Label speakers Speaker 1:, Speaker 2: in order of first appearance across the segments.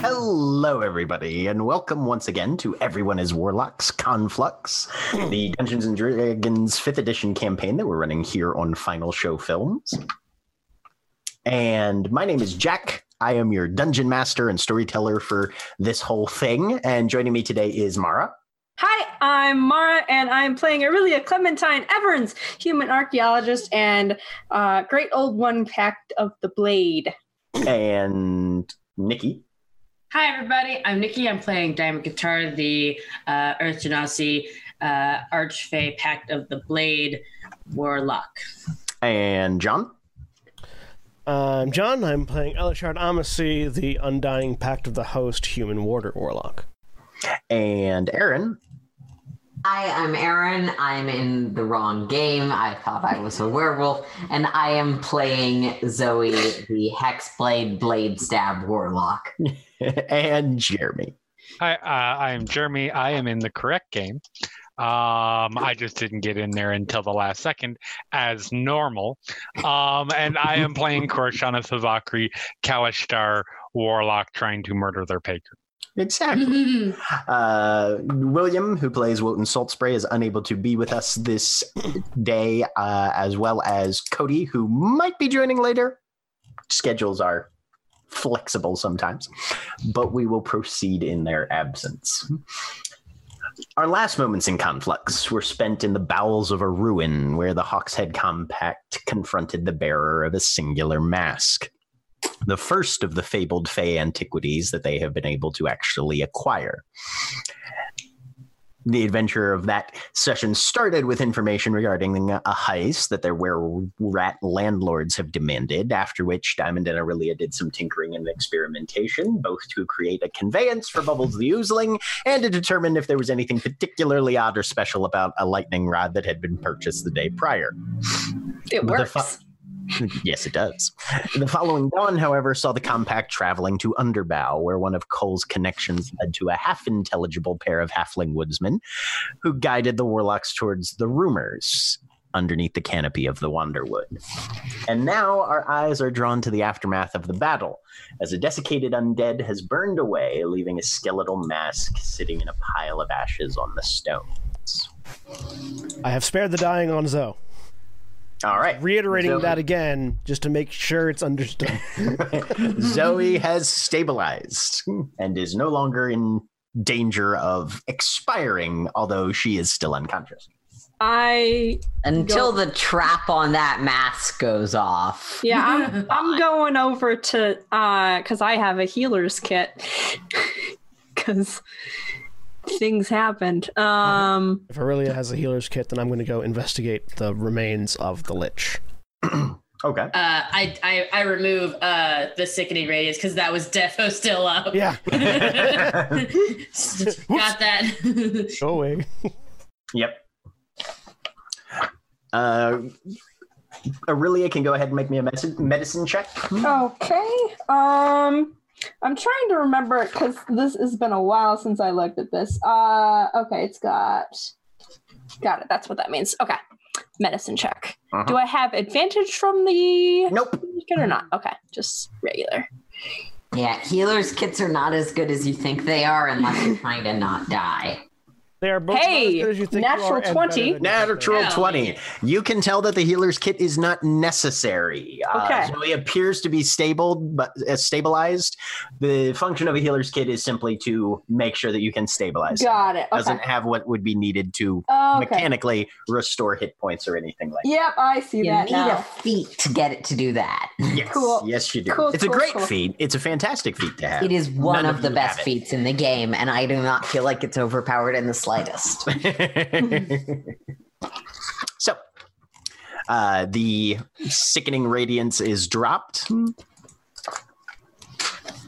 Speaker 1: Hello, everybody, and welcome once again to Everyone is Warlocks Conflux, the Dungeons and Dragons 5th edition campaign that we're running here on Final Show Films. And my name is Jack. I am your dungeon master and storyteller for this whole thing. And joining me today is Mara.
Speaker 2: Hi, I'm Mara, and I'm playing Aurelia Clementine Evans, human archaeologist and uh, great old one pact of the blade.
Speaker 1: And Nikki.
Speaker 3: Hi, everybody. I'm Nikki. I'm playing Diamond Guitar, the uh, Earth Genasi uh, Archfey Pact of the Blade Warlock.
Speaker 1: And John.
Speaker 4: I'm Um, John. I'm playing Elishard Amasi, the Undying Pact of the Host Human Warder Warlock.
Speaker 1: And Aaron.
Speaker 5: Hi, I'm Aaron. I'm in the wrong game. I thought I was a werewolf, and I am playing Zoe, the Hexblade Blade Stab Warlock.
Speaker 1: and Jeremy.
Speaker 6: Hi, uh, I am Jeremy. I am in the correct game. Um, I just didn't get in there until the last second, as normal. Um, and I am playing Korshana Savakri, Kalishtar Warlock, trying to murder their patron.
Speaker 1: Exactly. Uh, William, who plays Wotan Saltspray, is unable to be with us this day, uh, as well as Cody, who might be joining later. Schedules are flexible sometimes, but we will proceed in their absence. Our last moments in conflux were spent in the bowels of a ruin where the Hawkshead Compact confronted the bearer of a singular mask the first of the fabled Fey antiquities that they have been able to actually acquire. The adventure of that session started with information regarding a heist that their were rat landlords have demanded, after which Diamond and Aurelia did some tinkering and experimentation, both to create a conveyance for Bubbles the Oozling and to determine if there was anything particularly odd or special about a lightning rod that had been purchased the day prior.
Speaker 2: It
Speaker 1: With the
Speaker 2: works.
Speaker 1: fu- yes, it does. The following dawn, however, saw the compact traveling to Underbow, where one of Cole's connections led to a half intelligible pair of halfling woodsmen who guided the warlocks towards the rumors underneath the canopy of the Wanderwood. And now our eyes are drawn to the aftermath of the battle, as a desiccated undead has burned away, leaving a skeletal mask sitting in a pile of ashes on the stones.
Speaker 4: I have spared the dying on Zoe.
Speaker 1: All right.
Speaker 4: Reiterating
Speaker 1: So-
Speaker 4: that again, just to make sure it's understood.
Speaker 1: Zoe has stabilized and is no longer in danger of expiring, although she is still unconscious.
Speaker 2: I
Speaker 5: Until the trap on that mask goes off.
Speaker 2: yeah, I'm I'm going over to uh because I have a healer's kit because things happened.
Speaker 1: Uh-huh.
Speaker 2: Um,
Speaker 4: if Aurelia has a healer's kit, then I'm going to go investigate the remains of the Lich.
Speaker 1: Okay.
Speaker 3: Uh, I, I I remove uh, the sickening radius because that was defo still up.
Speaker 4: Yeah.
Speaker 3: Got that.
Speaker 4: Go away.
Speaker 1: Yep. Uh, Aurelia can go ahead and make me a medicine, medicine check.
Speaker 2: Oh. okay. Um, I'm trying to remember it because this has been a while since I looked at this. Uh, okay, it's got got it. That's what that means. Okay, medicine check.
Speaker 1: Uh-huh.
Speaker 2: Do I have advantage from the
Speaker 1: Nope.
Speaker 2: good or not? Okay, just regular.
Speaker 5: Yeah, healers' kits are not as good as you think they are unless you're trying to not die.
Speaker 4: They are both not
Speaker 2: Hey,
Speaker 4: as good as you think you
Speaker 2: natural
Speaker 4: are and
Speaker 2: 20.
Speaker 4: better than you think they are.
Speaker 1: Natural
Speaker 3: Yeah.
Speaker 1: 20. You can tell that the healer's kit is not necessary.
Speaker 2: Okay.
Speaker 1: so he appears to be stable, but uh, stabilized. The function of a healer's kit is simply to make sure that you can stabilize. him.
Speaker 2: Got it.
Speaker 1: Doesn't
Speaker 2: Okay.
Speaker 1: have what would be needed to
Speaker 2: Okay.
Speaker 1: mechanically restore hit points or anything like that.
Speaker 2: Yep, I see
Speaker 5: You
Speaker 2: that
Speaker 5: need a
Speaker 2: now.
Speaker 5: feat to get it to do that.
Speaker 1: Yes,
Speaker 2: Cool.
Speaker 1: yes, you do.
Speaker 2: Cool,
Speaker 1: it's
Speaker 2: cool,
Speaker 1: a great
Speaker 2: cool.
Speaker 1: feat. It's a fantastic feat to have.
Speaker 5: It is one
Speaker 1: None
Speaker 5: of
Speaker 1: of
Speaker 5: the
Speaker 1: you
Speaker 5: best
Speaker 1: have it.
Speaker 5: feats in the game, and I do not feel like it's overpowered in the slightest.
Speaker 1: so, uh, the sickening radiance is dropped,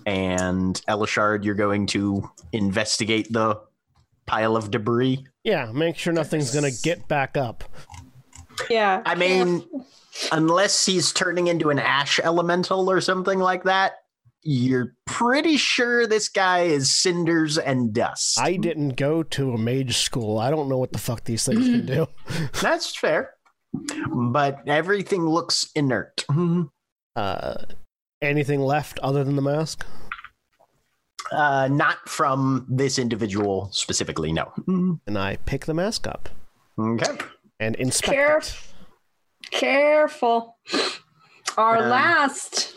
Speaker 1: and Elishard, you're going to investigate the pile of debris.
Speaker 4: Yeah, make sure nothing's gonna get back up.
Speaker 2: Yeah.
Speaker 1: I mean, unless he's turning into an ash elemental or something like that, you're pretty sure this guy is cinders and dust.
Speaker 4: I didn't go to a mage school. I don't know what the fuck these things can do.
Speaker 1: That's fair. But everything looks inert.
Speaker 4: Uh, anything left other than the mask?
Speaker 1: Uh, not from this individual specifically, no.
Speaker 4: And I pick the mask up
Speaker 1: Okay.
Speaker 4: and inspect it.
Speaker 2: Caref- Careful. Our
Speaker 1: Um,
Speaker 2: last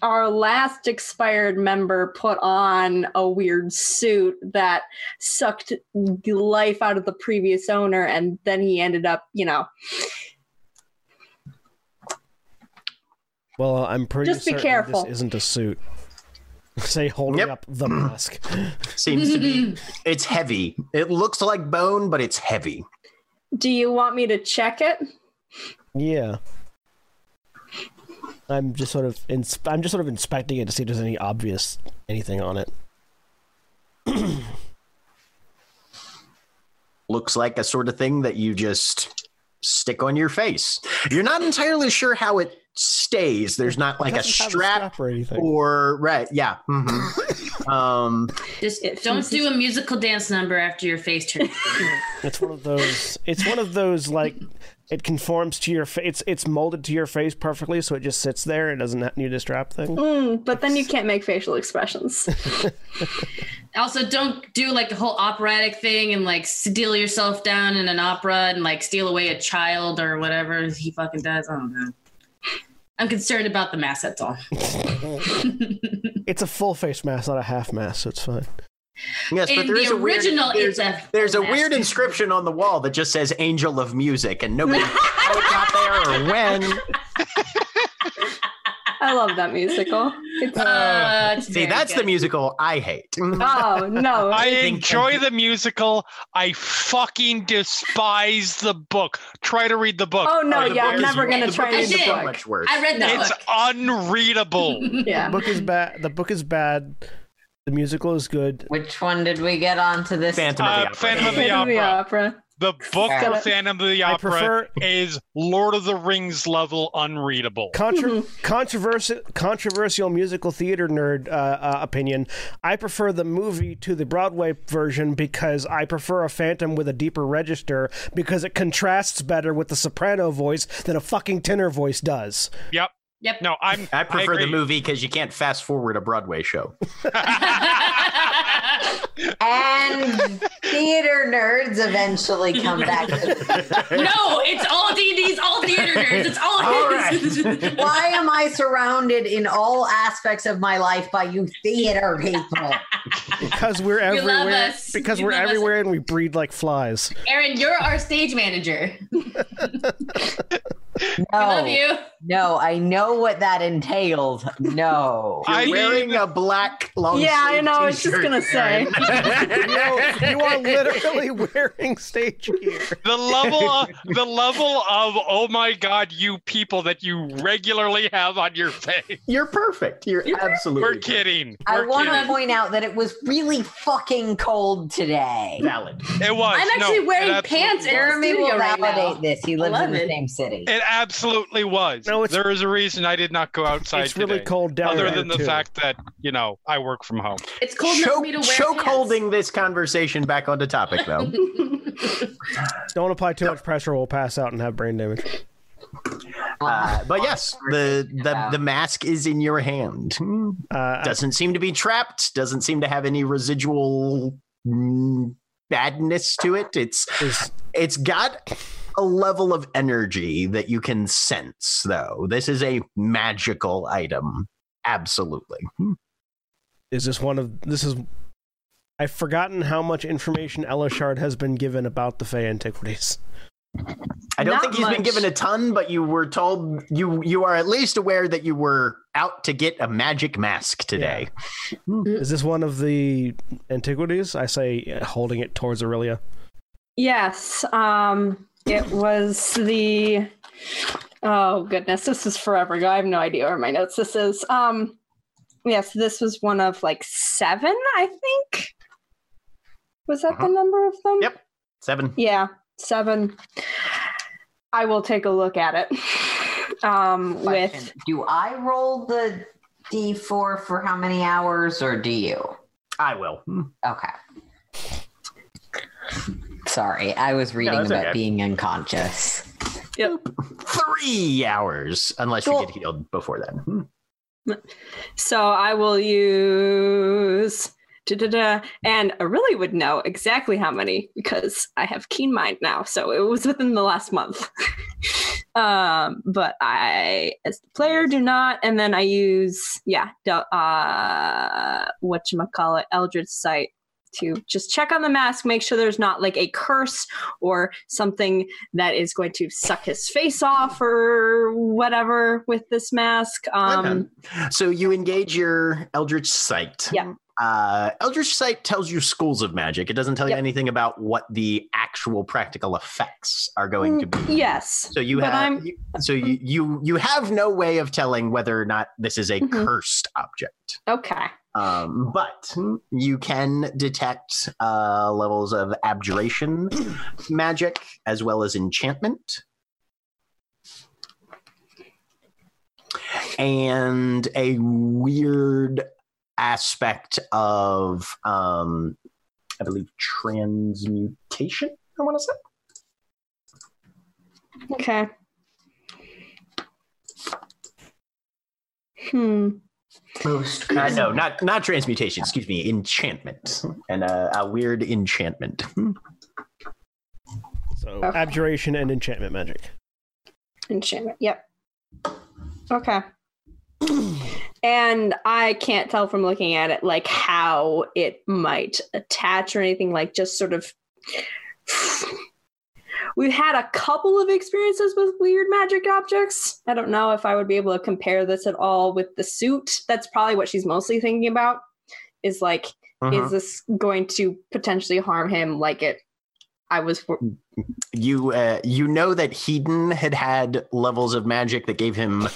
Speaker 2: our last expired member put on a weird suit that sucked the life out of the previous owner and then he ended up, you know,
Speaker 4: Well, I'm pretty
Speaker 2: Just be
Speaker 4: certain
Speaker 2: careful.
Speaker 4: this isn't a suit. Say holding
Speaker 1: Yep.
Speaker 4: up the mask.
Speaker 1: Seems to be. It's heavy. It looks like bone, but it's heavy.
Speaker 2: do you want me to check it?
Speaker 4: yeah. I'm just sort of ins- I'm just sort of inspecting it to see if there's any obvious anything on it.
Speaker 1: Looks like a sort of thing that you just stick on your face. You're not entirely sure how it stays. There's not like a
Speaker 4: Doesn't have
Speaker 1: strap
Speaker 4: or anything.
Speaker 1: or right. Yeah. mhm. um,
Speaker 3: Just
Speaker 2: It
Speaker 3: don't
Speaker 2: seems-
Speaker 3: do a musical dance number after your face turns. green.
Speaker 4: It's one of those. It's one of those like it conforms to your. Fa- it's it's molded to your face perfectly, so it just sits there and doesn't need a strap thing.
Speaker 2: Mm, but then you can't make facial expressions.
Speaker 3: also, don't do like the whole operatic thing and like steal yourself down in an opera and like steal away a child or whatever he fucking does. I don't know. I'm concerned about the mass. That's all.
Speaker 4: It's a full face mask, not a half mask, so it's fine.
Speaker 1: yes, but
Speaker 3: In
Speaker 1: there is
Speaker 3: the
Speaker 1: a weird-
Speaker 3: original,
Speaker 1: there's-
Speaker 3: it's a
Speaker 1: There's a
Speaker 3: mask.
Speaker 1: weird inscription on the wall that just says "Angel of Music," and nobody knows how it got there or when.
Speaker 2: I love that musical. It's,
Speaker 3: Uh, it's
Speaker 1: See,
Speaker 3: very
Speaker 1: that's
Speaker 3: good.
Speaker 1: the musical I hate. Mm-hmm.
Speaker 2: oh no.
Speaker 6: I
Speaker 1: think
Speaker 6: enjoy the musical. I fucking despise the book. Try to read the book.
Speaker 2: Oh no,
Speaker 1: The book
Speaker 2: yeah, I'm
Speaker 1: is-
Speaker 2: never
Speaker 1: the
Speaker 2: gonna try
Speaker 1: book
Speaker 2: to
Speaker 3: I
Speaker 2: read
Speaker 1: is
Speaker 2: the
Speaker 3: did.
Speaker 1: so
Speaker 2: book.
Speaker 1: much worse.
Speaker 3: I read the
Speaker 6: It's
Speaker 3: book.
Speaker 6: unreadable.
Speaker 4: The
Speaker 2: Yeah.
Speaker 4: book is bad. The book is bad. The musical is good.
Speaker 5: Which one did we get onto this?
Speaker 1: Phantom
Speaker 6: Uh,
Speaker 1: of the Opera.
Speaker 6: Phantom of the
Speaker 2: Phantom of the
Speaker 6: Opera.
Speaker 2: opera.
Speaker 6: The book
Speaker 5: Got
Speaker 6: of
Speaker 2: it.
Speaker 6: Phantom of the
Speaker 4: I
Speaker 6: Opera
Speaker 4: prefer
Speaker 6: is Lord of the Rings level unreadable.
Speaker 4: Contro-
Speaker 3: Mm-hmm.
Speaker 4: controversial, controversial musical theater nerd uh, uh, opinion. I prefer the movie to the Broadway version because I prefer a phantom with a deeper register because it contrasts better with the soprano voice than a fucking tenor voice does.
Speaker 6: Yep.
Speaker 3: Yep.
Speaker 6: No, I'm.
Speaker 1: I prefer the
Speaker 6: agree.
Speaker 1: movie because you can't fast forward a Broadway show.
Speaker 5: And theater nerds eventually come back. To
Speaker 3: no, it's all D&D's, all theater nerds. It's all,
Speaker 1: All
Speaker 5: Why am I surrounded in all aspects of my life by you theater people?
Speaker 4: Because we're
Speaker 3: You love
Speaker 4: everywhere.
Speaker 3: us.
Speaker 4: Because
Speaker 3: You
Speaker 4: we're
Speaker 3: love us.
Speaker 4: everywhere and we breed like flies.
Speaker 3: Aaron, you're our stage manager.
Speaker 5: No,
Speaker 3: I love you.
Speaker 5: no, I know what that entails. No.
Speaker 6: I
Speaker 1: You're wearing
Speaker 6: need-
Speaker 1: a black long
Speaker 2: Yeah, I
Speaker 1: sleeve
Speaker 2: know, I was just
Speaker 1: t-shirt,
Speaker 2: gonna say.
Speaker 1: Aaron.
Speaker 4: You are literally wearing stage gear.
Speaker 6: the level of, the level of oh my god you people that you regularly have on your face
Speaker 1: You're perfect. You're, absolutely
Speaker 6: we're kidding
Speaker 5: I
Speaker 6: we're
Speaker 5: want to
Speaker 6: kidding.
Speaker 5: point out that it was really fucking cold today.
Speaker 1: valid.
Speaker 6: it was
Speaker 3: I'm
Speaker 6: No,
Speaker 3: actually
Speaker 6: it
Speaker 3: wearing
Speaker 6: absolutely-
Speaker 3: pants, Aaron.
Speaker 5: Jeremy will
Speaker 3: Studio right now.
Speaker 5: validate this. He lives in the
Speaker 3: 11.
Speaker 5: same city.
Speaker 6: it absolutely was
Speaker 4: No, it's-
Speaker 6: there is a reason i did not go outside
Speaker 4: It's really
Speaker 6: today,
Speaker 4: cold down
Speaker 6: other
Speaker 4: there,
Speaker 6: than the
Speaker 4: too.
Speaker 6: fact that you know i work from home
Speaker 3: It's cold enough for
Speaker 1: Choke,
Speaker 3: me to wear
Speaker 1: choke
Speaker 3: pants.
Speaker 1: holding this conversation back onto topic, though.
Speaker 4: Don't apply too much pressure, we'll pass out and have brain damage.
Speaker 1: Uh, but yes, the, the the mask is in your hand. Hmm.
Speaker 4: Uh,
Speaker 1: Doesn't seem to be trapped. Doesn't seem to have any residual mm, badness to it. It's
Speaker 4: is-
Speaker 1: it's got a level of energy that you can sense, though. This is a magical item. Absolutely. Hmm.
Speaker 4: is this one of this is I've forgotten how much information Elishard has been given about the Fey antiquities.
Speaker 1: I don't
Speaker 3: Not
Speaker 1: think he's been
Speaker 3: much.
Speaker 1: given a ton, but you were told you you are at least aware that you were out to get a magic mask today.
Speaker 4: Is this one of the antiquities? I say uh, holding it towards Aurelia.
Speaker 2: Yes. Um, it was the. Oh goodness, this is forever ago. I have no idea where my notes this is. Um, yes, this was one of like seven, I think. Was that the number of them?
Speaker 1: Yep. Seven.
Speaker 2: Yeah, seven. I will take a look at it. Um, with
Speaker 5: Question. Do I roll the d4 for how many hours or do you?
Speaker 1: I will. Hmm.
Speaker 5: Okay. Sorry, I was reading
Speaker 1: that's
Speaker 5: about
Speaker 1: okay.
Speaker 5: being unconscious.
Speaker 1: Three hours, unless you
Speaker 2: Cool.
Speaker 1: get healed before then. Hmm.
Speaker 2: so I will use da-da-da, and I really would know exactly how many because I have keen mind now. So it was within the last month. um, but I, as the player, do not, and then I use yeah, del- uh, what you call it, Eldritch Sight. To just check on the mask, make sure there's not like a curse or something that is going to suck his face off or whatever with this mask. Um,
Speaker 1: So you engage your Eldritch Sight.
Speaker 2: Yeah.
Speaker 1: Uh, Eldritch Sight tells you schools of magic. It doesn't tell
Speaker 2: Yep.
Speaker 1: you anything about what the actual practical effects are going to be.
Speaker 2: Yes.
Speaker 1: So you
Speaker 2: Mm. But
Speaker 1: have
Speaker 2: I'm-
Speaker 1: you, so you, you you have no way of telling whether or not this is a
Speaker 2: Mhm.
Speaker 1: cursed object.
Speaker 2: Okay.
Speaker 1: Um, but you can detect uh, levels of abjuration magic as well as enchantment. And a weird aspect of um, I believe transmutation, I want to say.
Speaker 2: Okay. Hmm.
Speaker 5: Most
Speaker 1: Uh, no, not not transmutation. Excuse me, enchantment and uh, a, a weird enchantment.
Speaker 4: So
Speaker 2: Okay.
Speaker 4: abjuration and enchantment magic.
Speaker 2: Enchantment. Yep. Okay. And I can't tell from looking at it like how it might attach or anything like just sort of We've had a couple of experiences with weird magic objects. I don't know if I would be able to compare this at all with the suit. That's probably what she's mostly thinking about is like
Speaker 1: Uh-huh.
Speaker 2: is this going to potentially harm him like it i was
Speaker 1: You uh, you know that Hedon had had levels of magic that gave him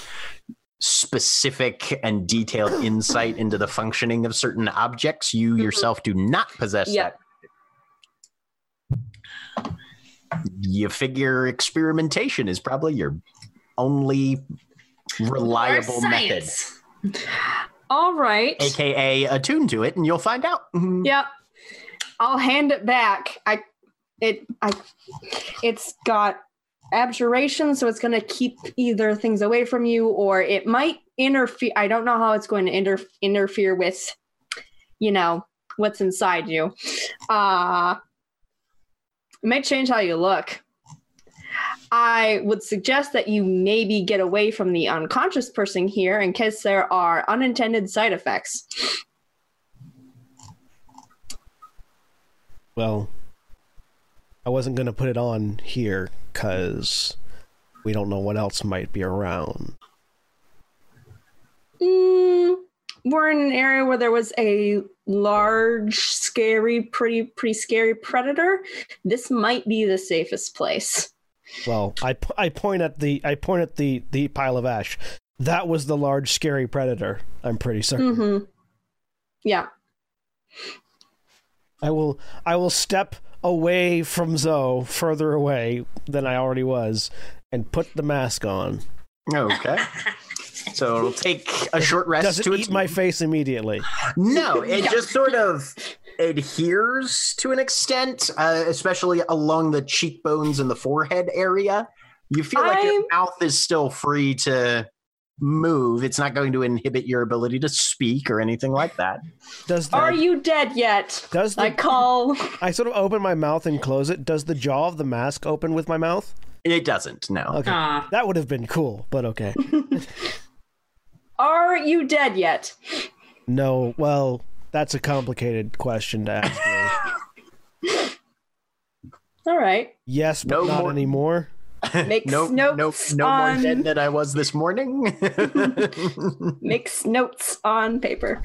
Speaker 1: specific and detailed insight into the functioning of certain objects. You yourself do not possess
Speaker 2: Yeah.
Speaker 1: that. You figure experimentation is probably your only reliable method,
Speaker 3: science.
Speaker 2: all right
Speaker 1: Oh, aka attune to it, and you'll find out. Mm-hmm.
Speaker 2: yep i'll hand it back i it i it's got abjuration so it's going to keep either things away from you or it might interfere i don't know how it's going to inter- interfere with you know what's inside you uh it might change how you look I would suggest that you maybe get away from the unconscious person here in case there are unintended side effects.
Speaker 4: Well, I wasn't going to put it on here because we don't know what else might be around.
Speaker 2: Mm, we're in an area where there was a large, scary, pretty, pretty scary predator. This might be the safest place.
Speaker 4: Well, I, p- I point at the I point at the the pile of ash. That was the large scary predator. I'm pretty certain.
Speaker 2: hmm Yeah.
Speaker 4: I will I will step away from Zoe, further away than I already was, and put the mask on.
Speaker 1: Okay. So it'll take a short rest
Speaker 4: Does it
Speaker 1: to
Speaker 4: eat my face immediately?
Speaker 1: No, it just sort of adheres to an extent, uh, especially along the cheekbones and the forehead area. You feel like your
Speaker 2: I'm-
Speaker 1: mouth is still free to move. It's not going to inhibit your ability to speak or anything like that.
Speaker 4: Does the,
Speaker 2: Are you dead yet?
Speaker 4: does the,
Speaker 2: I call.
Speaker 4: I sort of open my mouth and close it. Does the jaw of the mask open with my mouth?
Speaker 1: It doesn't, no.
Speaker 2: Uh.
Speaker 4: Okay.
Speaker 3: Aw.
Speaker 4: That would have been cool, but okay.
Speaker 2: Are you dead yet?
Speaker 4: No, well, that's a complicated question to ask me.
Speaker 2: All right.
Speaker 4: Yes, but
Speaker 1: No
Speaker 4: not
Speaker 1: more-
Speaker 4: anymore.
Speaker 2: Makes
Speaker 1: No, no, no,
Speaker 2: notes
Speaker 1: no more
Speaker 2: on-
Speaker 1: dead than I was this morning.
Speaker 2: Makes notes on paper.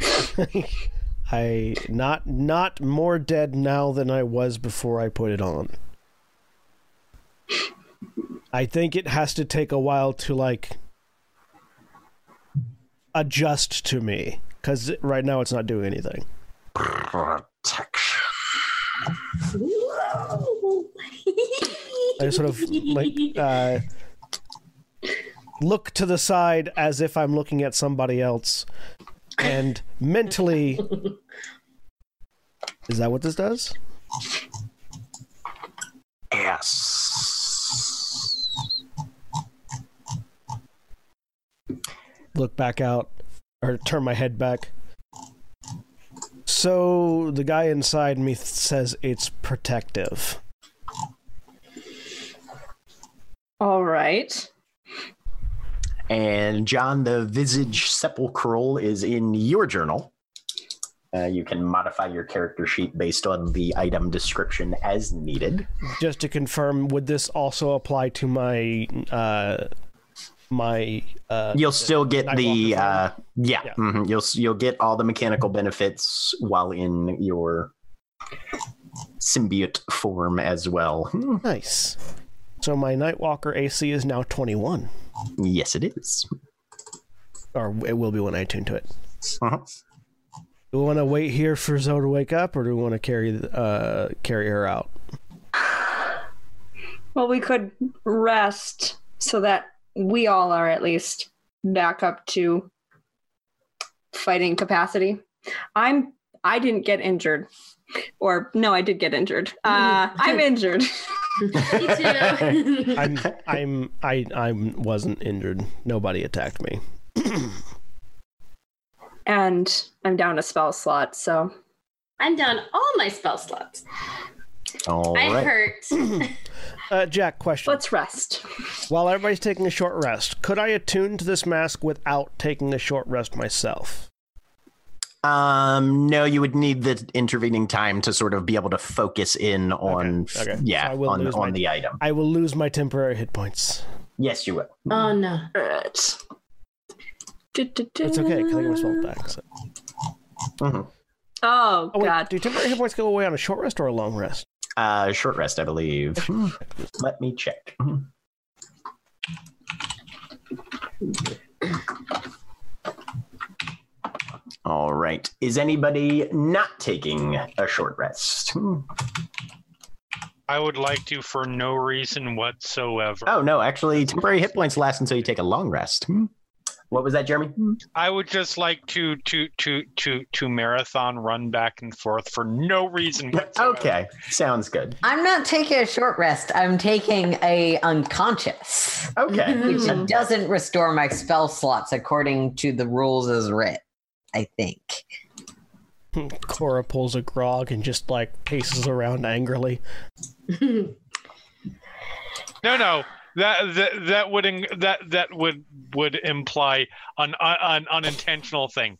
Speaker 4: I not not more dead now than I was before I put it on. I think it has to take a while to like adjust to me cuz right now it's not doing anything. I sort of like uh, look to the side as if I'm looking at somebody else, and mentally, is that what this does?
Speaker 1: yes.
Speaker 4: Look back out, or turn my head back. So the guy inside me says it's protective.
Speaker 2: All right.
Speaker 1: And John, the visage sepulchral is in your journal. Uh, you can modify your character sheet based on the item description as needed.
Speaker 4: Just to confirm, would this also apply to my uh, my uh,
Speaker 1: You'll still get the
Speaker 4: Nightwalker
Speaker 1: uh, yeah.
Speaker 4: Yeah.
Speaker 1: mhm, You'll you'll get all the mechanical benefits while in your symbiote form as well. Hmm,
Speaker 4: nice? So my Nightwalker AC is now twenty one.
Speaker 1: Yes, it is.
Speaker 4: or it will be when I tune to it.
Speaker 1: Uh-huh.
Speaker 4: Do we want to wait here for Zoe to wake up, or do we want to carry uh, carry her out?
Speaker 2: Well, we could rest so that we all are at least back up to fighting capacity. I'm I didn't get injured. Or no, I did get injured. Uh, I'm injured.
Speaker 3: Me too.
Speaker 4: I'm I'm I I wasn't injured. Nobody attacked me.
Speaker 2: And I'm down a spell slot, so
Speaker 3: I'm down all my spell slots.
Speaker 1: All
Speaker 3: I
Speaker 1: right.
Speaker 3: hurt.
Speaker 4: Uh, Jack, question:
Speaker 2: let's rest.
Speaker 4: While everybody's taking a short rest, could I attune to this mask without taking a short rest myself?
Speaker 1: Um, no, you would need the intervening time to sort of be able to focus in on
Speaker 4: okay.
Speaker 1: yeah
Speaker 4: So I will
Speaker 1: on,
Speaker 4: lose my-
Speaker 1: on the item.
Speaker 4: I will lose my temporary hit points.
Speaker 1: Yes, you will.
Speaker 3: oh no.
Speaker 2: It's
Speaker 4: It's okay because I get my spell back. So.
Speaker 1: Mhm.
Speaker 4: Oh
Speaker 2: Oh,
Speaker 4: wait,
Speaker 2: god.
Speaker 4: do temporary hit points go away on a short rest or a long rest?
Speaker 1: Uh, short rest, I believe. Hmm. Let me check. Hmm. All right. Is anybody not taking a short rest? Hmm.
Speaker 6: I would like to for no reason whatsoever.
Speaker 1: Oh no, actually, temporary hit points last until you take a long rest. Hmm. What was that, Jeremy? Hmm.
Speaker 6: I would just like to to to to to marathon run back and forth for no reason whatsoever.
Speaker 1: Okay, sounds good.
Speaker 5: I'm not taking a short rest. I'm taking a unconscious,
Speaker 1: Okay.
Speaker 5: which
Speaker 3: Mhm.
Speaker 5: doesn't restore my spell slots according to the rules as writ. I think.
Speaker 4: Cora pulls a grog and just like paces around angrily.
Speaker 6: No, no. That, that that would in, that that would would imply an, uh, an unintentional thing.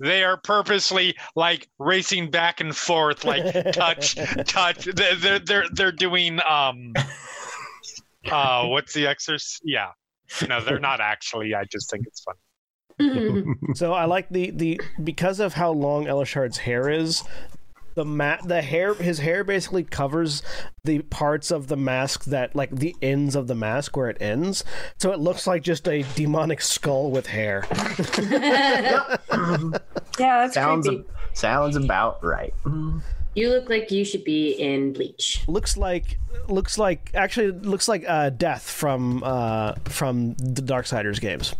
Speaker 6: They are purposely like racing back and forth, like touch, touch. They're they're they're, they're doing um. Uh, what's the exercise? Yeah, no, they're not actually. I just think it's fun.
Speaker 4: So I like the the because of how long Elishard's hair is, the mat the hair his hair basically covers the parts of the mask that like the ends of the mask where it ends. So it looks like just a demonic skull with hair.
Speaker 2: Yeah, that's
Speaker 1: sounds
Speaker 2: creepy.
Speaker 1: sounds about right.
Speaker 3: you look like you should be in bleach.
Speaker 4: Looks like looks like actually looks like uh, death from uh, from the Darksiders games.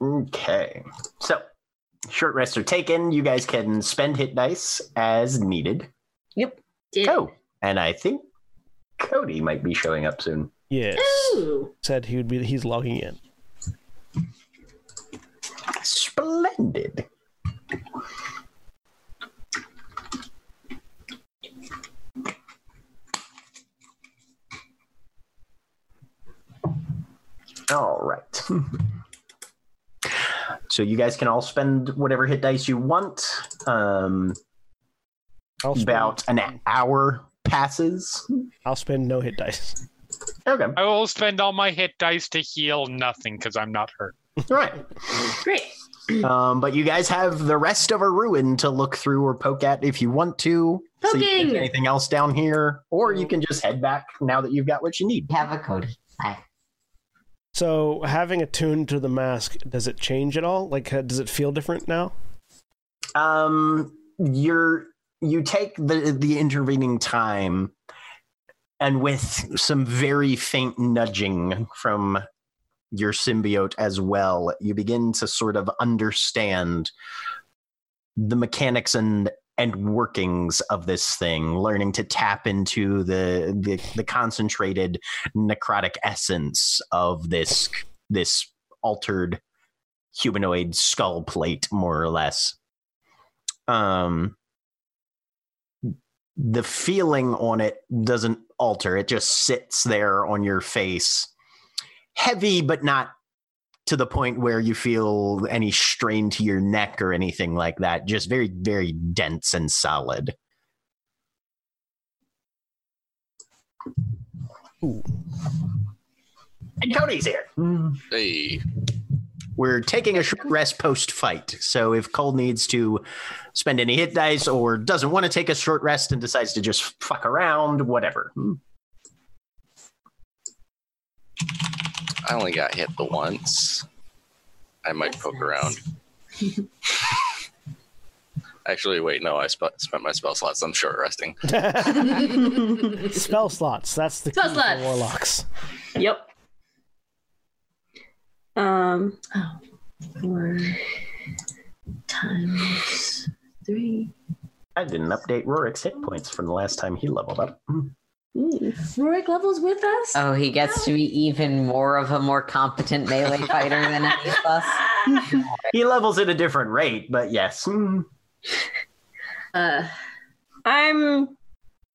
Speaker 1: Okay. So Short rests are taken. You guys can spend hit dice as needed.
Speaker 3: Did-
Speaker 1: Oh, and I think Cody might be showing up soon.
Speaker 4: Yes.
Speaker 3: Ooh.
Speaker 4: Said he would be. He's logging in.
Speaker 1: Splendid. All right. So you guys can all spend whatever hit dice you want. Um,
Speaker 4: I'll spend,
Speaker 1: about an hour passes.
Speaker 4: I'll spend no hit dice.
Speaker 1: Okay.
Speaker 6: I will spend all my hit dice to heal nothing because I'm not hurt.
Speaker 1: All right.
Speaker 3: Great.
Speaker 1: Um, but you guys have the rest of a ruin to look through or poke at if you want to. See if there's
Speaker 3: Poking!
Speaker 1: anything else down here, or you can just head back now that you've got what you need.
Speaker 5: Have a Cody. Hi.
Speaker 4: So having attuned to the mask, does it change at all? Like, uh, does it feel different now?
Speaker 1: Um, you're you take the the intervening time, and with some very faint nudging from your symbiote as well, you begin to sort of understand the mechanics and and workings of this thing, learning to tap into the the, the concentrated necrotic essence of this this altered humanoid skull plate, more or less. Um, the feeling on it doesn't alter; it just sits there on your face, heavy but not to the point where you feel any strain to your neck or anything like that. Just very, very dense and solid.
Speaker 4: Ooh.
Speaker 1: And Cody's here.
Speaker 7: Hey.
Speaker 1: We're taking a short rest post fight. So if Cole needs to spend any hit dice or doesn't want to take a short rest and decides to just fuck around, whatever. Hmm.
Speaker 7: I only got hit the once. I might
Speaker 3: That's
Speaker 7: poke
Speaker 3: nice.
Speaker 7: around. Actually, wait, no, I sp- spent my spell slots. I'm short resting.
Speaker 4: Spell slots. That's the
Speaker 3: Spell
Speaker 4: key
Speaker 3: slots.
Speaker 4: for warlocks.
Speaker 3: Yep.
Speaker 2: Um,
Speaker 3: Four times three.
Speaker 1: I didn't update Rorik's hit points from the last time he leveled up. Hmm.
Speaker 2: mm.
Speaker 3: Rorik levels with us?
Speaker 5: Oh, he gets to be even more of a more competent melee fighter than any of us.
Speaker 1: He levels at a different rate, but yes. Mm.
Speaker 3: Uh,
Speaker 2: I'm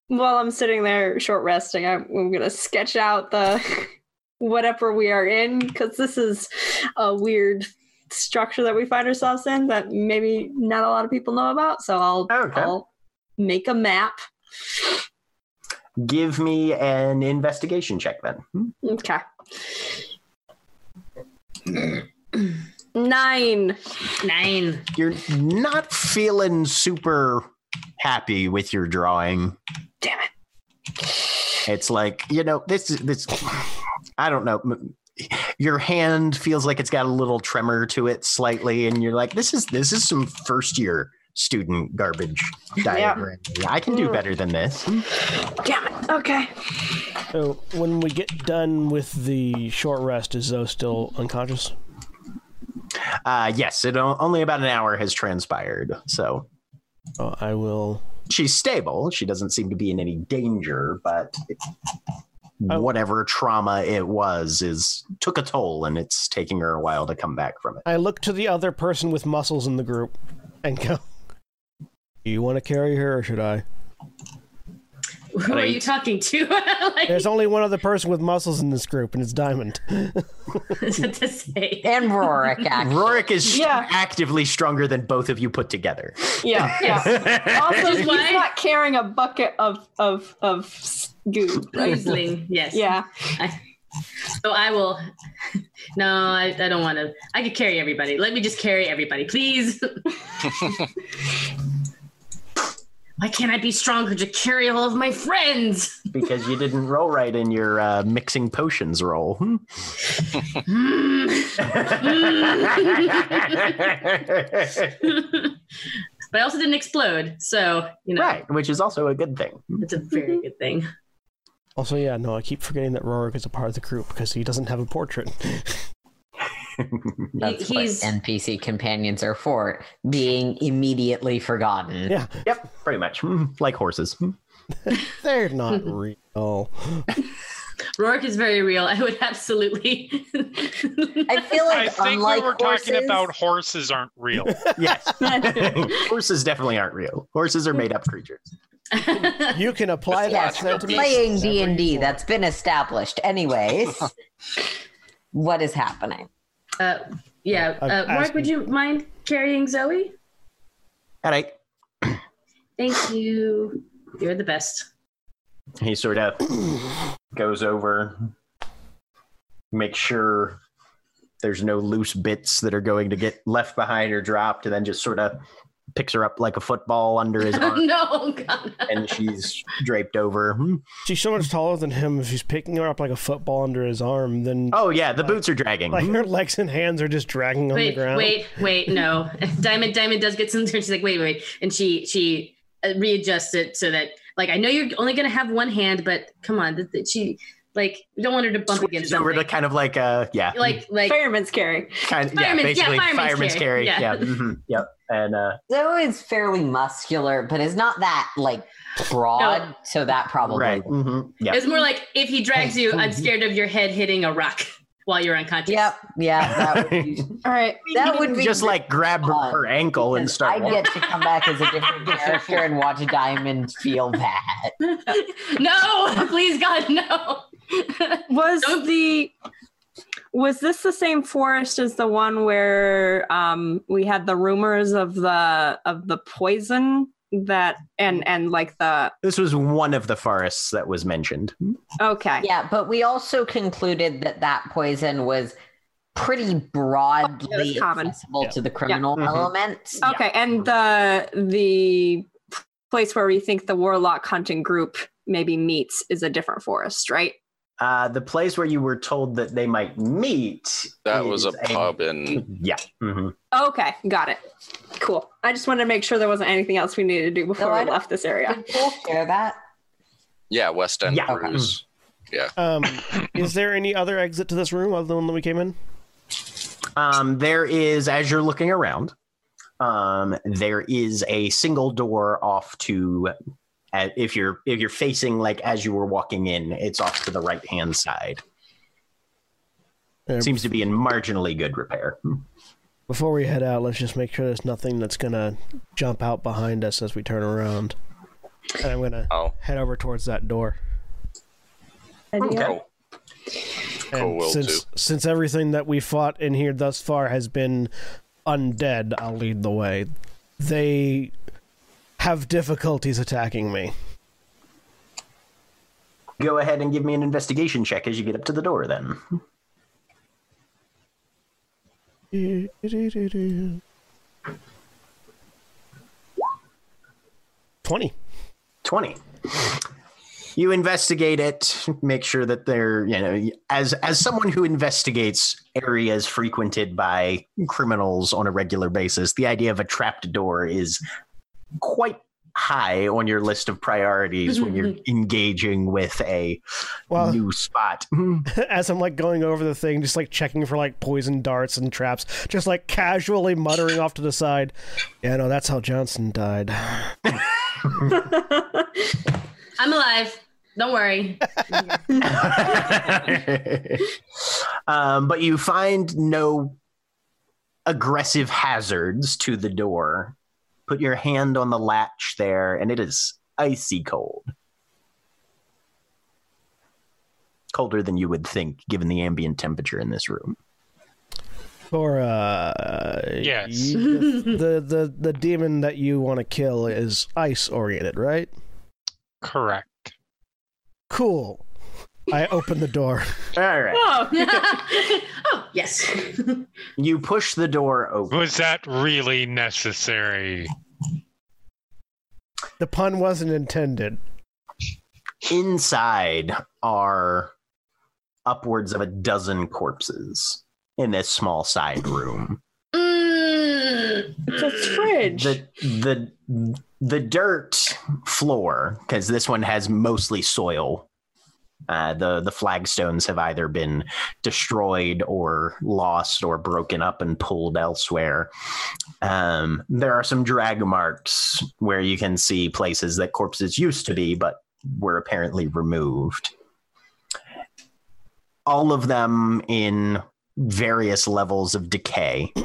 Speaker 2: while I'm sitting there short resting, I'm, I'm gonna sketch out the whatever we are in because this is a weird structure that we find ourselves in that maybe not a lot of people know about. So I'll,
Speaker 1: Okay.
Speaker 2: I'll make a map.
Speaker 1: Give me an investigation check then. Mm.
Speaker 2: Okay. Nine.
Speaker 3: nine.
Speaker 1: You're not feeling super happy with your drawing.
Speaker 2: Damn it.
Speaker 1: It's like, you know, this is this I don't know. m- Your hand feels like it's got a little tremor to it slightly and you're like, this is this is some first year student garbage diagram. I can
Speaker 2: Hmm.
Speaker 1: do better than this.
Speaker 2: Damn it. Okay.
Speaker 4: So when we get done with the short rest, is Zoe still unconscious?
Speaker 1: Uh yes, it o- only about an hour has transpired. So
Speaker 4: Oh, I will.
Speaker 1: she's stable. She doesn't seem to be in any danger, but
Speaker 4: Oh.
Speaker 1: whatever trauma it was is took a toll, and it's taking her a while to come back from it.
Speaker 4: I look to the other person with muscles in the group and go. Do you want to carry her, or should I?
Speaker 3: Who are
Speaker 1: Right.
Speaker 3: you talking to? like,
Speaker 4: There's only one other person with muscles in this group, and it's Diamond.
Speaker 3: what to say?
Speaker 5: And Rorik, actually.
Speaker 1: Rorik is
Speaker 2: Yeah.
Speaker 1: actively stronger than both of you put together.
Speaker 2: Yeah. Yeah. also,
Speaker 3: Which is
Speaker 2: he's
Speaker 3: why-
Speaker 2: not carrying a bucket of of of s- goo. Right?
Speaker 3: Riesling, yes.
Speaker 2: Yeah.
Speaker 3: So I will. No, I, I don't want to. I could carry everybody. Let me just carry everybody, please. Why can't I be stronger to carry all of my friends?
Speaker 1: because you didn't roll right in your uh, mixing potions roll. Hmm.
Speaker 3: Hmm.
Speaker 1: right,
Speaker 3: but I also didn't explode, so you know
Speaker 1: which is also a good thing.
Speaker 3: it's a very good thing.
Speaker 4: also, yeah, no, I keep forgetting that Rorik is a part of the group because he doesn't have a portrait.
Speaker 5: That's
Speaker 3: he's-
Speaker 5: what NPC companions are for, being immediately forgotten.
Speaker 4: Yeah.
Speaker 1: Yep, pretty much. Mm, Like horses. Mm.
Speaker 4: They're not real.
Speaker 3: Rourke is very real. I would absolutely.
Speaker 5: I feel
Speaker 6: I
Speaker 5: like
Speaker 6: think
Speaker 5: unlike
Speaker 6: we were
Speaker 5: horses,
Speaker 6: talking about horses aren't real.
Speaker 1: Yes. horses definitely aren't real. Horses are made up creatures.
Speaker 4: You can apply
Speaker 7: It's
Speaker 4: that
Speaker 7: logical.
Speaker 4: sentiment.
Speaker 5: playing
Speaker 4: however
Speaker 5: D
Speaker 4: you
Speaker 5: and D.
Speaker 4: want.
Speaker 5: That's been established, anyways. what is happening?
Speaker 3: uh, yeah,
Speaker 4: I-
Speaker 3: uh,
Speaker 4: I-
Speaker 3: Rourke, would you mind carrying Zoe?
Speaker 1: All right.
Speaker 3: Thank you. You're the best.
Speaker 1: He sort of goes over, makes sure there's no loose bits that are going to get left behind or dropped, and then just sort of picks her up like a football under his arm,
Speaker 3: no, God.
Speaker 1: and she's draped over. Hmm.
Speaker 4: She's so much taller than him. If he's picking her up like a football under his arm, then
Speaker 1: Oh yeah, the boots are dragging.
Speaker 4: like her legs and hands are just dragging on the
Speaker 3: Wait,
Speaker 4: ground.
Speaker 3: wait, wait. No, Diamond, Diamond does get some. She's like, wait, wait, and she she uh, readjusts it so that like I know you're only gonna have one hand, but come on, th- th- she like we don't want her to bump against
Speaker 1: Switches over
Speaker 3: something.
Speaker 1: to kind of like a yeah,
Speaker 3: like like
Speaker 2: Fireman's carry.
Speaker 1: kind of, yeah,
Speaker 3: Fireman's- yeah,
Speaker 1: basically
Speaker 3: fireman's
Speaker 1: fireman's
Speaker 3: carry,
Speaker 1: carry.
Speaker 3: yeah.
Speaker 1: Yeah, mhm, yep. And uh,
Speaker 5: Zoe is fairly muscular, but is not that like broad.
Speaker 3: No.
Speaker 5: So that probably
Speaker 1: right, mm-hmm, yeah.
Speaker 3: it's more like if he drags you, I'm scared of your head hitting a rock while you're unconscious.
Speaker 5: Yep. Yeah. That would be,
Speaker 2: All right.
Speaker 5: that would be
Speaker 1: Just like grab
Speaker 5: fun,
Speaker 1: her ankle and
Speaker 5: Uh, because
Speaker 1: start.
Speaker 5: I get to come back as a different character and watch Diamond feel bad.
Speaker 3: no, please God, no.
Speaker 2: Was
Speaker 3: Don't-
Speaker 2: the was this the same forest as the one where um, we had the rumors of the of the poison that and and like the
Speaker 1: This was one of the forests that was mentioned.
Speaker 2: okay
Speaker 5: Yeah, but we also concluded that that poison was pretty broadly
Speaker 2: common.
Speaker 5: accessible
Speaker 4: Yeah.
Speaker 5: to the criminal
Speaker 1: Mhm.
Speaker 5: elements.
Speaker 2: okay and the the place where we think the warlock hunting group maybe meets is a different forest right
Speaker 1: Uh, the place where you were told that they might meet.
Speaker 7: That
Speaker 1: is
Speaker 7: was a pub in
Speaker 1: Yeah. mhm.
Speaker 2: okay got it cool i just wanted to make sure there wasn't anything else we needed to do before
Speaker 5: I
Speaker 2: we
Speaker 5: don't-
Speaker 2: left this area
Speaker 5: Did Paul share that?
Speaker 7: yeah West End
Speaker 1: Yeah.
Speaker 7: Brews.
Speaker 4: Um, is there any other exit to this room other than the one that we came in?
Speaker 1: Um, there is, as you're looking around, um, there is a single door off to. Uh, if you're if you're facing like as you were walking in, it's off to the right hand side.
Speaker 4: Uh,
Speaker 1: Seems to be in marginally good repair.
Speaker 4: Before we head out, let's just make sure there's nothing that's gonna jump out behind us as we turn around. And I'm gonna
Speaker 7: Oh,
Speaker 4: head over towards that door.
Speaker 7: cool.
Speaker 4: And
Speaker 7: Cool, Oh, will
Speaker 4: since
Speaker 7: do.
Speaker 4: since everything that we fought in here thus far has been undead, I'll lead the way. They have difficulties attacking me.
Speaker 1: Go ahead and give me an investigation check as you get up to the door. Then
Speaker 4: Twenty.
Speaker 1: twenty. You investigate it, make sure that they're you know as as someone who investigates areas frequented by criminals on a regular basis, the idea of a trapped door is quite high on your list of priorities when you're engaging with a
Speaker 4: Well,
Speaker 1: new spot.
Speaker 4: as I'm like going over the thing, just like checking for like poison darts and traps, just like casually muttering off to the side. Yeah, no, that's how Johnson died.
Speaker 3: I'm alive. Don't worry.
Speaker 1: um, but you find no aggressive hazards to the door. Put your hand on the latch there, and it is icy cold. Colder than you would think, given the ambient temperature in this room.
Speaker 4: Or uh,
Speaker 6: Yes.
Speaker 4: y- the, the the demon that you want to kill is ice oriented, right?
Speaker 6: Correct.
Speaker 4: Cool. I open the door.
Speaker 1: All right.
Speaker 3: oh yes.
Speaker 1: You push the door open.
Speaker 6: Was that really necessary?
Speaker 4: The pun wasn't intended.
Speaker 1: Inside are upwards of a dozen corpses in this small side room.
Speaker 3: Mm.
Speaker 2: it's a fridge
Speaker 1: the the the dirt floor because this one has mostly soil Uh, the the flagstones have either been destroyed or lost or broken up and pulled elsewhere. Um, there are some drag marks where you can see places that corpses used to be, but were apparently removed. All of them in various levels of decay.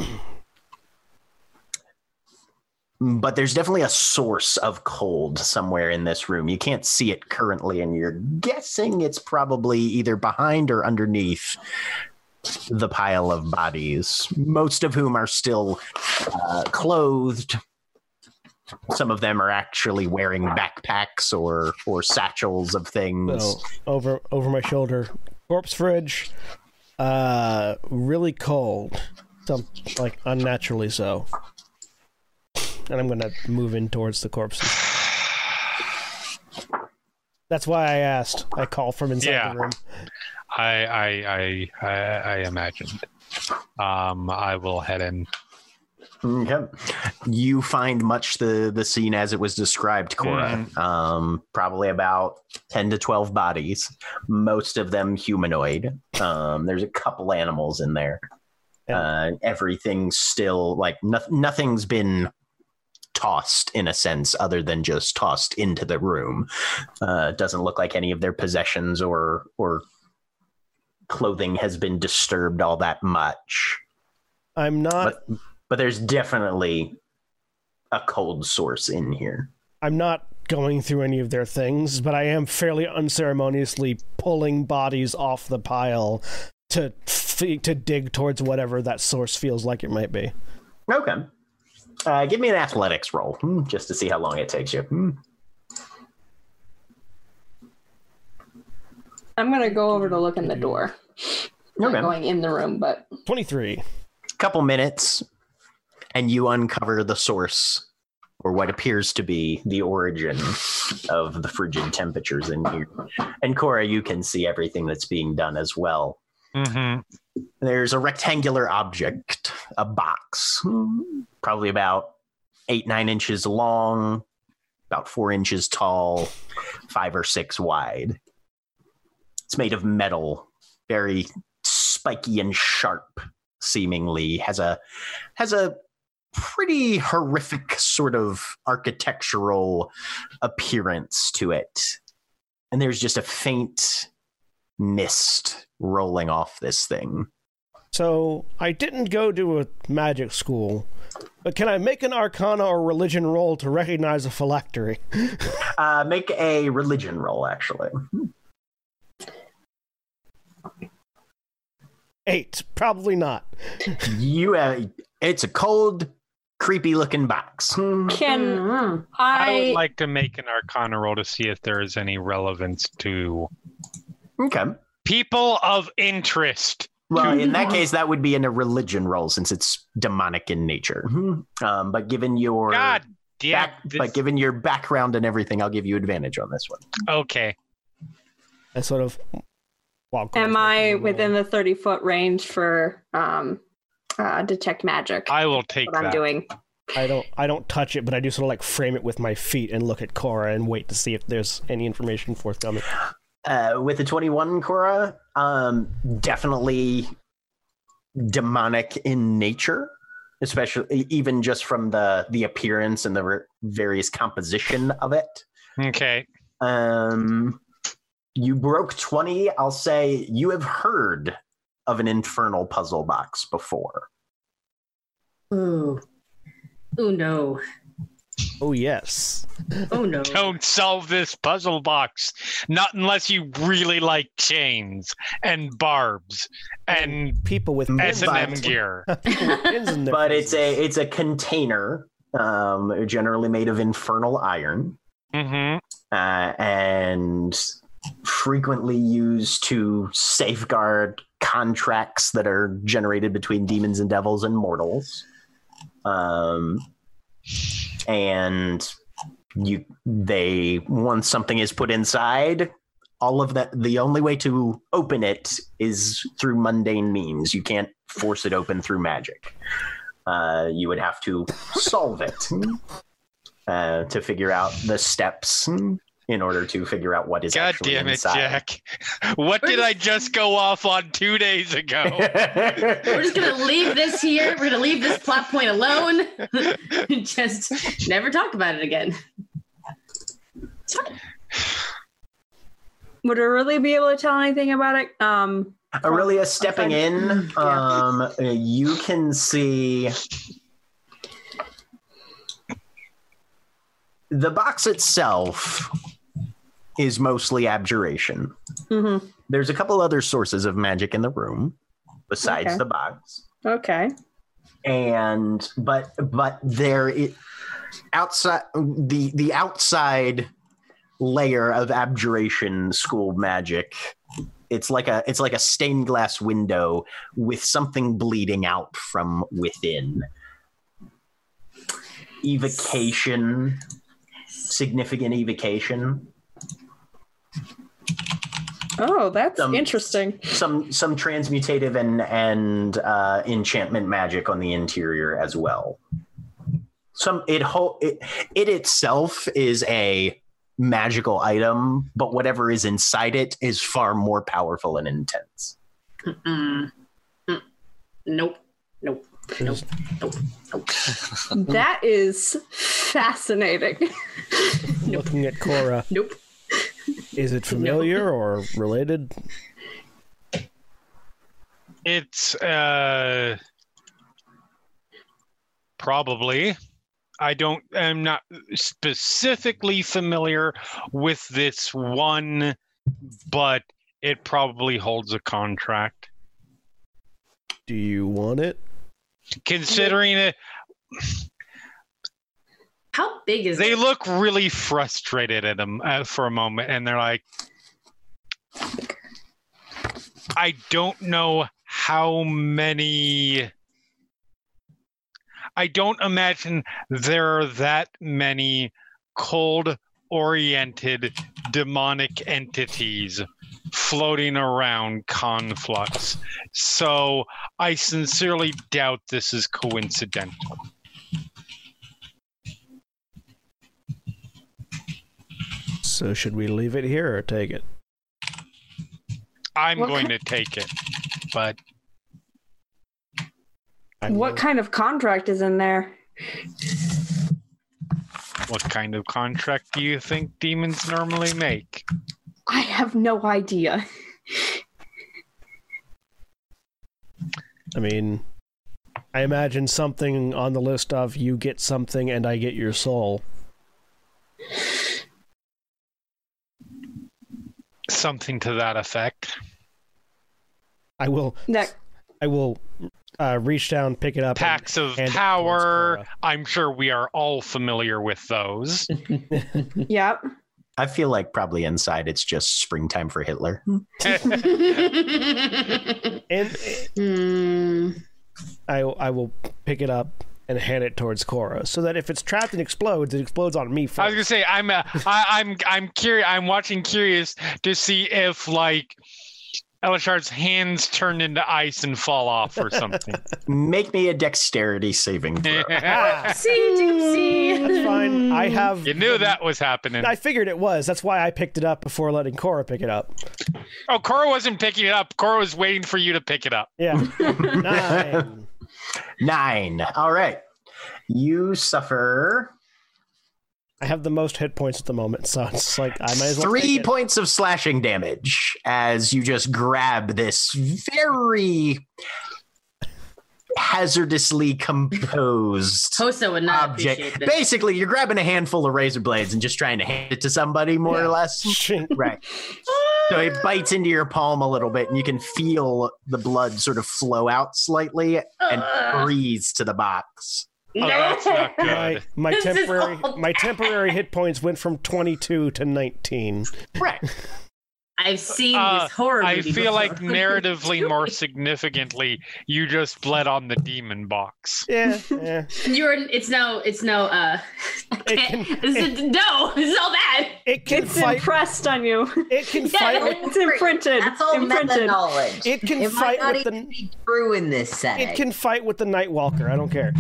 Speaker 1: but there's definitely a source of cold somewhere in this room. You can't see it currently, and you're guessing it's probably either behind or underneath the pile of bodies, most of whom are still uh, clothed. Some of them are actually wearing backpacks or or satchels of things.
Speaker 4: So, over over my shoulder, corpse fridge, uh, really cold, some like unnaturally so. And I'm gonna move in towards the corpses. That's why I asked. I call from inside
Speaker 6: Yeah.
Speaker 4: the room.
Speaker 6: I I I I, I imagined. Um, I will head in.
Speaker 1: Yep. You find much the the scene as it was described, Cora. Um, probably about ten to twelve bodies, most of them humanoid. Um, there's a couple animals in there. Uh, everything's still like no, nothing's been tossed in a sense, other than just tossed into the room. Uh, it doesn't look like any of their possessions or or clothing has been disturbed all that much
Speaker 4: I'm not.
Speaker 1: but but there's definitely a cold source in here.
Speaker 4: I'm not going through any of their things, but I am fairly unceremoniously pulling bodies off the pile to f- to dig towards whatever that source feels like it might be.
Speaker 1: Okay. Uh, give me an athletics roll hmm, just to see how long it takes you. Hmm.
Speaker 2: I'm gonna go over to look in the door. Not
Speaker 1: Okay.
Speaker 2: going in the room, but
Speaker 4: Twenty three.
Speaker 1: Couple minutes, and you uncover the source or what appears to be the origin of the frigid temperatures in here. And Cora, you can see everything that's being done as well.
Speaker 6: Mm-hmm.
Speaker 1: There's a rectangular object, a box, probably about eight, nine inches long, about four inches tall, five or six wide. It's made of metal, very spiky and sharp, seemingly. Has a has a pretty horrific sort of architectural appearance to it. And there's just a faint mist rolling off this thing.
Speaker 4: So I didn't go to a magic school, but can I make an Arcana or religion roll to recognize a phylactery?
Speaker 1: Uh, make a religion roll, actually.
Speaker 4: Eight, probably not.
Speaker 1: You, uh, it's a cold, creepy-looking box. Hmm.
Speaker 2: can
Speaker 8: Mm.
Speaker 6: I, would
Speaker 2: I?
Speaker 6: like to make an Arcana roll to see if there is any relevance to
Speaker 1: Okay.
Speaker 6: people of interest.
Speaker 1: Well, in that case, that would be in a religion roll since it's demonic in nature. Hmm. Um, but given your
Speaker 6: Mm-hmm. God damn!
Speaker 1: back,
Speaker 6: this-
Speaker 1: but given your background and everything, I'll give you advantage on this one.
Speaker 6: okay.
Speaker 4: I sort of. Well,
Speaker 2: Am I within the 30 foot range for um, uh, detect magic?
Speaker 6: I will take
Speaker 2: what I'm
Speaker 6: that.
Speaker 2: doing.
Speaker 4: I don't. I don't touch it, but I do sort of like frame it with my feet and look at Cora and wait to see if there's any information forthcoming.
Speaker 1: Uh, with a twenty-one, Cora, um, definitely demonic in nature, especially even just from the the appearance and the ver- various composition of it.
Speaker 6: Okay.
Speaker 1: Um, you broke 20. I'll say you have heard of an infernal puzzle box before.
Speaker 3: Ooh. Oh no.
Speaker 4: Oh yes.
Speaker 3: Oh no.
Speaker 6: Don't solve this puzzle box. Not unless you really like chains and barbs and
Speaker 4: people with
Speaker 1: Mm.
Speaker 6: S
Speaker 4: pins
Speaker 6: and
Speaker 4: on-
Speaker 6: M
Speaker 1: Invite.
Speaker 6: gear.
Speaker 4: pins in their
Speaker 1: But it's
Speaker 4: faces.
Speaker 1: a it's a container, um, generally made of infernal iron,
Speaker 6: Mm-hmm.
Speaker 1: uh, and frequently used to safeguard contracts that are generated between demons and devils and mortals. Um, and you they once something is put inside all of that the only way to open it is through mundane means you can't force it open through magic uh, you would have to solve it uh, to figure out the steps in order to figure out what is
Speaker 6: God
Speaker 1: actually
Speaker 6: damn it,
Speaker 1: inside.
Speaker 6: Jack. What did I just go off on two days ago?
Speaker 3: We're just gonna leave this here. We're gonna leave this plot point alone. just never talk about it again.
Speaker 9: Would I really be able to tell anything about it? Um,
Speaker 1: Aurelia stepping in.
Speaker 9: Yeah.
Speaker 1: Um, you can see the box itself is mostly abjuration.
Speaker 9: mhm.
Speaker 1: There's a couple other sources of magic in the room besides
Speaker 9: Okay.
Speaker 1: the box,
Speaker 9: Okay.
Speaker 1: and but but there it outside the the outside layer of abjuration school magic it's like a it's like a stained glass window with something bleeding out from within evocation significant evocation
Speaker 9: Oh, that's
Speaker 1: Um,
Speaker 9: interesting.
Speaker 1: some some transmutative and and uh, enchantment magic on the interior as well. Some it, ho- it it itself is a magical item, but whatever is inside it is far more powerful and intense.
Speaker 3: Mm. Mm. Nope. Nope. Nope.
Speaker 9: that is fascinating.
Speaker 4: Looking at Cora.
Speaker 3: Nope.
Speaker 4: Is it familiar or related?
Speaker 6: It's uh probably I don't I'm not specifically familiar with this one but it probably holds a contract
Speaker 4: Do you want it?
Speaker 6: considering it
Speaker 3: How big is
Speaker 6: they
Speaker 3: it?
Speaker 6: look really frustrated at him uh, for a moment and they're like i don't know how many i don't imagine there are that many cold oriented demonic entities floating around conflux so i sincerely doubt this is coincidental
Speaker 4: So should we leave it here or take it?
Speaker 6: i'm
Speaker 9: What
Speaker 6: going
Speaker 9: ki-
Speaker 6: to take it but
Speaker 4: I
Speaker 9: what kind of contract is in there?
Speaker 6: What kind of contract do you think demons normally make?
Speaker 9: I have no idea.
Speaker 4: I mean, I imagine something on the list of you get something and I get your soul.
Speaker 6: Something to that effect.
Speaker 4: I will.
Speaker 9: That
Speaker 4: I will uh, reach down, pick it up. and
Speaker 6: Pacts of
Speaker 4: hand it towards
Speaker 6: power.
Speaker 4: Cora.
Speaker 6: I'm sure we are all familiar with those.
Speaker 9: yep.
Speaker 1: I feel like probably inside it's just springtime for Hitler.
Speaker 4: And
Speaker 3: Mm.
Speaker 4: I I will pick it up and hand it towards Cora, so that if it's trapped and explodes, it explodes on me first.
Speaker 6: I was gonna say I'm uh, I, I'm I'm curious. I'm watching curious to see if like Elishard's hands turn into ice and fall off or something.
Speaker 1: Make me a dexterity saving throw.
Speaker 3: See,
Speaker 4: Ah, That's
Speaker 3: Dixie.
Speaker 4: fine. I have.
Speaker 6: you knew that was happening.
Speaker 4: I figured it was. That's why I picked it up before letting Cora pick it up.
Speaker 6: Oh, Cora wasn't picking it up. Cora was waiting for you to pick it up.
Speaker 4: Yeah. Nine.
Speaker 1: Nine. All right. You suffer
Speaker 4: I have the most hit points at the moment, so it's like I might as well.
Speaker 1: three
Speaker 4: take it.
Speaker 1: points of slashing damage as you just grab this very hazardously composed
Speaker 3: Hoso would not appreciate
Speaker 1: object.
Speaker 3: this.
Speaker 1: Basically, you're grabbing a handful of razor blades and just trying to hand it to somebody, more or less.
Speaker 4: Shink.
Speaker 1: Right. So it bites into your palm a little bit, and you can feel the blood sort of flow out slightly and
Speaker 3: Ugh.
Speaker 1: freeze to the box.
Speaker 6: Oh, that's not
Speaker 4: My,
Speaker 6: good.
Speaker 4: my
Speaker 3: This is
Speaker 4: temporary
Speaker 3: all
Speaker 4: my temporary hit points went from 22 to 19.
Speaker 1: Right.
Speaker 3: I've seen
Speaker 6: Uh,
Speaker 3: this horror
Speaker 6: I
Speaker 3: movie
Speaker 6: feel like
Speaker 3: before.
Speaker 6: narratively more significantly, you just bled on the demon box.
Speaker 4: Yeah, yeah.
Speaker 3: You're. It's now. It's now. Uh. I
Speaker 4: can-
Speaker 3: can't. this is, no. This is all bad.
Speaker 4: It can
Speaker 2: It's
Speaker 4: fight.
Speaker 2: impressed on you.
Speaker 4: It can fight. With,
Speaker 2: It's imprinted.
Speaker 5: That's all meta
Speaker 2: imprinted.
Speaker 5: knowledge.
Speaker 4: it can
Speaker 5: It might
Speaker 4: fight
Speaker 5: not
Speaker 4: with
Speaker 5: even
Speaker 4: the.
Speaker 5: be true in this setting.
Speaker 4: It can fight with the Nightwalker. I don't care.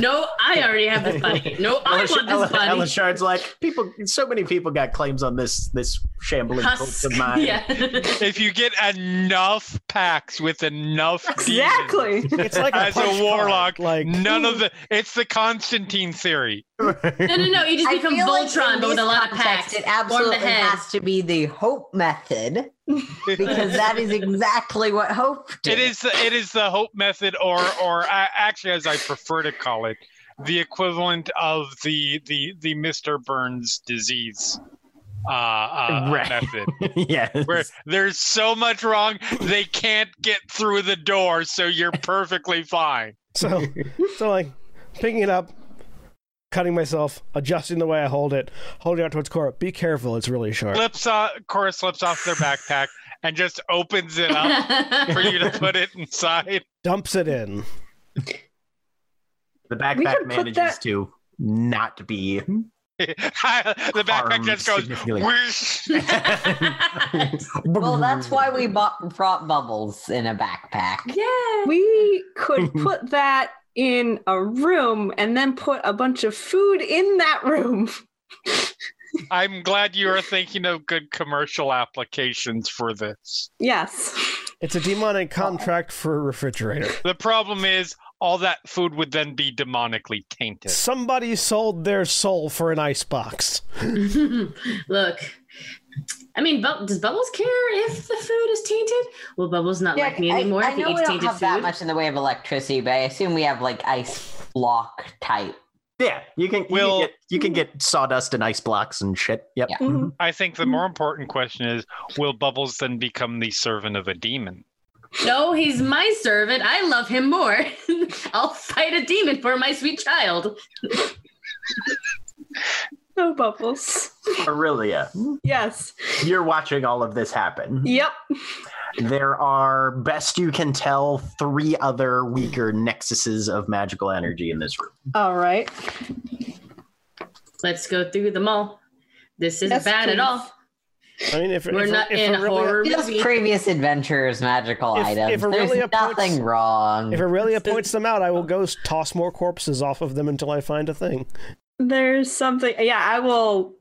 Speaker 3: no, I already have this buddy. No, I want this buddy.
Speaker 1: Ellen Shard's like people. So many people got claims on this this shambling cult
Speaker 3: Husk.
Speaker 1: of mine.
Speaker 3: Yeah.
Speaker 6: If you get enough packs with enough demons
Speaker 2: Exactly.
Speaker 4: It's like a
Speaker 6: as
Speaker 4: punch
Speaker 6: a
Speaker 4: card,
Speaker 6: warlock,
Speaker 4: Like
Speaker 6: none of the it's the Constantine theory.
Speaker 3: No, no, no. You just
Speaker 5: I
Speaker 3: become
Speaker 5: feel like in
Speaker 3: Voltron, but with
Speaker 5: this
Speaker 3: a lot of packs.
Speaker 5: context, It
Speaker 3: Form the
Speaker 5: absolutely
Speaker 3: head.
Speaker 5: has to be the hope method because that is exactly what hope did.
Speaker 6: It is the, it is the hope method, or or uh, actually, as I prefer to call it, the equivalent of the the the Mister Burns disease uh, uh,
Speaker 1: Right.
Speaker 6: method,
Speaker 1: yeah.
Speaker 6: where there's so much wrong they can't get through the door, so you're perfectly fine.
Speaker 4: So, so like picking it up, cutting myself, adjusting the way I hold it, holding out towards Cora. Be careful, it's really sharp.
Speaker 6: Slips off, Cora slips off their backpack and just opens it up for you to put it inside.
Speaker 4: Dumps it in.
Speaker 1: The
Speaker 9: We
Speaker 1: backpack
Speaker 9: could put
Speaker 1: manages
Speaker 9: that-
Speaker 1: to not be.
Speaker 6: the backpack
Speaker 1: Arms
Speaker 6: just goes.
Speaker 1: significantly.
Speaker 6: "Whoosh."
Speaker 5: Well, that's why we bought, brought bubbles in a backpack.
Speaker 3: yeah.
Speaker 2: we could put that in a room and then put a bunch of food in that room.
Speaker 6: I'm glad you are thinking of good commercial applications for this.
Speaker 2: Yes.
Speaker 4: It's a demonic contract for a refrigerator.
Speaker 6: The problem is, all that food would then be demonically tainted.
Speaker 4: Somebody sold their soul for an icebox.
Speaker 3: Look. I mean, Bu- does Bubbles care if the food is tainted? Well, Bubbles not like me
Speaker 5: I-
Speaker 3: anymore
Speaker 5: I,
Speaker 3: if he
Speaker 5: know we
Speaker 3: eats
Speaker 5: don't
Speaker 3: tainted
Speaker 5: have that
Speaker 3: food.
Speaker 5: much in the way of electricity, but I assume we have like ice block type.
Speaker 1: Yeah, you can. You,
Speaker 6: Will-
Speaker 1: can get, you can get sawdust and ice blocks and shit. Yep.
Speaker 5: Yeah.
Speaker 1: Mhm.
Speaker 6: I think the more important question is, will Bubbles then become the servant of a demon?
Speaker 3: No, he's my servant. I love him more. I'll fight a demon for my sweet child.
Speaker 2: No bubbles.
Speaker 1: Aurelia,
Speaker 2: Yes.
Speaker 1: you're watching all of this happen.
Speaker 2: Yep.
Speaker 1: There are, best you can tell, three other weaker nexuses of magical energy in this room.
Speaker 2: All right.
Speaker 3: Let's go through them all. This isn't
Speaker 2: Yes,
Speaker 3: bad
Speaker 2: please.
Speaker 3: at all.
Speaker 4: I mean, if
Speaker 3: We're
Speaker 4: if,
Speaker 3: not
Speaker 4: if
Speaker 3: in
Speaker 4: Aurelia,
Speaker 3: horror
Speaker 5: Just
Speaker 3: movie.
Speaker 5: previous adventures, magical
Speaker 4: If-
Speaker 5: items.
Speaker 4: if Aurelia
Speaker 5: There's
Speaker 4: puts-
Speaker 5: nothing wrong.
Speaker 4: If Aurelia points them out, I will go s- toss more corpses off of them until I find a thing.
Speaker 2: There's something. Yeah, I will.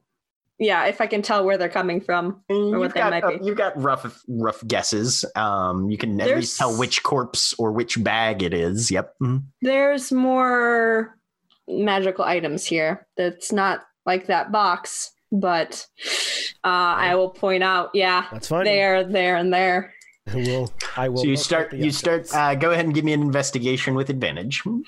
Speaker 2: Yeah, if I can tell where they're coming from. what
Speaker 1: You've
Speaker 2: they
Speaker 1: got,
Speaker 2: might
Speaker 1: uh,
Speaker 2: be.
Speaker 1: you've got rough rough guesses. Um, you can at
Speaker 2: There's-
Speaker 1: least tell which corpse or which bag it is. Yep. Mhm.
Speaker 2: There's more magical items here. That's not like that box, but uh, I will point out. Yeah,
Speaker 4: That's fine.
Speaker 2: there, there, and there.
Speaker 4: I will. I will.
Speaker 1: So you
Speaker 4: look at
Speaker 1: start.
Speaker 4: the
Speaker 1: You start.
Speaker 4: evidence.
Speaker 1: Uh, go ahead and give me an investigation with advantage. Hmm.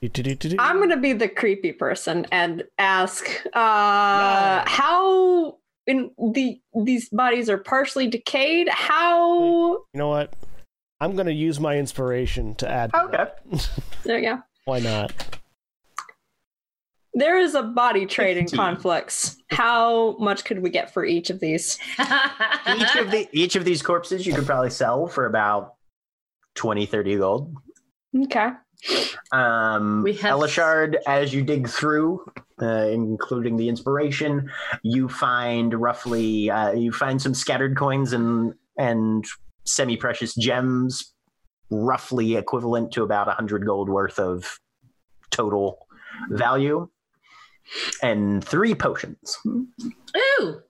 Speaker 4: Do-do-do-do-do.
Speaker 2: I'm gonna be the creepy person and ask,
Speaker 4: No.
Speaker 2: uh, how in the these bodies are partially decayed. How?
Speaker 4: You know what? I'm going to use my inspiration to add. to
Speaker 1: Okay.
Speaker 4: that.
Speaker 2: There you go.
Speaker 4: Why not?
Speaker 2: There is a body trade in
Speaker 1: Fifteen.
Speaker 2: conflicts. How much could we get for each of these?
Speaker 1: each of the each of these corpses you could probably sell for about 20 30 gold
Speaker 2: Okay.
Speaker 1: um
Speaker 3: We have-
Speaker 1: elishard as you dig through uh, including the inspiration you find roughly uh, you find some scattered coins and and semi-precious gems roughly equivalent to about 100 gold worth of total value and three potions
Speaker 3: Ooh.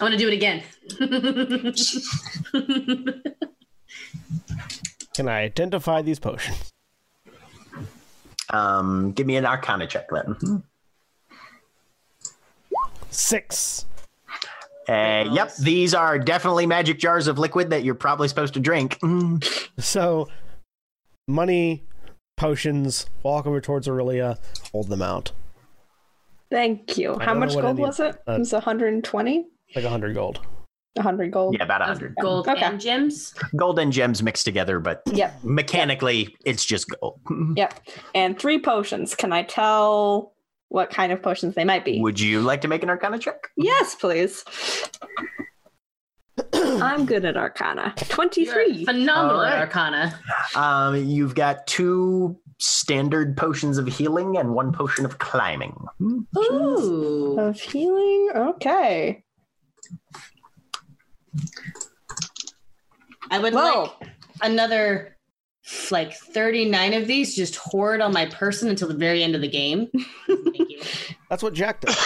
Speaker 3: I want to do it again.
Speaker 4: Can I identify these potions?
Speaker 1: um give me an arcana check then
Speaker 4: Six.
Speaker 1: Uh, yep, these are definitely magic jars of liquid that you're probably supposed to drink.
Speaker 2: Mm-hmm.
Speaker 1: Mm.
Speaker 4: So, money, potions. Walk over towards Aurelia. Hold them out.
Speaker 2: Thank you.
Speaker 4: I
Speaker 2: How
Speaker 4: don't know
Speaker 2: much
Speaker 4: what
Speaker 2: gold
Speaker 4: any-
Speaker 2: was it?
Speaker 4: uh,
Speaker 2: it was 120?
Speaker 4: Like a hundred gold.
Speaker 2: 100 gold.
Speaker 1: Yeah, about a
Speaker 3: Of
Speaker 1: hundred.
Speaker 3: gold
Speaker 2: Okay.
Speaker 3: and gems.
Speaker 1: Gold and gems mixed together, but
Speaker 2: Yep.
Speaker 1: mechanically, it's just gold. Mm.
Speaker 2: Yep. And three potions. Can I tell what kind of potions they might be?
Speaker 1: Would you like to make an arcana check?
Speaker 2: yes, please. I'm good at Arcana. 23.
Speaker 3: Phenomenal
Speaker 1: All right.
Speaker 3: Arcana.
Speaker 1: Um, you've got two standard potions of healing and one potion of climbing. Hmm.
Speaker 3: Ooh.
Speaker 2: Of healing? Okay.
Speaker 3: I would
Speaker 2: Whoa.
Speaker 3: like another like 39 of these just hoard on my person until the very end of the game. Thank you.
Speaker 10: That's what Jack does.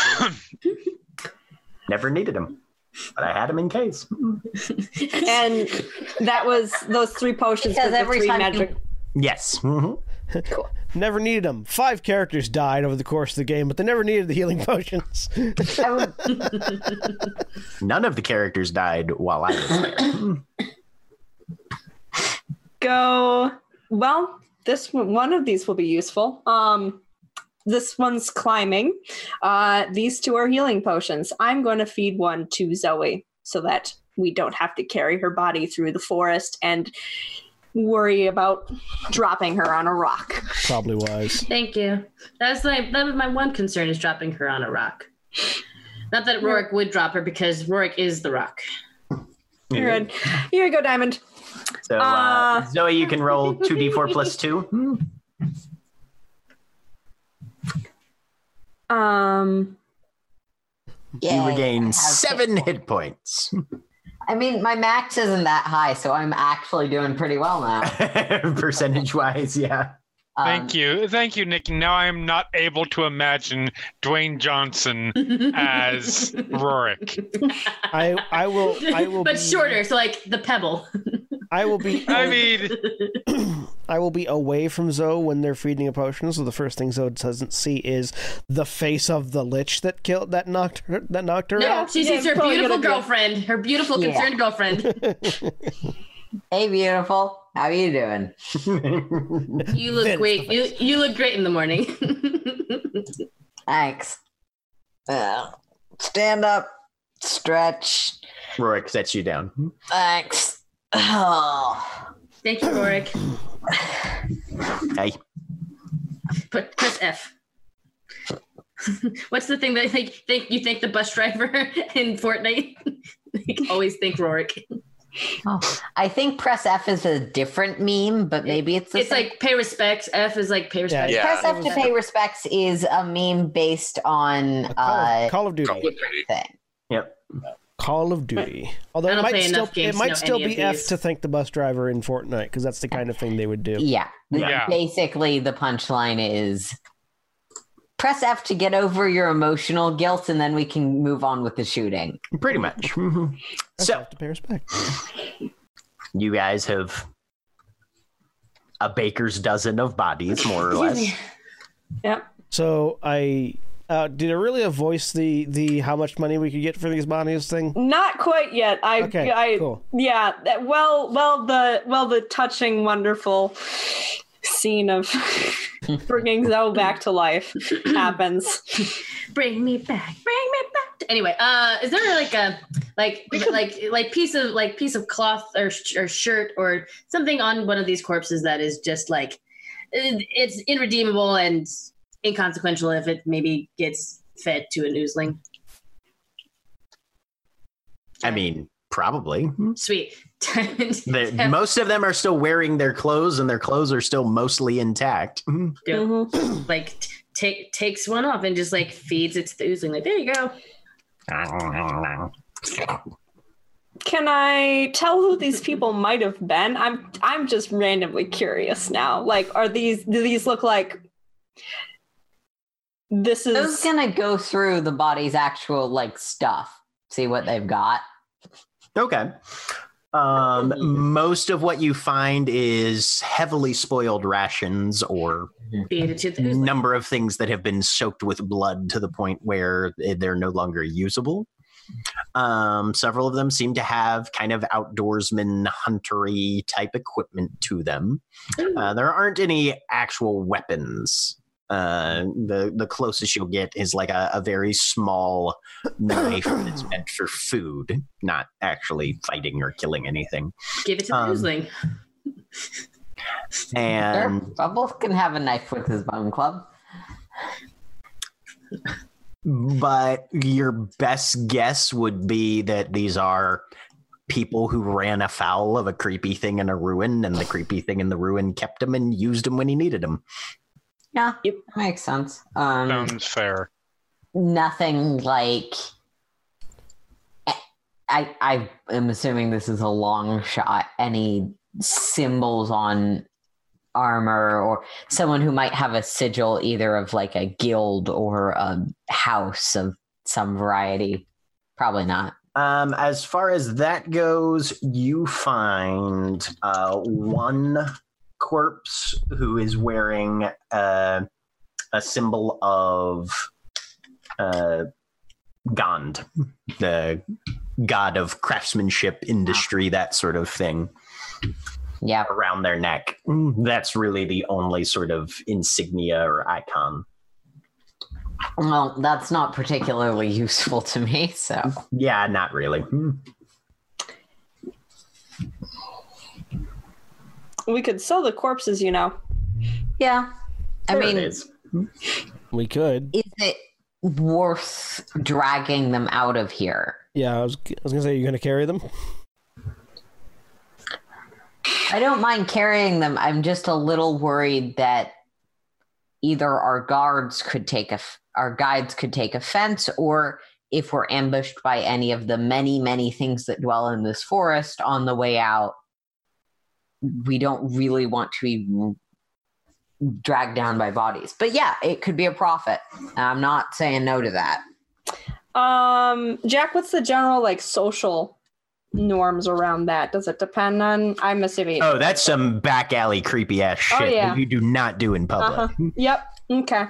Speaker 1: Never needed them, but I had them in case.
Speaker 2: And that was those three potions
Speaker 5: Because
Speaker 2: with the
Speaker 5: every
Speaker 2: three
Speaker 5: time you-
Speaker 2: magic.
Speaker 1: Yes. hmm
Speaker 10: Never needed them. Five characters died over the course of the game, but they never needed the healing potions.
Speaker 2: Oh,
Speaker 1: None of the characters died while I was there. Hmm.
Speaker 2: Go. Well, this one one of these will be useful. Um, this one's climbing. Uh, these two are healing potions. I'm going to feed one to Zoe so that we don't have to carry her body through the forest and worry about dropping her on a rock.
Speaker 4: Probably wise.
Speaker 3: Thank you. That's like that was my one concern is dropping her on a rock. Not that Rorik would drop her because Rorik is the rock.
Speaker 2: You're good. Here you go, Diamond.
Speaker 1: So, uh,
Speaker 2: Uh.
Speaker 1: Zoe, you can roll 2d4 plus Hmm. 2.
Speaker 2: Um,
Speaker 5: Yeah,
Speaker 1: you regain
Speaker 5: I have
Speaker 1: seven hit points.
Speaker 5: I mean, my max isn't that high, so I'm actually doing pretty well now.
Speaker 1: Percentage wise, yeah.
Speaker 5: Um,
Speaker 6: Thank you. Thank you, Nikki. Now I am not able to imagine Dwayne Johnson as Rorik.
Speaker 10: I I will I will
Speaker 3: but
Speaker 10: be,
Speaker 3: shorter, so like the pebble.
Speaker 10: I will be
Speaker 6: I mean,
Speaker 10: I will be away from Zoe when they're feeding a potion, so the first thing Zoe doesn't see is the face of the lich that killed that knocked her that knocked her
Speaker 3: No,
Speaker 10: out.
Speaker 3: she
Speaker 2: yeah,
Speaker 3: sees her
Speaker 2: probably
Speaker 3: beautiful
Speaker 2: good idea.
Speaker 3: girlfriend, her beautiful
Speaker 5: Yeah.
Speaker 3: concerned girlfriend.
Speaker 5: Hey, beautiful. How you doing?
Speaker 3: You look great. You, you look great in the morning.
Speaker 5: Thanks. Uh, stand up. Stretch.
Speaker 1: Rorik sets you down.
Speaker 5: Thanks. Oh.
Speaker 3: Thank you, Rorik.
Speaker 1: Hey,
Speaker 3: Put press F. What's the thing that like think you thank the bus driver in Fortnite? like, always thank Rorik.
Speaker 6: Oh.
Speaker 5: I think press F is a different meme, but maybe it's the
Speaker 3: It's
Speaker 5: same.
Speaker 3: like pay respects. F is like pay respects.
Speaker 7: Yeah.
Speaker 5: press F to pay respects is a meme based on
Speaker 10: A Call,
Speaker 5: uh
Speaker 10: Call of Duty.
Speaker 7: Call of Duty.
Speaker 5: thing.
Speaker 1: yep.
Speaker 10: Call of Duty. Although
Speaker 3: I
Speaker 10: it
Speaker 3: don't
Speaker 10: might
Speaker 3: play
Speaker 10: still
Speaker 3: enough games
Speaker 10: it
Speaker 3: to know
Speaker 10: might still
Speaker 3: any of
Speaker 10: be F
Speaker 3: these.
Speaker 10: to thank the bus driver in Fortnite because that's the kind of thing they would do.
Speaker 5: Yeah.
Speaker 6: Yeah.
Speaker 5: Basically, the punchline is press F to get over your emotional guilt, and then we can move on with the shooting.
Speaker 1: Pretty much. Mhm.
Speaker 10: That's
Speaker 1: So,
Speaker 10: F to pay respect.
Speaker 1: you guys have a baker's dozen of bodies, more or less.
Speaker 2: yep.
Speaker 10: So I uh, did Aurelia voice the the how much money we could get for these bodies thing?
Speaker 2: Not quite yet. I,
Speaker 10: Okay,
Speaker 2: I,
Speaker 10: cool.
Speaker 2: yeah. that- Well, well, the well, the touching, wonderful scene of bringing Zoe back to life happens.
Speaker 3: Bring me back. Bring me back. Anyway, uh, is there like a like like like piece of like piece of cloth or sh- or shirt or something on one of these corpses that is just like it- it's irredeemable and inconsequential if it maybe gets fed to an oozling.
Speaker 1: I mean, probably.
Speaker 3: Sweet.
Speaker 1: The, Most of them are still wearing their clothes, and their clothes are still mostly intact.
Speaker 5: Mm-hmm.
Speaker 1: Mhm.
Speaker 3: Yeah.
Speaker 2: Mm-hmm.
Speaker 3: like t- take takes one off and just like feeds it to the oozling. Like there you go.
Speaker 2: Can I tell who these people might have been? I'm I'm just randomly curious now. Like, are these do these look like this
Speaker 5: I was
Speaker 2: is
Speaker 5: gonna go through the body's actual like stuff, see what they've got.
Speaker 1: Okay. Um, most of what you find is heavily spoiled rations or
Speaker 3: Feed it to the oozling.
Speaker 1: number of things that have been soaked with blood to the point where eh, they're no longer usable. Um, several of them seem to have kind of outdoorsman huntery type equipment to them. Uh, there aren't any actual weapons. Uh, the the closest you'll get is like a, a very small knife that's meant for food, not actually fighting or killing anything.
Speaker 3: Give it to the
Speaker 1: um,
Speaker 3: oozling.
Speaker 1: And
Speaker 5: sure, Bubbles can have a knife with his bone club.
Speaker 1: but your best guess would be that these are people who ran afoul of a creepy thing in a ruin, and the creepy thing in the ruin kept him and used him when he needed him.
Speaker 5: Yeah, makes sense. Um,
Speaker 6: Sounds fair.
Speaker 5: nothing like I I am assuming this is a long shot. Any symbols on armor or someone who might have a sigil either of like a guild or a house of some variety. Probably not.
Speaker 1: Um, as far as that goes, you find uh, one corpse who is wearing uh, a symbol of uh, Gond, the god of craftsmanship, industry, that sort of thing,
Speaker 5: Yeah.
Speaker 1: around their neck. Mm, That's really the only sort of insignia or icon.
Speaker 5: Well, that's not particularly useful to me, so
Speaker 1: Yeah, not really. Mm.
Speaker 2: We could sell the corpses, you know.
Speaker 5: yeah. I
Speaker 1: There it
Speaker 5: mean,
Speaker 1: is.
Speaker 4: We could.
Speaker 5: is it worth dragging them out of here?
Speaker 4: Yeah, I was, I was gonna say, you're gonna carry them.
Speaker 5: I don't mind carrying them. I'm just a little worried that either our guards could take a our guides could take offense, or if we're ambushed by any of the many many things that dwell in this forest on the way out, we don't really want to be dragged down by bodies. But yeah, it could be a profit. I'm not saying no to that.
Speaker 2: Um, Jack, what's the general like social norms around that? Does it depend on? I'm assuming.
Speaker 1: Oh, that's some back alley creepy ass
Speaker 2: Oh,
Speaker 1: shit
Speaker 2: yeah.
Speaker 1: that you do not do in public.
Speaker 2: Uh-huh. Yep. Okay.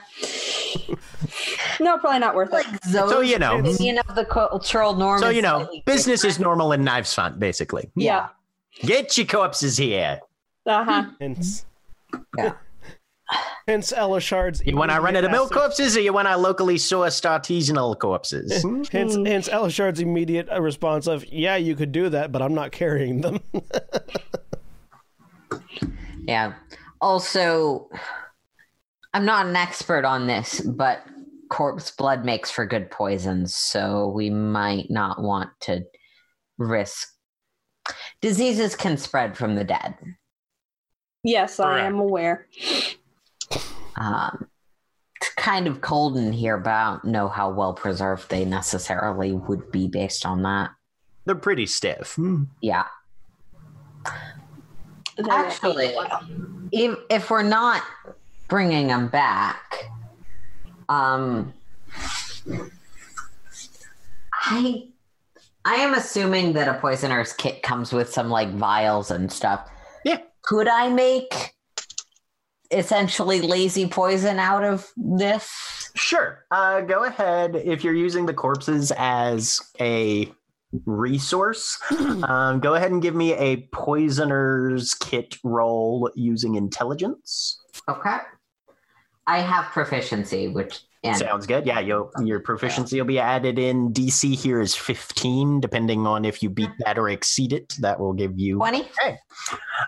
Speaker 2: no, probably not worth it.
Speaker 5: Like Zoe's
Speaker 1: you know.
Speaker 5: opinion of the cultural norm.
Speaker 1: So
Speaker 5: is
Speaker 1: you know,
Speaker 5: slightly
Speaker 1: business is normal in knives font, basically.
Speaker 2: Yeah.
Speaker 1: Get your corpses here.
Speaker 2: Uh huh.
Speaker 4: Hence,
Speaker 5: Yeah.
Speaker 4: hence Elishard's.
Speaker 1: You want our run of the mill corpses, or you want our locally sourced artisanal corpses?
Speaker 4: Hence,
Speaker 5: Mm.
Speaker 4: hence Elishard's immediate uh, response of, "Yeah, you could do that, but I'm not carrying them."
Speaker 5: Yeah. Also, I'm not an expert on this, but corpse blood makes for good poison, so we might not want to risk. Diseases can spread from the dead.
Speaker 2: Yes, I am aware.
Speaker 5: Um, it's kind of cold in here, but I don't know how well preserved they necessarily would be based on that.
Speaker 1: They're pretty stiff.
Speaker 2: Hmm.
Speaker 5: Yeah. Actually, if, if we're not bringing them back, um, I I am assuming that a poisoner's kit comes with some like vials and stuff.
Speaker 1: Yeah.
Speaker 5: Could I make essentially lazy poison out of this?
Speaker 1: Sure. Uh, go ahead. If you're using the corpses as a resource, um, go ahead and give me a poisoner's kit roll using intelligence.
Speaker 5: Okay. I have proficiency, which and
Speaker 1: Sounds good. Yeah, you'll, your proficiency will be added in. DC here is 15, depending on if you beat that or exceed it. That will give you.
Speaker 5: twenty.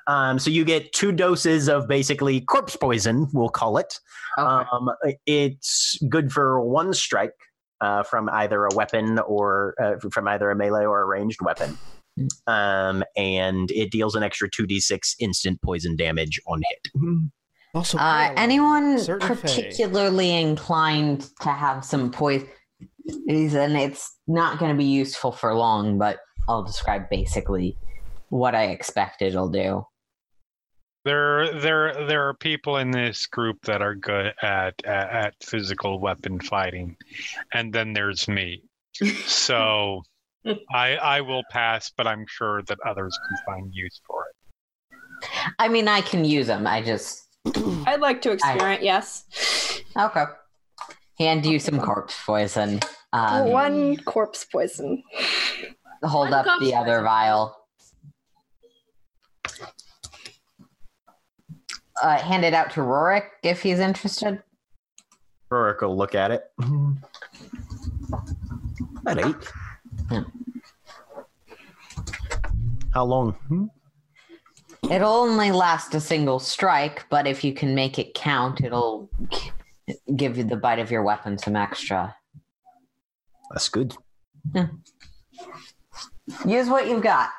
Speaker 1: Um, so you get two doses of basically corpse poison, we'll call it.
Speaker 5: Okay.
Speaker 1: Um, it's good for one strike uh, from either a weapon or uh, from either a melee or a ranged weapon. Um, and it deals an extra 2d6 instant poison damage on hit.
Speaker 4: also,
Speaker 5: Uh, anyone
Speaker 4: Certain fey.
Speaker 5: particularly inclined to have some poison? And it's not going to be useful for long, but I'll describe basically what I expect it'll do.
Speaker 6: There, there, there are people in this group that are good at at, at physical weapon fighting, and then there's me. So, I I will pass, but I'm sure that others can find use for it.
Speaker 5: I mean, I can use them. I just
Speaker 2: I'd like to experiment. Yes.
Speaker 5: okay. Hand you some corpse poison. Um,
Speaker 2: One corpse poison.
Speaker 5: hold
Speaker 3: One
Speaker 5: up
Speaker 3: corpse
Speaker 5: the other
Speaker 3: poison.
Speaker 5: vial. Uh, hand it out to Rorik if he's interested.
Speaker 1: Rorik will look at it. Mm-hmm. About eight.
Speaker 5: Yeah.
Speaker 1: How long?
Speaker 5: It'll only last a single strike, but if you can make it count, it'll g- give you the bite of your weapon some extra.
Speaker 1: That's good.
Speaker 5: Use what you've got.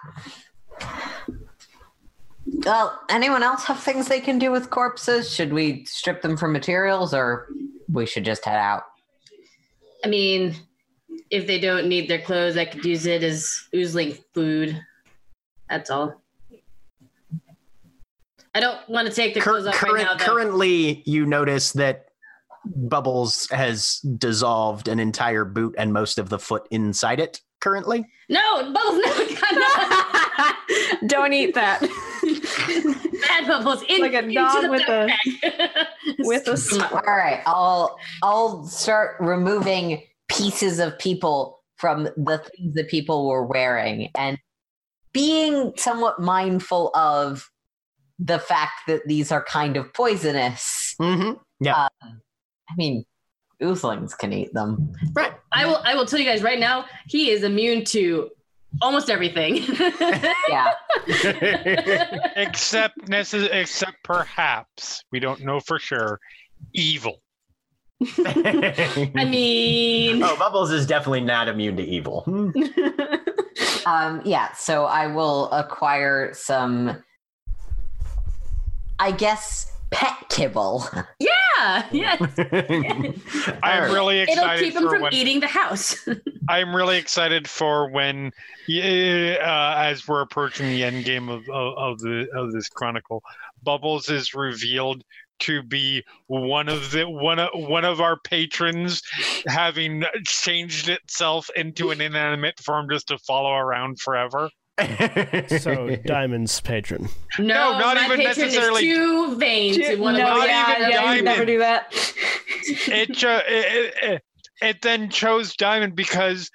Speaker 5: Well, anyone else have things they can do with corpses? Should we strip them for materials or we should just head out?
Speaker 3: I mean, if they don't need their clothes, I could use it as oozling food. That's all. I don't want to take the
Speaker 1: Cur-
Speaker 3: clothes off
Speaker 1: current-
Speaker 3: right now. Though.
Speaker 1: currently, you notice that Bubbles has dissolved an entire boot and most of the foot inside it currently.
Speaker 3: No, bubbles, no, God,
Speaker 2: Don't eat that
Speaker 3: no. bad bubbles in,
Speaker 2: Like a
Speaker 3: into
Speaker 2: dog
Speaker 3: the
Speaker 2: with a-
Speaker 3: backpack.
Speaker 2: with a
Speaker 3: Scoop 'em
Speaker 2: squ-
Speaker 3: up.
Speaker 5: All right, I'll I'll start removing pieces of people from the things that people were wearing and being somewhat mindful of the fact that these are kind of poisonous.
Speaker 1: Mm-hmm.
Speaker 5: I mean, oozlings can eat them.
Speaker 1: Right.
Speaker 3: I will. I will tell you guys right now. He is immune to almost everything.
Speaker 5: Yeah.
Speaker 6: except necess- except perhaps we don't know for sure. Evil.
Speaker 3: I mean,
Speaker 1: oh, Bubbles is definitely not immune to evil. Hmm.
Speaker 5: Um, yeah, so I will acquire some, I guess, pet kibble.
Speaker 3: yeah, yeah.
Speaker 6: I'm
Speaker 1: Alright.
Speaker 6: really
Speaker 3: It'll
Speaker 6: excited
Speaker 3: keep him
Speaker 6: for
Speaker 3: from
Speaker 6: when
Speaker 3: eating the house.
Speaker 6: I'm really excited for when, yeah, uh, as we're approaching the end game of, of, of the of this chronicle, Bubbles is revealed to be one of the one of one of our patrons, having changed itself into an inanimate form just to follow around forever.
Speaker 4: So Diamond's patron.
Speaker 3: No,
Speaker 6: not
Speaker 3: my
Speaker 6: even
Speaker 3: patron
Speaker 6: necessarily-
Speaker 3: Is too vain to want to
Speaker 6: no,
Speaker 3: look
Speaker 6: yeah,
Speaker 3: at
Speaker 6: even
Speaker 2: yeah,
Speaker 3: another-
Speaker 2: you never
Speaker 6: diamond.
Speaker 2: do that.
Speaker 6: It cho- it, it, it, it then chose Diamond because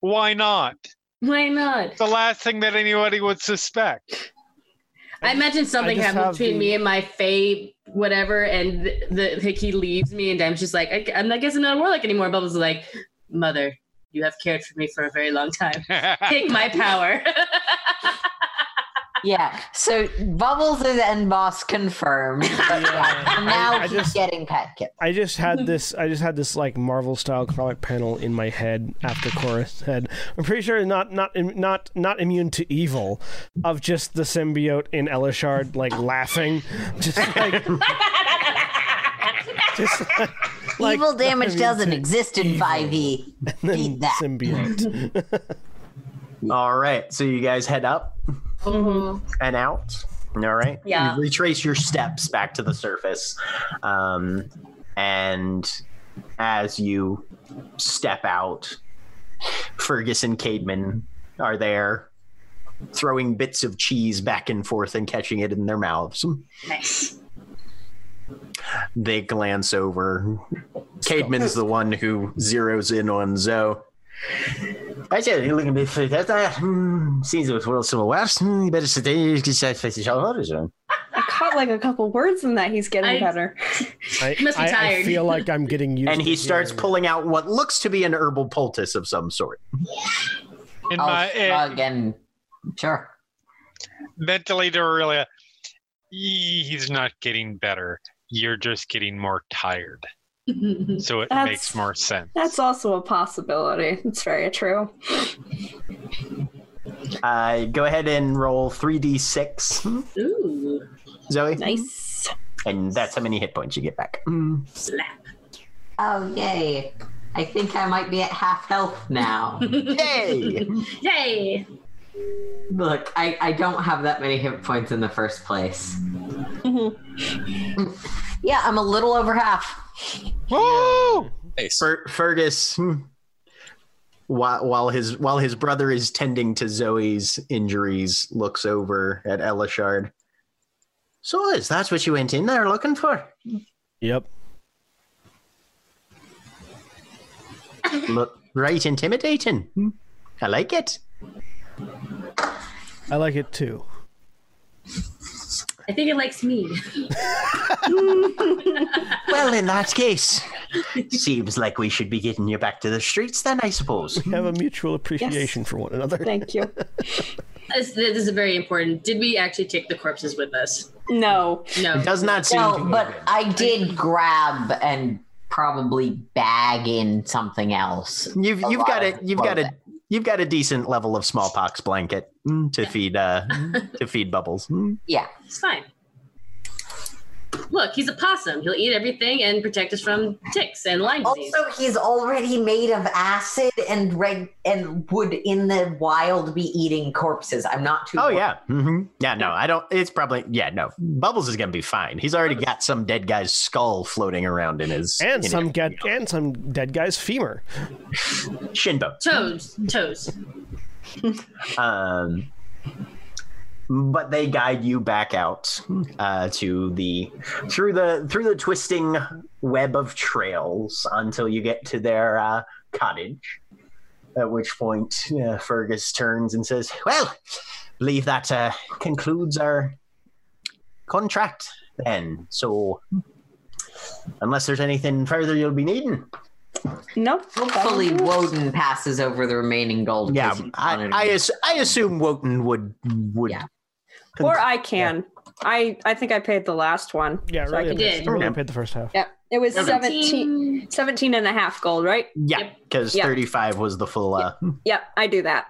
Speaker 6: why not?
Speaker 3: Why not?
Speaker 6: The last thing that anybody would suspect.
Speaker 3: I imagine something
Speaker 4: just
Speaker 3: happened
Speaker 4: have
Speaker 3: between
Speaker 4: the-
Speaker 3: me and my Faye, whatever, and the, the like, he leaves me, and I'm just like, I, I'm not guessing not a warlock anymore. Bubbles is like, Mother, you have cared for me for a very long time. Take my power.
Speaker 5: yeah, so Bubbles is end boss confirmed. But yeah, now
Speaker 4: I
Speaker 5: he's
Speaker 4: just-
Speaker 5: getting pet kibble.
Speaker 4: I just had this. I just had this like Marvel style comic panel in my head after Cora said, "I'm pretty sure not not im- not not immune to evil," of just the symbiote in Elishard like laughing, just like just like, like
Speaker 5: Evil damage
Speaker 4: I mean,
Speaker 5: doesn't
Speaker 4: to
Speaker 5: exist in 5e. Beat that.
Speaker 4: symbiote.
Speaker 1: All right. So you guys head up
Speaker 3: Mhm.
Speaker 1: and out. All right.
Speaker 3: Yeah.
Speaker 1: You retrace your steps back to the surface. Um, and as you step out, Fergus and Cademan are there throwing bits of cheese back and forth and catching it in their mouths.
Speaker 3: nice.
Speaker 1: They glance over. Cademan's the one who zeroes in on Zoe. I said, you're looking for that. uh, hmm, Seems it was world civil wars. Hmm, You better stay. You can say face each other. so.
Speaker 2: I caught like a couple words in that. He's getting
Speaker 3: I-
Speaker 2: better.
Speaker 4: I,
Speaker 3: Must be
Speaker 4: I- I
Speaker 3: tired.
Speaker 4: feel like I'm getting used.
Speaker 1: And
Speaker 4: to
Speaker 1: he starts
Speaker 4: hearing
Speaker 1: pulling out what looks to be an herbal poultice of some sort.
Speaker 6: In
Speaker 5: I'll
Speaker 6: my
Speaker 5: shrug and sure.
Speaker 6: mentally to Aurelia, "Ye- he's not getting better. You're just getting more tired. So it
Speaker 2: That's-
Speaker 6: makes more sense.
Speaker 2: That's also a possibility. It's very true.
Speaker 1: Uh, go ahead and roll 3d6,
Speaker 3: Ooh,
Speaker 1: Zoe.
Speaker 2: Nice.
Speaker 1: And that's how many hit points you get back.
Speaker 3: slap.
Speaker 5: Oh, yay. I think I might be at half health now.
Speaker 1: Yay!
Speaker 3: Yay!
Speaker 5: Look, I, I don't have that many hit points in the first place.
Speaker 4: Mm-hmm.
Speaker 5: yeah, I'm a little over half.
Speaker 6: Woo!
Speaker 7: Nice.
Speaker 1: Fer- Fergus, hmm, while, while his while his brother is tending to Zoe's injuries, looks over at Elishard. So is that what you went in there looking for?
Speaker 4: it. Yep.
Speaker 1: Look, right, intimidating. Hmm, I like it.
Speaker 4: I like it too.
Speaker 3: I think it likes me.
Speaker 1: Well, in that case, seems like we should be getting you back to the streets then, I suppose.
Speaker 4: We have a mutual appreciation for one another.
Speaker 2: Thank you.
Speaker 3: This, this is very important. Did we actually take the corpses with us?
Speaker 2: No.
Speaker 3: No.
Speaker 1: It does not seem to
Speaker 5: No,
Speaker 1: be
Speaker 5: but
Speaker 1: good.
Speaker 5: I did grab and probably bag in something else.
Speaker 1: You've
Speaker 5: a
Speaker 1: you've
Speaker 5: lot
Speaker 1: got
Speaker 5: of
Speaker 1: it. You've got a
Speaker 5: clothing.
Speaker 1: You've got a decent level of smallpox blanket mm, to feed uh, to feed bubbles.
Speaker 4: Hmm.
Speaker 1: Mm.
Speaker 5: Yeah.
Speaker 3: It's fine. Look, he's a possum. He'll eat everything and protect us from ticks and Lyme disease.
Speaker 5: Also, he's already made of acid and red and would in the wild be eating corpses. I'm not too.
Speaker 1: Oh yeah, hmm yeah. No, I don't. It's probably yeah. No, Bubbles is gonna be fine. He's already got some dead guy's skull floating around in his
Speaker 4: and
Speaker 1: in
Speaker 4: some
Speaker 1: his-
Speaker 4: get and some dead guy's femur.
Speaker 1: shin bone.
Speaker 3: Toes, toes.
Speaker 1: Um, but they guide you back out uh, to the through the through the twisting web of trails until you get to their uh, cottage. At which point, uh, Fergus turns and says, "Well, believe that uh, concludes our contract. Then, so unless there's anything further you'll be needing,
Speaker 2: Nope.
Speaker 5: Hopefully, Woden passes over the remaining gold.
Speaker 1: yeah,
Speaker 5: 'cause he
Speaker 1: I
Speaker 5: wanted
Speaker 1: I,
Speaker 5: it.
Speaker 1: as- I assume Wotan would would
Speaker 5: Yeah.
Speaker 2: Or I can. I I think I paid the last one.
Speaker 4: Yeah,
Speaker 2: So I
Speaker 4: really.
Speaker 2: can-
Speaker 4: I
Speaker 3: did.
Speaker 4: paid- really, I paid the first half.
Speaker 2: Yep. It was 17,
Speaker 3: 17.
Speaker 2: 17 and a half gold, right?
Speaker 1: yeah, because
Speaker 2: Yeah.
Speaker 1: thirty-five was the full. Uh,
Speaker 2: Yep, I do that.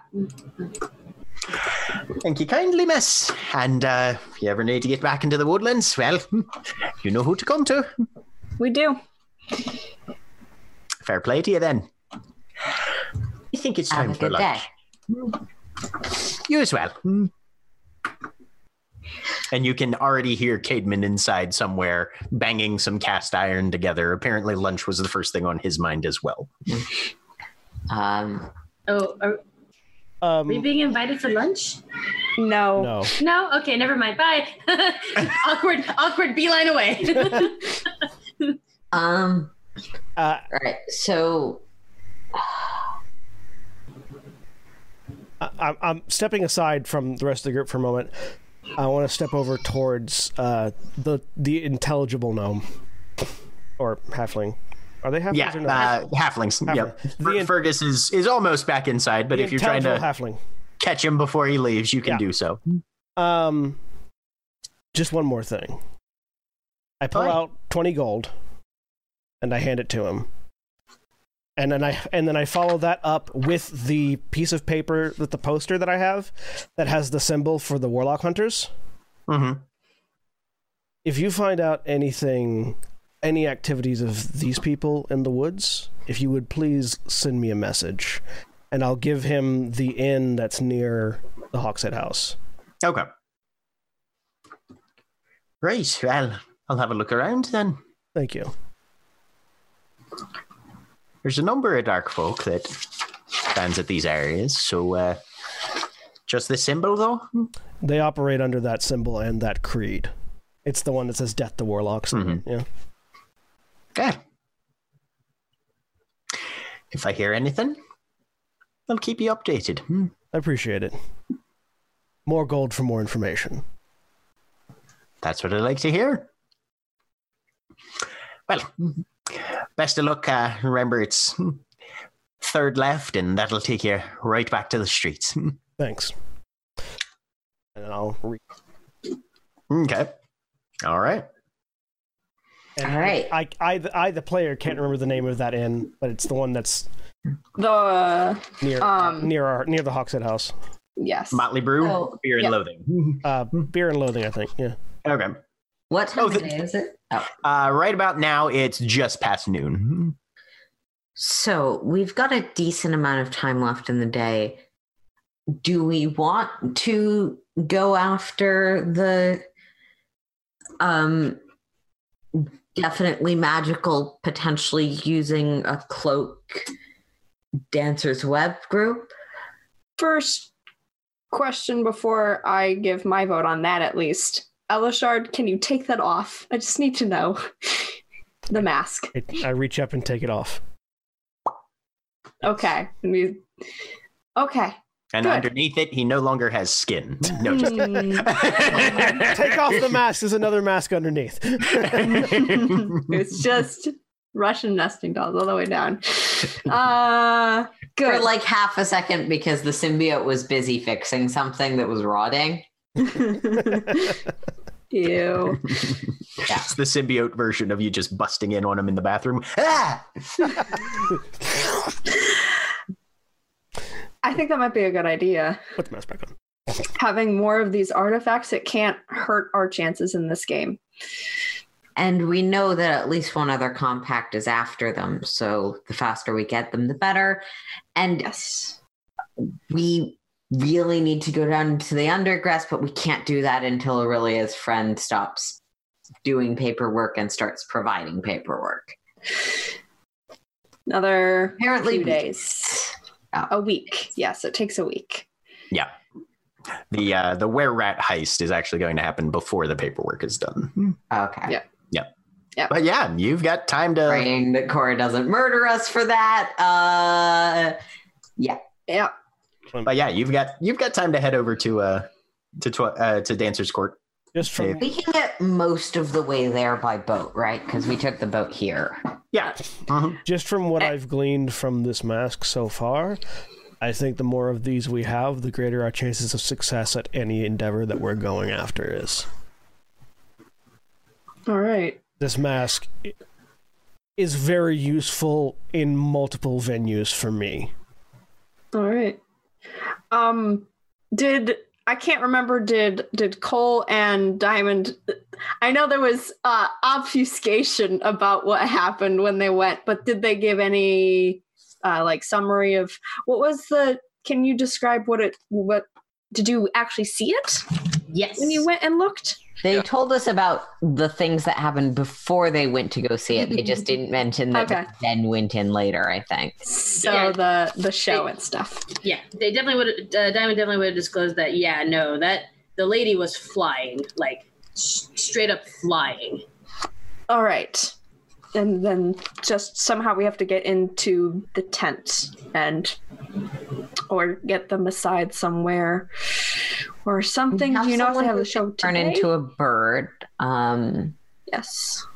Speaker 1: Thank you kindly, miss. And uh, if you ever need to get back into the woodlands, well, you know who to come to.
Speaker 2: We do.
Speaker 1: Fair play to you then. I think it's time
Speaker 5: Have a
Speaker 1: for
Speaker 5: good
Speaker 1: lunch.
Speaker 5: day.
Speaker 1: You as well. And you can already hear Cademan inside somewhere banging some cast iron together. Apparently, lunch was the first thing on his mind as well.
Speaker 5: Um,
Speaker 3: Oh, are
Speaker 4: Um,
Speaker 3: we being invited for lunch?
Speaker 2: No.
Speaker 4: no.
Speaker 3: No? Okay, never mind. Bye. awkward, awkward beeline away.
Speaker 5: um.
Speaker 4: Uh,
Speaker 5: All right. So
Speaker 4: I, I'm- I'm stepping aside from the rest of the group for a moment. I want to step over towards uh, the the intelligible gnome or halfling. Are they halflings
Speaker 1: Yeah,
Speaker 4: or not?
Speaker 1: uh, halflings. Yep.
Speaker 4: The
Speaker 1: Fer-
Speaker 4: in-
Speaker 1: Fergus is, is almost back inside, but
Speaker 4: The
Speaker 1: if you're trying to
Speaker 4: intelligible halfling.
Speaker 1: catch him before he leaves, you can
Speaker 4: Yeah.
Speaker 1: do so.
Speaker 4: Um, just one more thing. I pull
Speaker 1: All right.
Speaker 4: out twenty gold, and I hand it to him. And then I and then I follow that up with the piece of paper with the poster that I have that has the symbol for the warlock hunters.
Speaker 1: hmm
Speaker 4: If you find out anything, any activities of these people in the woods, if you would please send me a message, and I'll give him the inn that's near the Hawkshead House.
Speaker 1: Okay. Right. Well, I'll have a look around then.
Speaker 4: Thank you.
Speaker 1: There's a number of dark folk that stands at these areas. So, uh, just the symbol, though.
Speaker 4: they operate under that symbol and that creed. It's the one that says "Death to Warlocks."
Speaker 5: Mm-hmm.
Speaker 1: Mhm.
Speaker 4: Yeah.
Speaker 1: Yeah. If I hear anything, I'll keep you updated. Hmm.
Speaker 4: I appreciate it. More gold for more information.
Speaker 1: That's what I like to hear. Well, best of luck. Uh, remember, it's hmm, third left, and that'll take you right back to the streets. Hmm.
Speaker 4: Thanks. And I'll re-
Speaker 1: Okay. All right.
Speaker 4: and
Speaker 5: All right.
Speaker 4: I, I, I, the player can't remember the name of that inn, but it's the one that's
Speaker 2: The uh,
Speaker 4: near
Speaker 2: Um.
Speaker 4: near our near the Hawkshead House.
Speaker 2: yes.
Speaker 1: Motley Brew,
Speaker 5: So-
Speaker 1: Beer and
Speaker 2: yeah.
Speaker 1: Loathing.
Speaker 4: Uh, beer and loathing, I think. Yeah.
Speaker 1: Okay.
Speaker 5: what time
Speaker 1: Oh,
Speaker 5: of
Speaker 1: the-
Speaker 5: day is it? Oh,
Speaker 1: Uh, right about now, it's just past noon.
Speaker 5: so we've got a decent amount of time left in the day. Do we want to go after the um definitely magical, potentially using a cloak dancer's web group?
Speaker 2: First question before I give my vote on that, at least. Elishard, can you take that off? I just need to know. the mask.
Speaker 4: It, I reach up and take it off.
Speaker 2: Okay. We- Okay.
Speaker 1: And
Speaker 2: Good.
Speaker 1: underneath it, he no longer has skin. No, just
Speaker 2: Hmm.
Speaker 4: Take off the mask. There's another mask underneath.
Speaker 2: it's just Russian nesting dolls all the way down. Uh,
Speaker 5: For
Speaker 2: good.
Speaker 5: like half a second because the symbiote was busy fixing something that was rotting.
Speaker 2: you.
Speaker 1: It's the symbiote version of you just busting in on him in the bathroom. Ah!
Speaker 2: I think that might be a good idea.
Speaker 4: Put the mask back on.
Speaker 2: Having more of these artifacts, it can't hurt our chances in this game.
Speaker 5: And we know that at least one other compact is after them. So the faster we get them, the better. And
Speaker 2: Yes.
Speaker 5: we really need to go down to the undergrass, but we can't do that until Aurelia's friend stops doing paperwork and starts providing paperwork.
Speaker 2: Another
Speaker 5: Apparently,
Speaker 2: few days. A week. Yes, it takes a week.
Speaker 1: The uh, the were rat heist is actually going to happen before the paperwork is done.
Speaker 5: Okay.
Speaker 2: Yeah.
Speaker 1: But yeah, you've got time to.
Speaker 5: Praying that Cora doesn't murder us for that. Uh,
Speaker 2: Yeah.
Speaker 1: But yeah, you've got you've got time to head over to uh to tw- uh, to Dancer's Court.
Speaker 4: Just from
Speaker 5: we can get most of the way there by boat, right? Because we took the boat here.
Speaker 1: Yeah,
Speaker 4: just from what I've gleaned from this mask so far, I think the more of these we have, the greater our chances of success at any endeavor that we're going after is.
Speaker 2: All right.
Speaker 4: This mask i- is very useful in multiple venues for me.
Speaker 2: All right. Um did I can't remember did did Cole and Diamond I know there was uh obfuscation about what happened when they went, but did they give any uh like summary of what was the can you describe what it what did you actually see it
Speaker 3: Yes.
Speaker 2: when you went and looked?
Speaker 5: They
Speaker 7: Yeah.
Speaker 5: told us about the things that happened before they went to go see it. They just didn't mention that
Speaker 2: Okay.
Speaker 5: they then went in later, I think.
Speaker 2: So
Speaker 3: Yeah.
Speaker 2: the the show and stuff.
Speaker 3: Yeah, they definitely would. Uh, Diamond definitely would have disclosed that. Yeah, no, that the lady was flying, like s- straight up flying.
Speaker 2: All right. And then just somehow we have to get into the tent and or get them aside somewhere or something.
Speaker 5: Have
Speaker 2: Do you know if
Speaker 5: someone
Speaker 2: they have
Speaker 5: who
Speaker 2: the show
Speaker 5: Turn
Speaker 2: today?
Speaker 5: into a bird. Um,
Speaker 2: yes.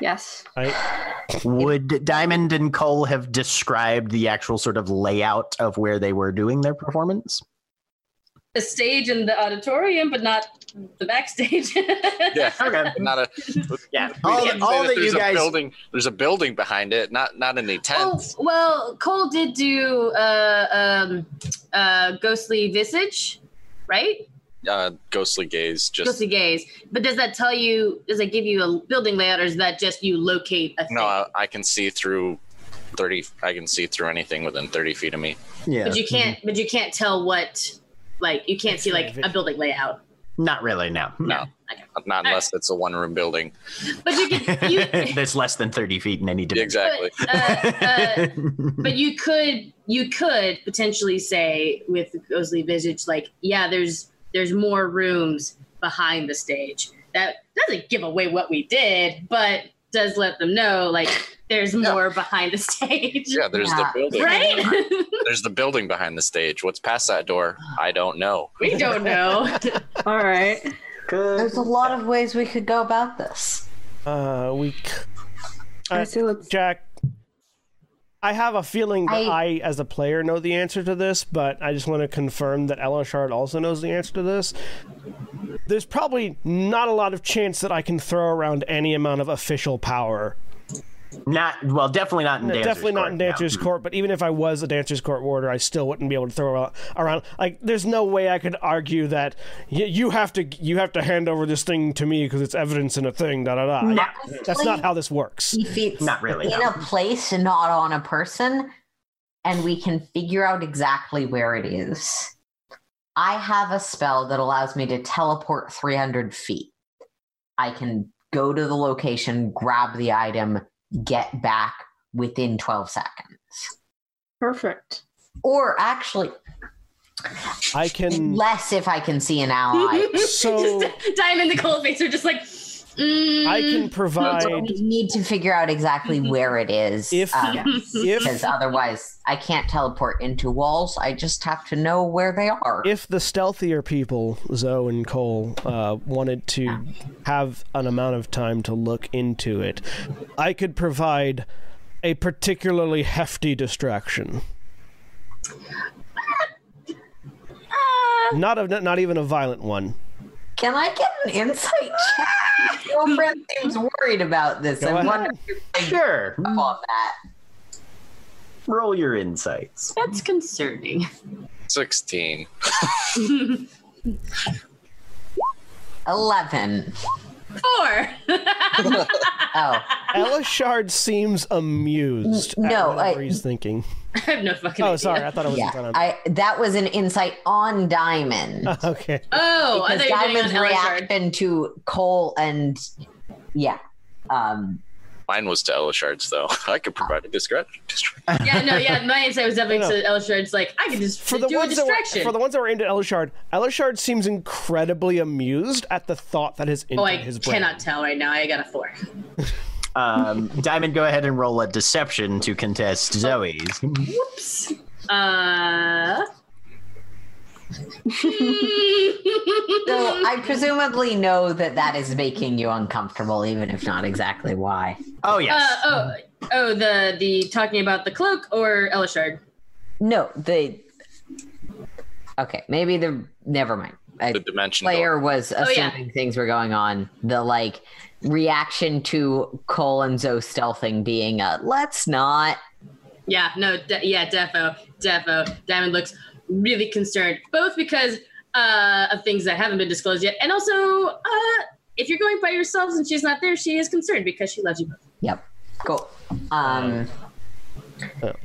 Speaker 2: Yes.
Speaker 4: I
Speaker 1: Would Diamond and Cole have described the actual sort of layout of where they were doing their performance?
Speaker 3: The stage and the auditorium, but not the backstage.
Speaker 7: Yeah.
Speaker 1: Okay.
Speaker 7: Not a
Speaker 1: Yeah,
Speaker 7: we
Speaker 1: all,
Speaker 7: can't say
Speaker 1: all that
Speaker 7: there's
Speaker 1: you
Speaker 7: a
Speaker 1: guys.
Speaker 7: building there's a building behind it, not not any
Speaker 3: Oh
Speaker 7: tents.
Speaker 3: well, Cole did do uh, um, uh, ghostly visage, right?
Speaker 1: Oh.
Speaker 7: Uh, ghostly gaze just
Speaker 3: ghostly gaze. But does that tell you? Does that give you a building layout, or is that just you locate a thing?
Speaker 7: No, I, I can see through thirty. I can see through anything within thirty feet of me.
Speaker 1: Yeah,
Speaker 3: but you can't. But you can't tell what. Like you can't see like a building layout.
Speaker 1: not really. No,
Speaker 7: No, not unless it's a one-room building.
Speaker 3: But you can. You,
Speaker 1: that's less than thirty feet in any dimension.
Speaker 7: Exactly.
Speaker 3: But, uh, uh, but you could you could potentially say with ghostly visage, like, yeah, there's there's more rooms behind the stage. That doesn't give away what we did, but does let them know like there's
Speaker 7: Yeah.
Speaker 3: more behind the stage.
Speaker 7: Yeah, there's
Speaker 5: Yeah.
Speaker 7: the building.
Speaker 3: Right?
Speaker 7: There's the building behind the stage. What's past that door? I don't know.
Speaker 3: we don't know.
Speaker 2: All right.
Speaker 5: there's a lot of ways we could go about this.
Speaker 4: uh we c-
Speaker 2: I see let's
Speaker 4: Jack I have a feeling that I,
Speaker 5: I-
Speaker 4: as a player, know the answer to this, but I just want to confirm that Elishard also knows the answer to this. There's probably not a lot of chance that I can throw around any amount of official power
Speaker 1: Not well, definitely not in Dancer's
Speaker 4: definitely not in
Speaker 1: Court, no.
Speaker 4: Dancer's Court, but even if I was a Dancer's Court warder, I still wouldn't be able to throw a- around. Like, there's no way I could argue that y- you have to you have to hand over this thing to me because it's evidence in a thing. Da da da. Yeah, that's not how this works.
Speaker 5: If it's
Speaker 1: Not really,
Speaker 5: in
Speaker 1: no.
Speaker 5: a place and not on a person, and we can figure out exactly where it is. I have a spell that allows me to teleport 300 feet. I can go to the location, grab the item, get back within 12 seconds.
Speaker 2: perfect.
Speaker 5: Or actually,
Speaker 4: I can.
Speaker 5: less if I can see an ally.
Speaker 4: So-
Speaker 3: Just Diamond and the cold face are just like mm,
Speaker 4: I can
Speaker 5: But
Speaker 4: provide
Speaker 5: we need to figure out exactly where it is. um,
Speaker 4: If-
Speaker 5: because
Speaker 4: if
Speaker 5: otherwise I can't teleport into walls. I just have to know where they are.
Speaker 4: if the stealthier people, Zoe and Cole, uh, wanted to have an amount of time to look into it, I could provide a particularly hefty distraction. Not a, not even a violent one.
Speaker 5: Can I get an insight check? Your friend seems worried about this.
Speaker 4: Go
Speaker 5: I
Speaker 4: ahead.
Speaker 5: wonder if
Speaker 1: Sure.
Speaker 5: I'm on that.
Speaker 1: Roll your insights.
Speaker 3: That's concerning.
Speaker 7: 16.
Speaker 5: 11.
Speaker 3: Four.
Speaker 5: Oh,
Speaker 4: Elishard seems amused.
Speaker 5: N-
Speaker 4: at
Speaker 5: no,
Speaker 4: whatever
Speaker 5: I-
Speaker 4: he's thinking.
Speaker 3: I have no fucking
Speaker 4: Oh,
Speaker 3: idea.
Speaker 4: sorry, I thought it was
Speaker 5: yeah.
Speaker 4: in front of
Speaker 5: I, that was an insight on Diamond.
Speaker 4: Okay.
Speaker 3: Oh, I thought
Speaker 5: because
Speaker 3: you were
Speaker 5: Diamond's
Speaker 3: doing an Elishard.
Speaker 5: reaction to Cole and yeah. Um,
Speaker 7: Mine was to Elishard's, though. I could provide a distraction.
Speaker 3: Yeah, no, yeah, my insight was definitely
Speaker 4: No, no.
Speaker 3: to Elishard's like, I can just
Speaker 4: For the,
Speaker 3: do a
Speaker 4: ones that were,
Speaker 3: distraction.
Speaker 4: for the ones that were aimed at Elishard, Elishard seems incredibly amused at the thought that has entered
Speaker 3: oh, I
Speaker 4: his brain.
Speaker 3: cannot tell right now. I got a four.
Speaker 1: Um, Diamond, go ahead and roll a deception to
Speaker 3: Oh.
Speaker 1: contest Zoe's.
Speaker 3: Uh.
Speaker 5: so I presumably know that that is making you uncomfortable, even if not exactly why.
Speaker 1: Oh
Speaker 3: Uh,
Speaker 1: yes.
Speaker 3: oh, oh, the the talking about the cloak or Elishard.
Speaker 5: No, the okay, maybe the never mind. I,
Speaker 7: The dimension door.
Speaker 5: player was
Speaker 3: yeah.
Speaker 5: assuming things were going on. The like reaction to Cole and Zoe stealthing being a let's not.
Speaker 3: Yeah, no, de- yeah, defo, defo. Diamond looks really concerned, both because uh, of things that haven't been disclosed yet, and also uh, if you're going by yourselves and she's not there, she is concerned because she loves you both.
Speaker 5: Yep. Cool.
Speaker 4: Uh,
Speaker 5: Um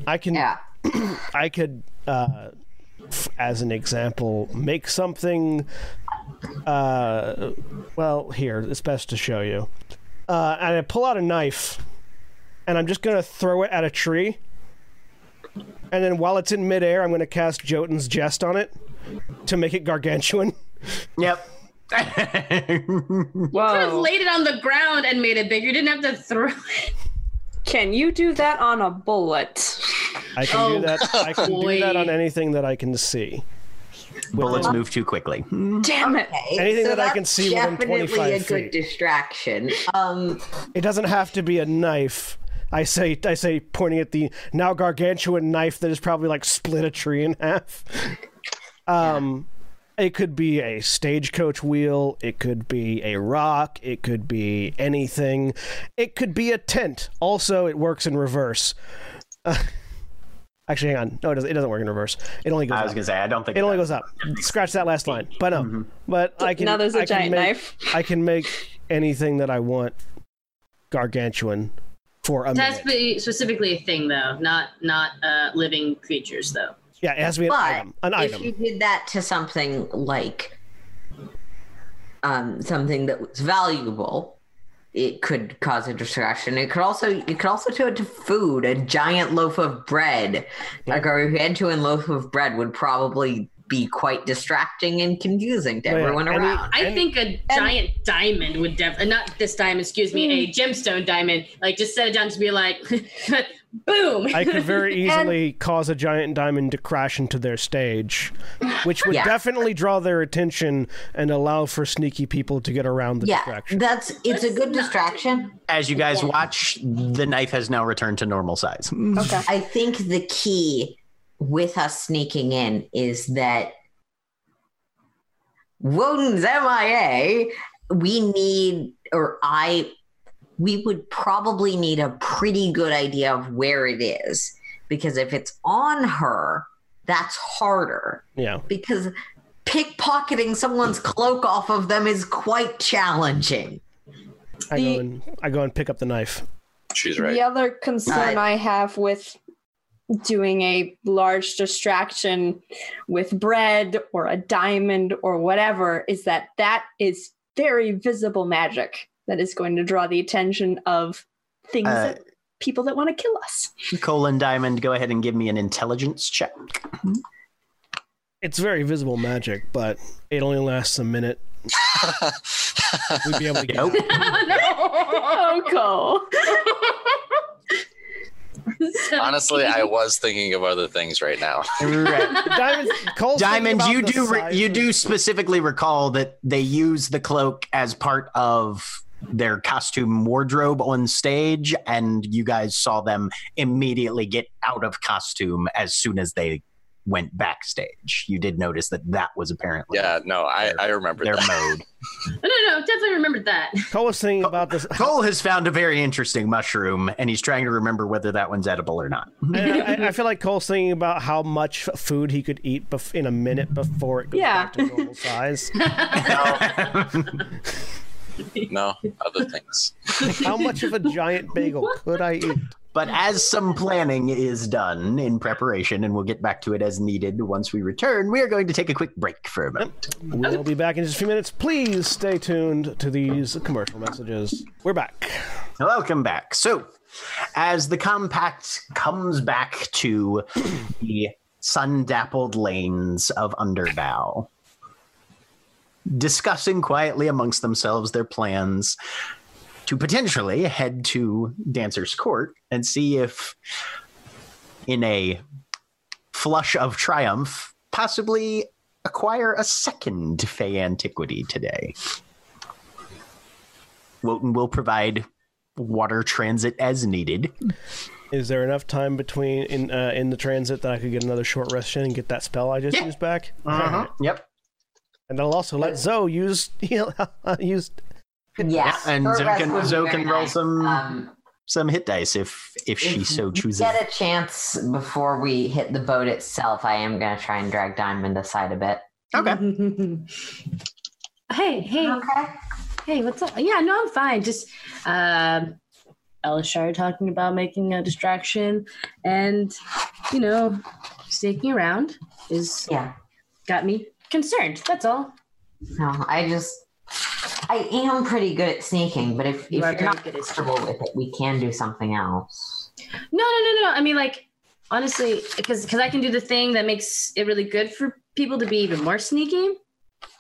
Speaker 4: I can
Speaker 5: yeah.
Speaker 4: I could, uh, f- as an example, make something. Uh, well, here it's best to show you. Uh, and I pull out a knife, and I'm just gonna throw it at a tree. And then while it's in midair, I'm gonna cast Jotun's Jest on it to make it gargantuan.
Speaker 3: Uh,
Speaker 1: Yep.
Speaker 3: Could have
Speaker 2: Whoa.
Speaker 3: laid it on the ground and made it bigger. Didn't have to throw it.
Speaker 2: Can you do that on a bullet?
Speaker 4: I can
Speaker 3: Oh,
Speaker 4: do that. I can do that
Speaker 3: boy.
Speaker 4: on anything that I can see.
Speaker 1: Bullets move too quickly.
Speaker 2: Damn it.
Speaker 4: Anything that I can see within
Speaker 5: definitely
Speaker 4: 25
Speaker 5: a good
Speaker 4: feet.
Speaker 5: distraction. Um
Speaker 4: It doesn't have to be a knife. I say, I say, pointing at the now gargantuan knife that has probably like split a tree in half. Um, it could be a stagecoach wheel. It could be a rock. It could be anything. It could be a tent. Also, it works in reverse. Uh, actually, hang on. No, it doesn't. It doesn't work in reverse. It only goes.
Speaker 1: I was
Speaker 4: up.
Speaker 1: gonna say I don't think
Speaker 4: It only
Speaker 1: that-
Speaker 4: goes up. Scratch that last line. But no. But I can.
Speaker 2: Now there's a
Speaker 4: a
Speaker 2: giant knife.
Speaker 4: I can make anything that I want gargantuan for a
Speaker 3: It has to
Speaker 4: minute.
Speaker 3: be specifically a thing though, not not uh, living creatures though.
Speaker 4: Yeah, it has to be an
Speaker 5: But
Speaker 4: item. An
Speaker 5: if
Speaker 4: item.
Speaker 5: you did that to something like um, something that was valuable, it could cause a distraction. It could also you could also do it to food. A giant loaf of bread, a gargantuan loaf of bread, would probably be quite distracting and confusing to
Speaker 4: Oh, Yeah,
Speaker 5: everyone
Speaker 4: any-
Speaker 5: around.
Speaker 3: I
Speaker 4: And-
Speaker 3: think a giant diamond would def uh, not this diamond, excuse me, a gemstone diamond. Like just set it down to be like boom.
Speaker 4: I could very easily cause a giant diamond to crash into their stage, which would
Speaker 5: Yeah.
Speaker 4: definitely draw their attention and allow for sneaky people to get around the
Speaker 5: yeah,
Speaker 4: distraction.
Speaker 5: that's it's a good distraction.
Speaker 1: As you guys watch, the knife has now returned to normal size.
Speaker 2: Okay.
Speaker 5: I think the key with us sneaking in is that Woden's MIA, we need, or I, we would probably need a pretty good idea of where it is. Because if it's on her, that's harder.
Speaker 4: Yeah.
Speaker 5: Because pickpocketing someone's cloak off of them is quite challenging.
Speaker 4: I
Speaker 2: The-
Speaker 4: go and I go and pick up the knife.
Speaker 7: She's right.
Speaker 2: The other concern I have with doing a large distraction with bread or a diamond or whatever is that that is very visible magic that is going to draw the attention of things
Speaker 1: Uh,
Speaker 2: that people that want to kill us.
Speaker 1: Colon Diamond, go ahead and give me an intelligence check.
Speaker 4: It's very visible magic, but it only lasts a minute. We'd be able to get
Speaker 1: Nope.
Speaker 2: Oh, cool.
Speaker 3: So-
Speaker 7: Honestly, I was thinking of other things right now.
Speaker 1: Right.
Speaker 4: Diamond, Cole's thinking
Speaker 1: Diamond,
Speaker 4: about
Speaker 1: you
Speaker 4: the
Speaker 1: do re-
Speaker 4: size
Speaker 1: you
Speaker 4: of-
Speaker 1: do specifically recall that they use the cloak as part of their costume wardrobe on stage, and you guys saw them immediately get out of costume as soon as they went backstage. You did notice that that was apparently
Speaker 7: Yeah, no, I, I remember
Speaker 1: their
Speaker 7: that.
Speaker 1: mode.
Speaker 3: no, no, no, definitely remembered that.
Speaker 4: Cole was thinking about this.
Speaker 1: Cole has found a very interesting mushroom, and he's trying to remember whether that one's edible or not.
Speaker 4: I, I- I feel like Cole's thinking about how much f- food he could eat bef- in a minute before it goes
Speaker 2: Yeah.
Speaker 4: back to normal size.
Speaker 7: No, other things.
Speaker 4: how much of a giant bagel could I eat?
Speaker 1: But as some planning is done in preparation, and we'll get back to it as needed once we return, we are going to take a quick break for a moment.
Speaker 4: We'll be back in just a few minutes. Please stay tuned to these commercial messages. We're back.
Speaker 1: Welcome back. So, as the compact comes back to the sun dappled lanes of Underbow, discussing quietly amongst themselves their plans to potentially head to Dancer's Court and see if, in a flush of triumph, possibly acquire a second Fey antiquity today. Wotan will provide water transit as needed.
Speaker 4: Is there enough time between in uh, in the transit that I could get another short rest in and get that spell I just
Speaker 1: Yeah. Uh-huh.
Speaker 4: used back? Uh-huh.
Speaker 1: Yep.
Speaker 4: And I'll also let Zoe use heal use.
Speaker 5: Yes.
Speaker 1: and
Speaker 5: her
Speaker 1: Zoe
Speaker 5: rest
Speaker 1: can-
Speaker 5: would be
Speaker 1: Zoe
Speaker 5: very
Speaker 1: can roll some-
Speaker 5: Um,
Speaker 1: Some hit dice if if she
Speaker 5: if
Speaker 1: so
Speaker 5: we
Speaker 1: chooses.
Speaker 5: Get a chance before we hit the boat itself. I am going to try and drag Diamond aside a bit.
Speaker 1: Okay.
Speaker 3: Hey, hey,
Speaker 5: Okay.
Speaker 3: hey, what's up? Yeah, no, I'm fine. Just um Elishar talking about making a distraction and you know, sneaking around is
Speaker 5: Yeah.
Speaker 3: got me concerned. That's all.
Speaker 5: No, I just I am pretty good at sneaking, but if, if
Speaker 3: You are
Speaker 5: you're not
Speaker 3: very good at
Speaker 5: comfortable with it, we can do something else.
Speaker 3: No, no, no, no. I mean, like, honestly, because because I can do the thing that makes it really good for people to be even more sneaky.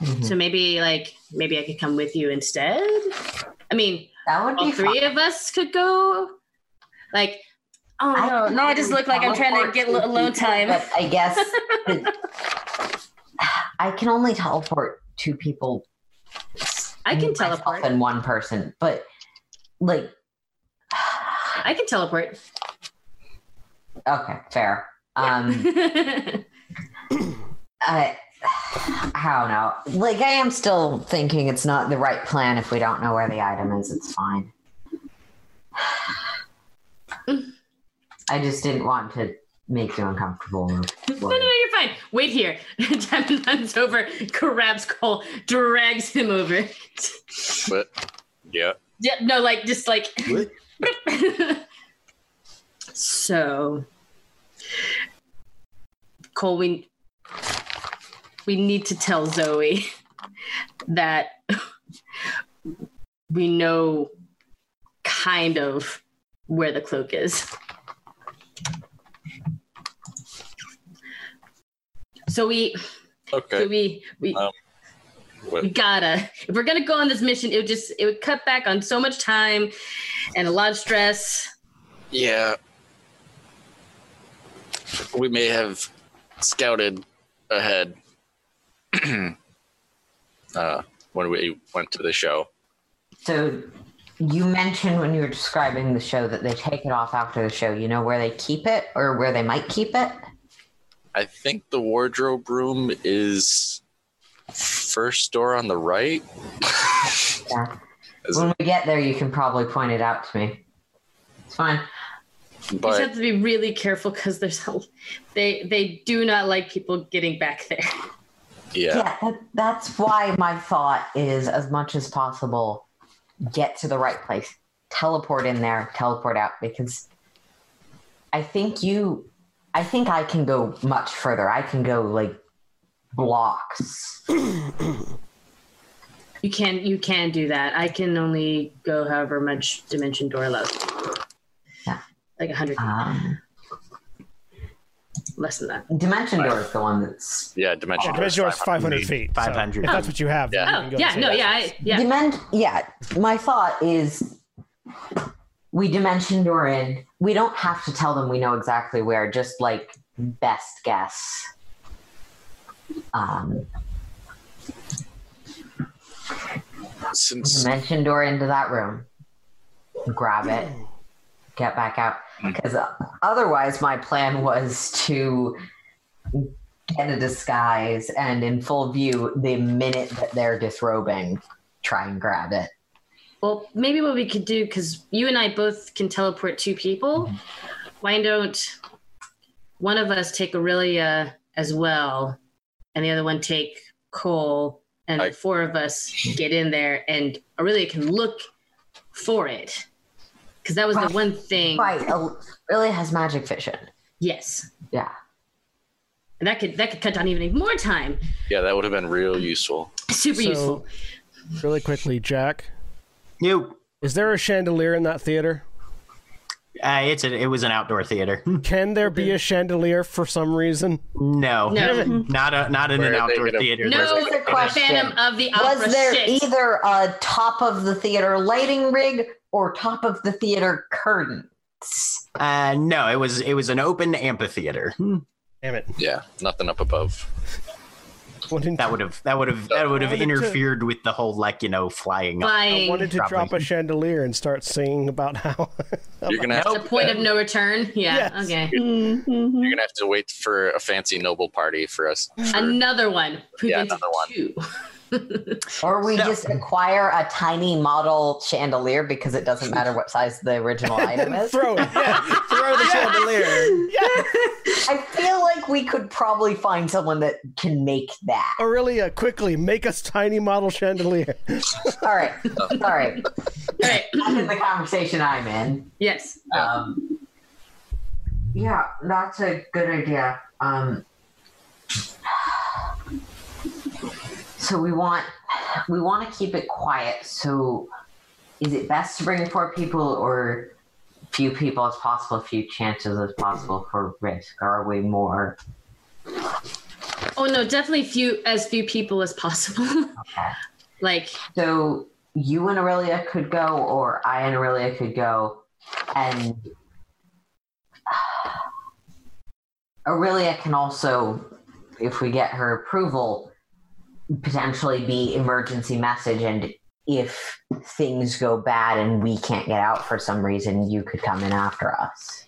Speaker 5: Mhm.
Speaker 3: So maybe, like, maybe I could come with you instead. I mean,
Speaker 5: That would
Speaker 3: all
Speaker 5: be
Speaker 3: three of us could go. Like, oh
Speaker 5: fun.
Speaker 3: no, no, I just look like I'm trying to get
Speaker 5: teleport
Speaker 3: lo-
Speaker 5: two
Speaker 3: alone
Speaker 5: people,
Speaker 3: time.
Speaker 5: But I guess that- I can only teleport two people.
Speaker 3: I can
Speaker 5: myself
Speaker 3: teleport.
Speaker 5: and one person, but like
Speaker 3: I can teleport.
Speaker 5: okay, fair. Um, I, I don't know. Like, I am still thinking it's not the right plan if we don't know where the item is. It's fine. I just didn't want to make you uncomfortable.
Speaker 3: No, no, no, you're fine. Wait here. Diamond runs over, grabs Cole, drags him over.
Speaker 7: But yeah,
Speaker 3: Yeah, no, like just like. so, Cole, we we need to tell Zoe that we know kind of where the cloak is. So we, so
Speaker 7: okay. Um,
Speaker 3: we, we, we
Speaker 7: What?
Speaker 3: gotta if we're gonna go on this mission it would just it would cut back on so much time and a lot of stress
Speaker 7: Yeah. We may have scouted ahead uh, when we went to the show.
Speaker 5: So, you mentioned when you were describing the show that they take it off after the show. You know where they keep it or where they might keep it?
Speaker 7: I think the wardrobe room is first door on the right.
Speaker 5: Yeah.
Speaker 7: Is
Speaker 5: When
Speaker 7: it-
Speaker 5: we get there, you can probably point it out to me. It's fine.
Speaker 3: you just have
Speaker 7: but
Speaker 3: to be really careful because there's a- they they do not like people getting back there
Speaker 7: yeah,
Speaker 5: yeah that, that's why my thought is as much as possible get to the right place teleport in there teleport out because i think you i think i can go much further i can go like blocks
Speaker 3: you can you can do that i can only go however much dimension door allows
Speaker 5: Yeah.
Speaker 3: like 100
Speaker 5: um,
Speaker 3: less than that
Speaker 5: dimension door is the one that's
Speaker 7: yeah, dimension.
Speaker 4: Yeah, dimension door is 500 feet. so
Speaker 1: 500
Speaker 4: if that's what you have. then
Speaker 7: Yeah.
Speaker 4: you can
Speaker 3: oh
Speaker 4: go
Speaker 3: yeah
Speaker 4: and say
Speaker 3: no
Speaker 4: that.
Speaker 3: yeah I, yeah
Speaker 5: Dimen- yeah my thought is we dimension door in we don't have to tell them we know exactly where just like best guess um
Speaker 7: Since
Speaker 5: dimension door into that room, grab it, get back out. Because otherwise, my plan was to get a disguise and in full view the minute that they're disrobing, try and grab it.
Speaker 3: Well, maybe what we could do, because you and I both can teleport two people, why don't one of us take Aurelia as well, and the other one take Cole, and
Speaker 7: I-
Speaker 3: the four of us get in there, and Aurelia can look for it. Because that was the
Speaker 5: Right.
Speaker 3: one thing.
Speaker 5: Right. Really has magic vision.
Speaker 3: Yes.
Speaker 5: Yeah.
Speaker 3: And that could that could cut down even more time.
Speaker 7: Yeah, that would have been real useful.
Speaker 3: Super useful.
Speaker 4: really quickly, Jack,
Speaker 1: Nope.
Speaker 4: is there a chandelier in that theater?
Speaker 1: Uh, it's a, it was an outdoor theater.
Speaker 4: Can there be a chandelier for some reason?
Speaker 1: No,
Speaker 3: No.
Speaker 1: not a, not in
Speaker 7: Where
Speaker 1: an
Speaker 7: are they
Speaker 1: outdoor
Speaker 7: gonna-
Speaker 1: theater.
Speaker 3: No,
Speaker 1: There's-
Speaker 5: Here's the question.
Speaker 3: Phantom of the Opera
Speaker 5: Was there
Speaker 3: shit.
Speaker 5: either a top of the theater lighting rig or top of the theater curtain?
Speaker 1: Uh, no, it was it was an open amphitheater.
Speaker 4: Damn it!
Speaker 7: Yeah, nothing up above.
Speaker 4: What in-
Speaker 1: That would have that would have that would have
Speaker 4: Wanted to-
Speaker 1: interfered with the whole like you know flying. up.
Speaker 4: I
Speaker 3: Flying.
Speaker 4: wanted to
Speaker 1: Probably.
Speaker 4: drop a chandelier and start singing about how
Speaker 7: You're gonna have uh,
Speaker 3: the point of no return. Yeah.
Speaker 4: Yes.
Speaker 3: Okay.
Speaker 2: Mm-hmm.
Speaker 7: you're gonna have to wait for a fancy noble party for us. For,
Speaker 3: Another one. We've
Speaker 7: Yeah,
Speaker 3: been to
Speaker 7: another one.
Speaker 3: Two.
Speaker 5: Or we
Speaker 1: No.
Speaker 5: just acquire a tiny model chandelier because it doesn't matter what size the original item is.
Speaker 4: throw it. Yeah,
Speaker 1: Throw the chandelier.
Speaker 5: I feel like we could probably find someone that can make that.
Speaker 4: Aurelia, quickly make us tiny model chandelier.
Speaker 5: All right. All right.
Speaker 3: All right.
Speaker 5: I'm in the conversation I'm in.
Speaker 3: Yes.
Speaker 5: Um, yeah, that's a good idea. Um, so we want we want to keep it quiet. So is it best to bring four people or few people as possible, few chances as possible for risk? Or are we more
Speaker 3: Oh no, definitely few as few people as possible.
Speaker 7: Uh-huh.
Speaker 5: okay?
Speaker 3: like
Speaker 5: So you and Aurelia could go, or I and Aurelia could go, and Aurelia can also, if we get her approval, potentially be emergency message. And if things go bad and we can't get out for some reason, you could come in after us.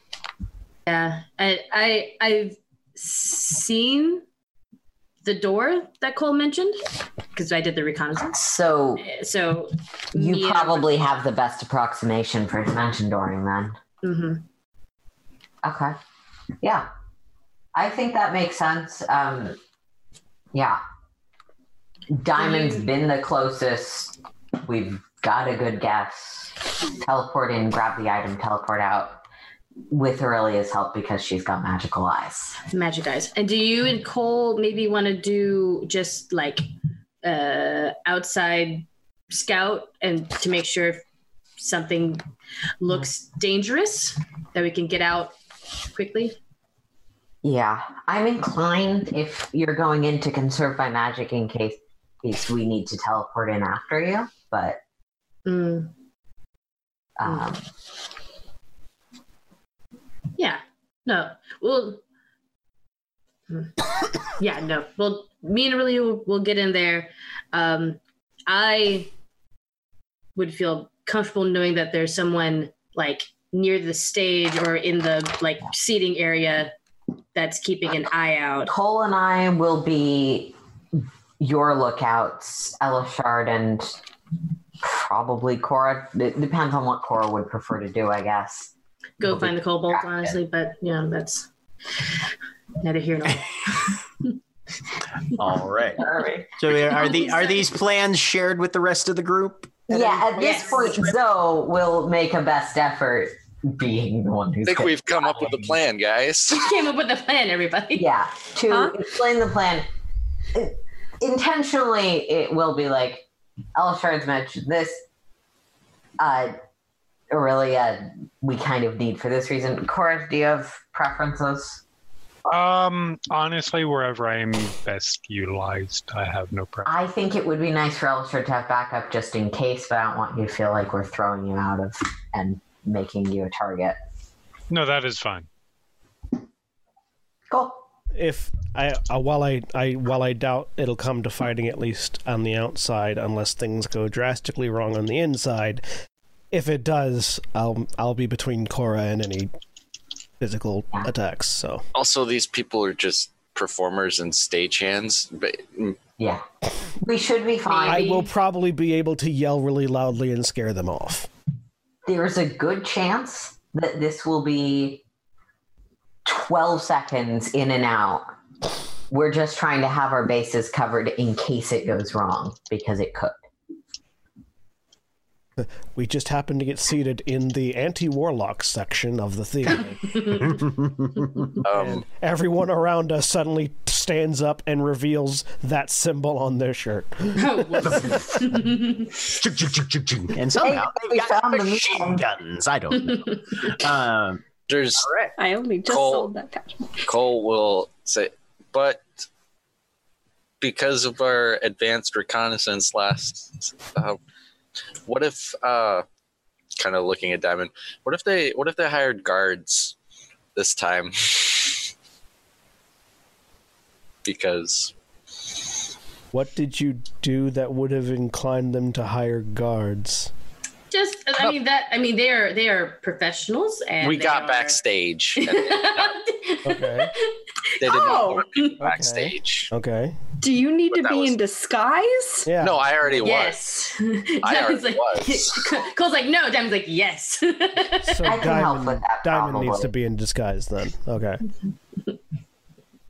Speaker 3: yeah. I I I've seen the door that Cole mentioned because I did the reconnaissance.
Speaker 5: So
Speaker 3: So
Speaker 5: you
Speaker 3: me and-
Speaker 5: probably have the best approximation for dimension dooring then.
Speaker 3: Mhm.
Speaker 5: Okay. Yeah. I think that makes sense. Um, yeah. Diamond's
Speaker 3: Do you-
Speaker 5: been the closest. We've got a good guess. Teleport in, grab the item, teleport out with Aurelia's help because she's got magical eyes.
Speaker 3: magic eyes. And do you and Cole maybe want to do just like uh outside scout and to make sure if something looks dangerous that we can get out quickly?
Speaker 5: Yeah. I'm inclined if you're going in to conserve by magic in case, in case we need to teleport in after you, but
Speaker 3: Mm,
Speaker 5: um,
Speaker 3: yeah. No. Well. Mm. yeah. No. Well, me and Aurelia will, will get in there. Um, I would feel comfortable knowing that there's someone like near the stage or in the like seating area that's keeping an eye out.
Speaker 5: Cole and I will be your lookouts, Elishard and probably Cora. It depends on what Cora would prefer to do, I guess.
Speaker 3: Go find the cobalt, honestly. But you know that's neither here nor there.
Speaker 1: All right. So uh, are the are these plans shared with the rest of the group?
Speaker 5: Yeah, at this
Speaker 3: Yes.
Speaker 5: point, Zoe will make a best effort being the one
Speaker 7: I
Speaker 5: who's.
Speaker 7: think we've come up with a plan, guys.
Speaker 3: Came up with a plan, everybody.
Speaker 5: Yeah, to
Speaker 2: Huh?
Speaker 5: explain the plan. Intentionally, it will be like Elishard's mentioned this. Uh, Aurelia, we kind of need for this reason. Cora, do you have preferences?
Speaker 6: Um, honestly, wherever I'm best utilized, I have no problem.
Speaker 5: I think it would be nice for Elishard to have backup just in case, but I don't want you to feel like we're throwing you out of and making you a target.
Speaker 6: No, that is fine.
Speaker 5: Cool.
Speaker 4: if I uh, while I, I while I doubt it'll come to fighting at least on the outside unless things go drastically wrong on the inside. If it does, I'll I'll be between Cora and any physical attacks. So
Speaker 7: also, these people are just performers and stagehands. But um,
Speaker 5: Yeah. We should be fine.
Speaker 10: I will probably be able to yell really loudly and scare them off.
Speaker 5: There's a good chance that this will be 12 seconds in and out. We're just trying to have our bases covered in case it goes wrong because it could.
Speaker 10: We just happened to get seated in the anti-warlock section of the theater.
Speaker 7: Um,
Speaker 10: Everyone around us suddenly stands up and reveals that symbol on their shirt.
Speaker 3: Oh, whoops.
Speaker 1: Chug, chug, chug, chug, chug. and somehow
Speaker 5: we
Speaker 1: they've got
Speaker 5: found the
Speaker 1: machine
Speaker 5: missile.
Speaker 1: guns. I don't know. um,
Speaker 7: there's
Speaker 2: I only just
Speaker 7: Cole.
Speaker 2: sold that couch.
Speaker 7: Cole will say, but because of our advanced reconnaissance last, uh, what if? Uh, kind of looking at Diamond. What if they? What if they hired guards this time? because
Speaker 4: What did you do that would have inclined them to hire guards?
Speaker 3: Just, I mean that. I mean they are they are professionals, and
Speaker 7: we
Speaker 3: they
Speaker 7: got
Speaker 3: are-
Speaker 7: backstage. and they
Speaker 4: Okay.
Speaker 7: did not
Speaker 2: Oh.
Speaker 7: want people backstage.
Speaker 4: Okay.
Speaker 2: Do you need
Speaker 7: But
Speaker 2: to
Speaker 7: that
Speaker 2: be
Speaker 7: was-
Speaker 2: in disguise?
Speaker 4: Yeah.
Speaker 7: No, I already was.
Speaker 3: yes.
Speaker 7: I
Speaker 3: Diamond's
Speaker 7: already
Speaker 3: like,
Speaker 7: was.
Speaker 3: Cole's like, no. Diamond's like, yes.
Speaker 4: So
Speaker 5: I can help
Speaker 4: Diamond,
Speaker 5: with that.
Speaker 4: Diamond needs
Speaker 5: probably.
Speaker 4: to be in disguise then. Okay.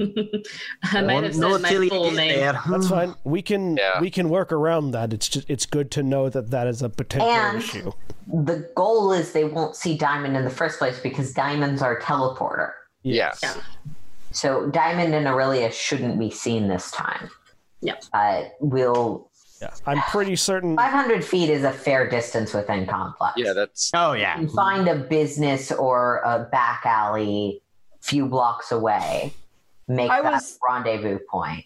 Speaker 3: I might have said my full name.
Speaker 10: That's
Speaker 1: Mm-hmm.
Speaker 10: fine. We can
Speaker 7: Yeah.
Speaker 10: we can work around that. It's just it's good to know that that is a potential
Speaker 5: And-
Speaker 10: issue.
Speaker 5: The goal is they won't see Diamond in the first place because Diamond's our teleporter.
Speaker 7: Yes.
Speaker 3: Yeah.
Speaker 5: So Diamond and Aurelia shouldn't be seen this time.
Speaker 3: Yep.
Speaker 5: But we'll.
Speaker 10: Yeah. I'm pretty certain
Speaker 5: 500 feet is a fair distance within complex.
Speaker 7: Yeah, that's
Speaker 1: Oh
Speaker 5: You
Speaker 1: yeah.
Speaker 5: can find a business or a back alley few blocks away. Make
Speaker 2: I
Speaker 5: that
Speaker 2: was-
Speaker 5: rendezvous point.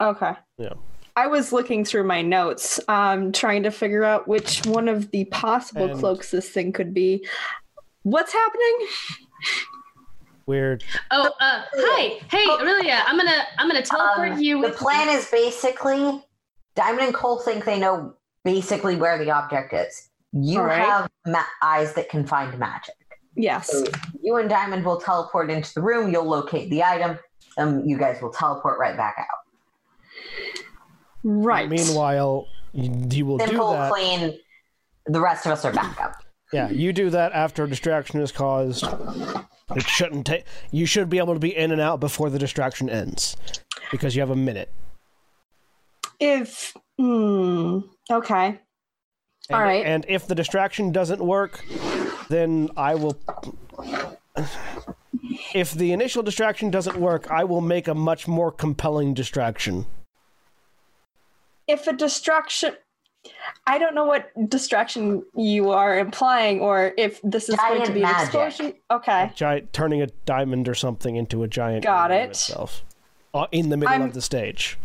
Speaker 2: Okay.
Speaker 4: Yeah.
Speaker 2: I was looking through my notes, um, trying to figure out which one of the possible
Speaker 4: And-
Speaker 2: cloaks this thing could be. What's happening?
Speaker 4: Weird.
Speaker 3: Oh, uh, hi, hey, Aurelia. I'm gonna I'm gonna teleport
Speaker 5: Oh. Um,
Speaker 3: you.
Speaker 5: The plan is basically Diamond and Cole think they know basically where the object is. You
Speaker 2: All right.
Speaker 5: have ma- eyes that can find magic.
Speaker 4: Uh,
Speaker 2: Yes.
Speaker 5: You and Diamond will teleport into the room. You'll locate the item. Um, you guys will teleport right back out.
Speaker 2: Right.
Speaker 4: Meanwhile, you, you will do
Speaker 5: Simple,
Speaker 4: that.
Speaker 5: clean. The rest of us are back up.
Speaker 4: Yeah, you do that after a distraction is caused. It shouldn't take. You should be able to be in and out before the distraction ends, because you have a minute.
Speaker 2: if. Hmm. Okay.
Speaker 4: And,
Speaker 2: All right.
Speaker 4: And if the distraction doesn't work, then I will. If the initial distraction doesn't work, I will make a much more compelling distraction.
Speaker 2: If a distraction. I don't know what distraction you are implying, or if this is going to
Speaker 5: Giant
Speaker 2: be an
Speaker 5: magic.
Speaker 2: explosion. Okay.
Speaker 4: Giant, turning a diamond or something into a giant.
Speaker 2: Got
Speaker 4: orb in
Speaker 2: it.
Speaker 4: Itself, Uh, in the middle
Speaker 2: I'm-
Speaker 4: of the stage.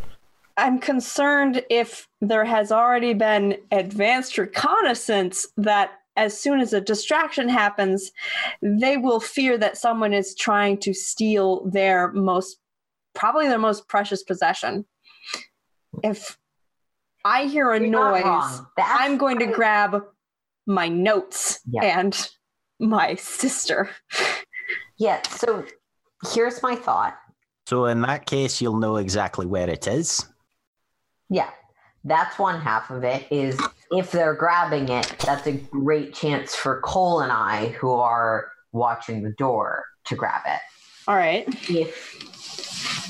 Speaker 2: I'm concerned if there has already been advanced reconnaissance that as soon as a distraction happens, they will fear that someone is trying to steal their most, probably their most precious possession. If I hear a
Speaker 5: You're not
Speaker 2: noise,
Speaker 5: wrong. That's-
Speaker 2: I'm going to grab my notes
Speaker 5: Yeah.
Speaker 2: and my sister.
Speaker 5: Yeah. So here's my thought.
Speaker 1: So in that case, you'll know exactly where it is.
Speaker 5: Yeah. That's one half of it is if they're grabbing it, that's a great chance for Cole and I, who are watching the door, to grab it.
Speaker 2: All right.
Speaker 5: If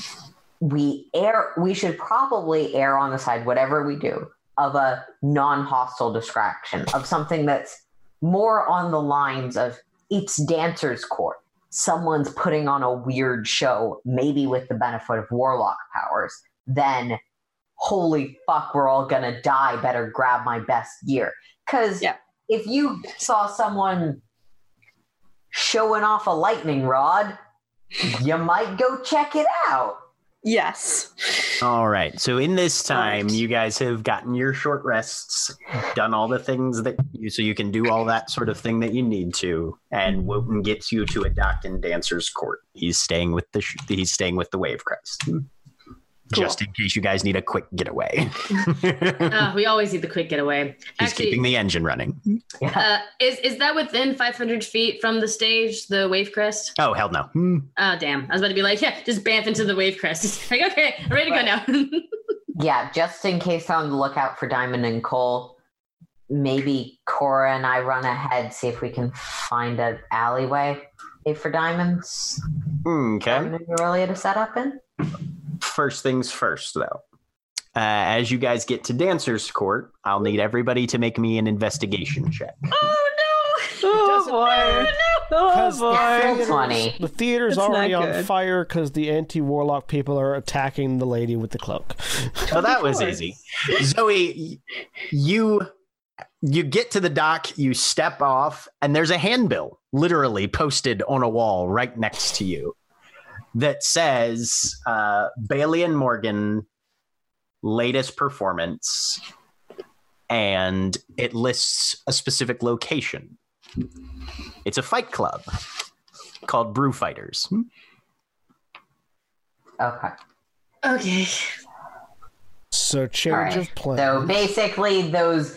Speaker 5: we err, we should probably err on the side, whatever we do, of a non hostile distraction, of something that's more on the lines of it's dancer's court. Someone's putting on a weird show, maybe with the benefit of warlock powers, Then, holy fuck, we're all gonna die. Better grab my best gear. Because
Speaker 2: Yeah.
Speaker 5: if you saw someone showing off a lightning rod, you might go check it out.
Speaker 2: Yes.
Speaker 1: All right. So in this time,
Speaker 2: Alright.
Speaker 1: you guys have gotten your short rests, done all the things that you so you can do all that sort of thing that you need to, and Wotan gets you to a Docton dancer's court. He's staying with the sh- he's staying with the Wave Crest.
Speaker 10: Hmm.
Speaker 1: Just in case you guys need a quick getaway. he's
Speaker 3: Uh, we always need the quick getaway.
Speaker 1: keeping the engine running.
Speaker 3: uh, is is that within 500 feet from the stage, the wave crest? Ah,
Speaker 1: Oh hell no. Hmm.
Speaker 3: Oh damn! I was about to be like, yeah, just bamf into the wave crest. It's like, okay, I'm ready to go now.
Speaker 5: yeah, just in case on the lookout for Diamond and Cole, maybe Cora and I run ahead, see if we can find an alleyway for diamonds.
Speaker 1: Hmm, Okay.
Speaker 5: Diamond and Aurelia to set up in.
Speaker 1: First things first, though. Uh, as you guys get to Dancer's Court, I'll need everybody to make me an investigation check.
Speaker 2: Oh
Speaker 4: doesn't-
Speaker 2: boy.
Speaker 4: Because
Speaker 2: Oh
Speaker 5: That's
Speaker 4: the,
Speaker 5: so funny.
Speaker 4: theater's, the theater's
Speaker 2: It's not
Speaker 4: already on
Speaker 2: good.
Speaker 4: fire because the anti warlock people are attacking the lady with the cloak.
Speaker 1: So that was easy. Zoe, y- you you get to the dock, you step off, and there's a handbill literally posted on a wall right next to you that says uh, Bailey and Morgan latest performance, and it lists a specific location. It's a fight club called Brew Fighters. Hmm.
Speaker 5: Okay.
Speaker 3: Okay.
Speaker 4: So change
Speaker 5: All right.
Speaker 4: of plan.
Speaker 5: So basically, those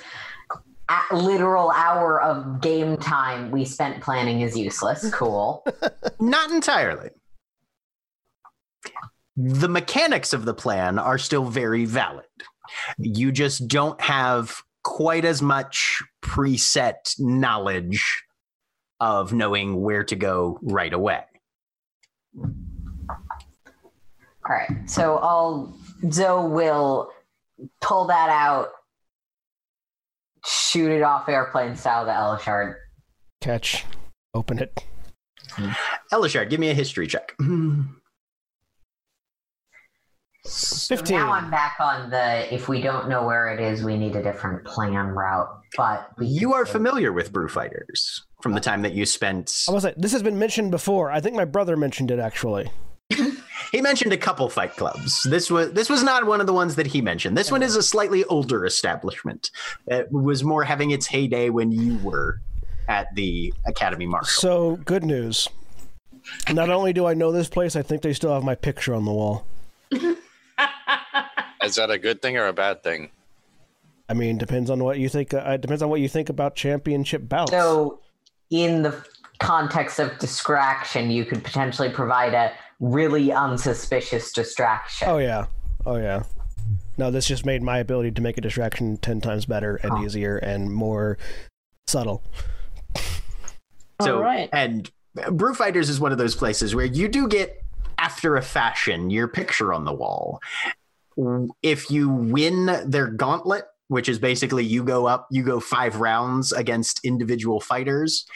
Speaker 5: a- literal hour of game time we spent planning is useless. Cool.
Speaker 1: Not entirely. The mechanics of the plan are still very valid. You just don't have quite as much preset knowledge of knowing where to go right away.
Speaker 5: All right. So I'll Zoe will pull that out, shoot it off airplane style to Elishard.
Speaker 4: Catch. Open it.
Speaker 1: Elishard, give me a history check.
Speaker 5: So
Speaker 4: 15.
Speaker 5: now I'm back on the if we don't know where it is, we need a different plan route. But we
Speaker 1: You are familiar with brew fighters from the time that you spent.
Speaker 4: I was like, this has been mentioned before. I think my brother mentioned it actually.
Speaker 1: He mentioned a couple fight clubs. This was this was not one of the ones that he mentioned. This one is a slightly older establishment. It was more having its heyday when you were at the Academy Marshal.
Speaker 4: So good news. Not only do I know this place, I think they still have my picture on the wall.
Speaker 7: Is that a good thing or a bad thing?
Speaker 4: I mean, depends on what you think. Uh, it depends on what you think about championship bouts.
Speaker 5: So, in the context of distraction, you could potentially provide a really unsuspicious distraction.
Speaker 4: Oh yeah, oh yeah. No, this just made my ability to make a distraction ten times better and
Speaker 5: Huh.
Speaker 4: easier and more subtle.
Speaker 1: So
Speaker 2: All right.
Speaker 1: and Brew Fighters is one of those places where you do get after a fashion your picture on the wall. If you win their gauntlet, which is basically you go up, you go 5 rounds against individual fighters,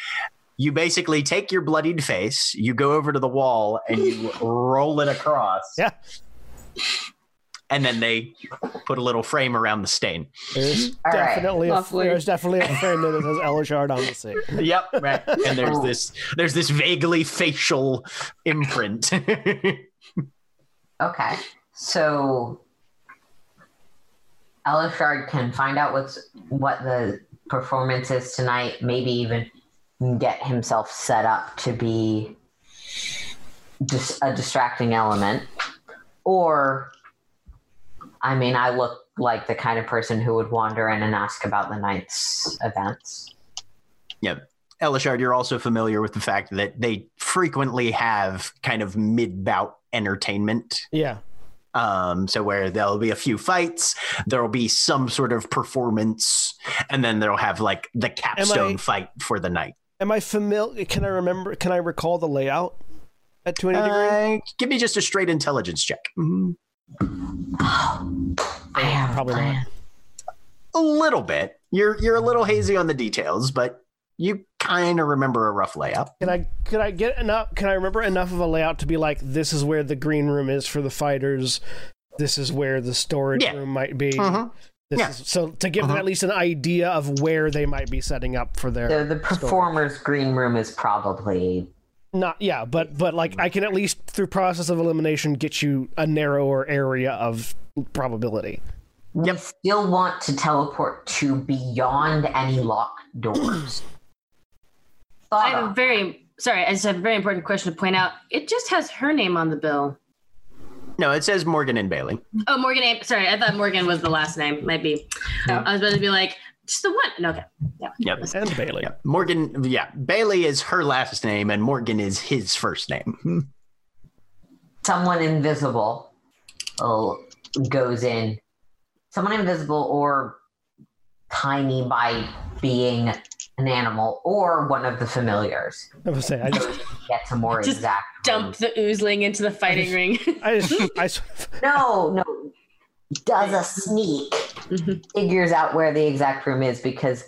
Speaker 1: you basically take your bloodied face, you go over to the wall and you roll it across.
Speaker 4: Yeah.
Speaker 1: And then they put a little frame around the stain.
Speaker 4: There's
Speaker 5: All right,
Speaker 4: definitely a,
Speaker 2: lovely.
Speaker 4: there's definitely a frame there that says Elishard on the seat.
Speaker 1: Yep, right. And there's this there's this vaguely facial imprint.
Speaker 5: Okay. So, Elishard can find out what's what the performance is tonight. Maybe even get himself set up to be dis- a distracting element, or I mean, I look like the kind of person who would wander in and ask about the night's events.
Speaker 1: Elishard, you're also familiar with the fact that they frequently have kind of mid bout entertainment.
Speaker 4: Yeah,
Speaker 1: Um, so where there'll be a few fights, there'll be some sort of performance, and then they'll have like the capstone fight for the night.
Speaker 4: am I familiar? Can I remember? Can I recall the layout at to any degree?
Speaker 1: Uh, give me just a straight intelligence check. Mhm.
Speaker 5: I have
Speaker 4: Probably not.
Speaker 1: A little bit. You're you're a little hazy on the details, but you kind of remember a rough layout.
Speaker 4: Can I could I get enough? Can I remember enough of a layout to be like, this is where the green room is for the fighters. This is where the storage
Speaker 1: Yeah.
Speaker 4: room might be.
Speaker 1: Mhm.
Speaker 4: This
Speaker 1: Yeah.
Speaker 4: is, so to give them
Speaker 1: Mhm.
Speaker 4: at least an idea of where they might be setting up for their
Speaker 5: So the performer's green room is probably
Speaker 4: not yeah, but but like I can at least through process of elimination get you a narrower area of probability.
Speaker 5: We still want to teleport to beyond any locked doors.
Speaker 3: I
Speaker 5: Thought
Speaker 3: have a
Speaker 5: of.
Speaker 3: very sorry. I just have a very important question to point out. It just has her name on the bill.
Speaker 1: No, it says Morgan and Bailey.
Speaker 3: Oh, Morgan. Ab- Sorry, I thought Morgan was the last name. Might be. I was about to be like just the one. No, okay.
Speaker 1: Yep.
Speaker 4: And Bailey.
Speaker 1: Yeah. Morgan, yeah. Bailey is her last name and Morgan is his first
Speaker 4: Hmm.
Speaker 1: name.
Speaker 5: someone invisible oh, uh, goes in someone invisible or tiny by being an animal or one of the familiars.
Speaker 4: I was saying, I just,
Speaker 5: Get to more
Speaker 3: Just
Speaker 5: exact.
Speaker 3: Dump the oozling into the fighting ring.
Speaker 4: I just, I sort of,
Speaker 5: No, no. Does a sneak
Speaker 3: Mhm.
Speaker 5: figures out where the exact room is because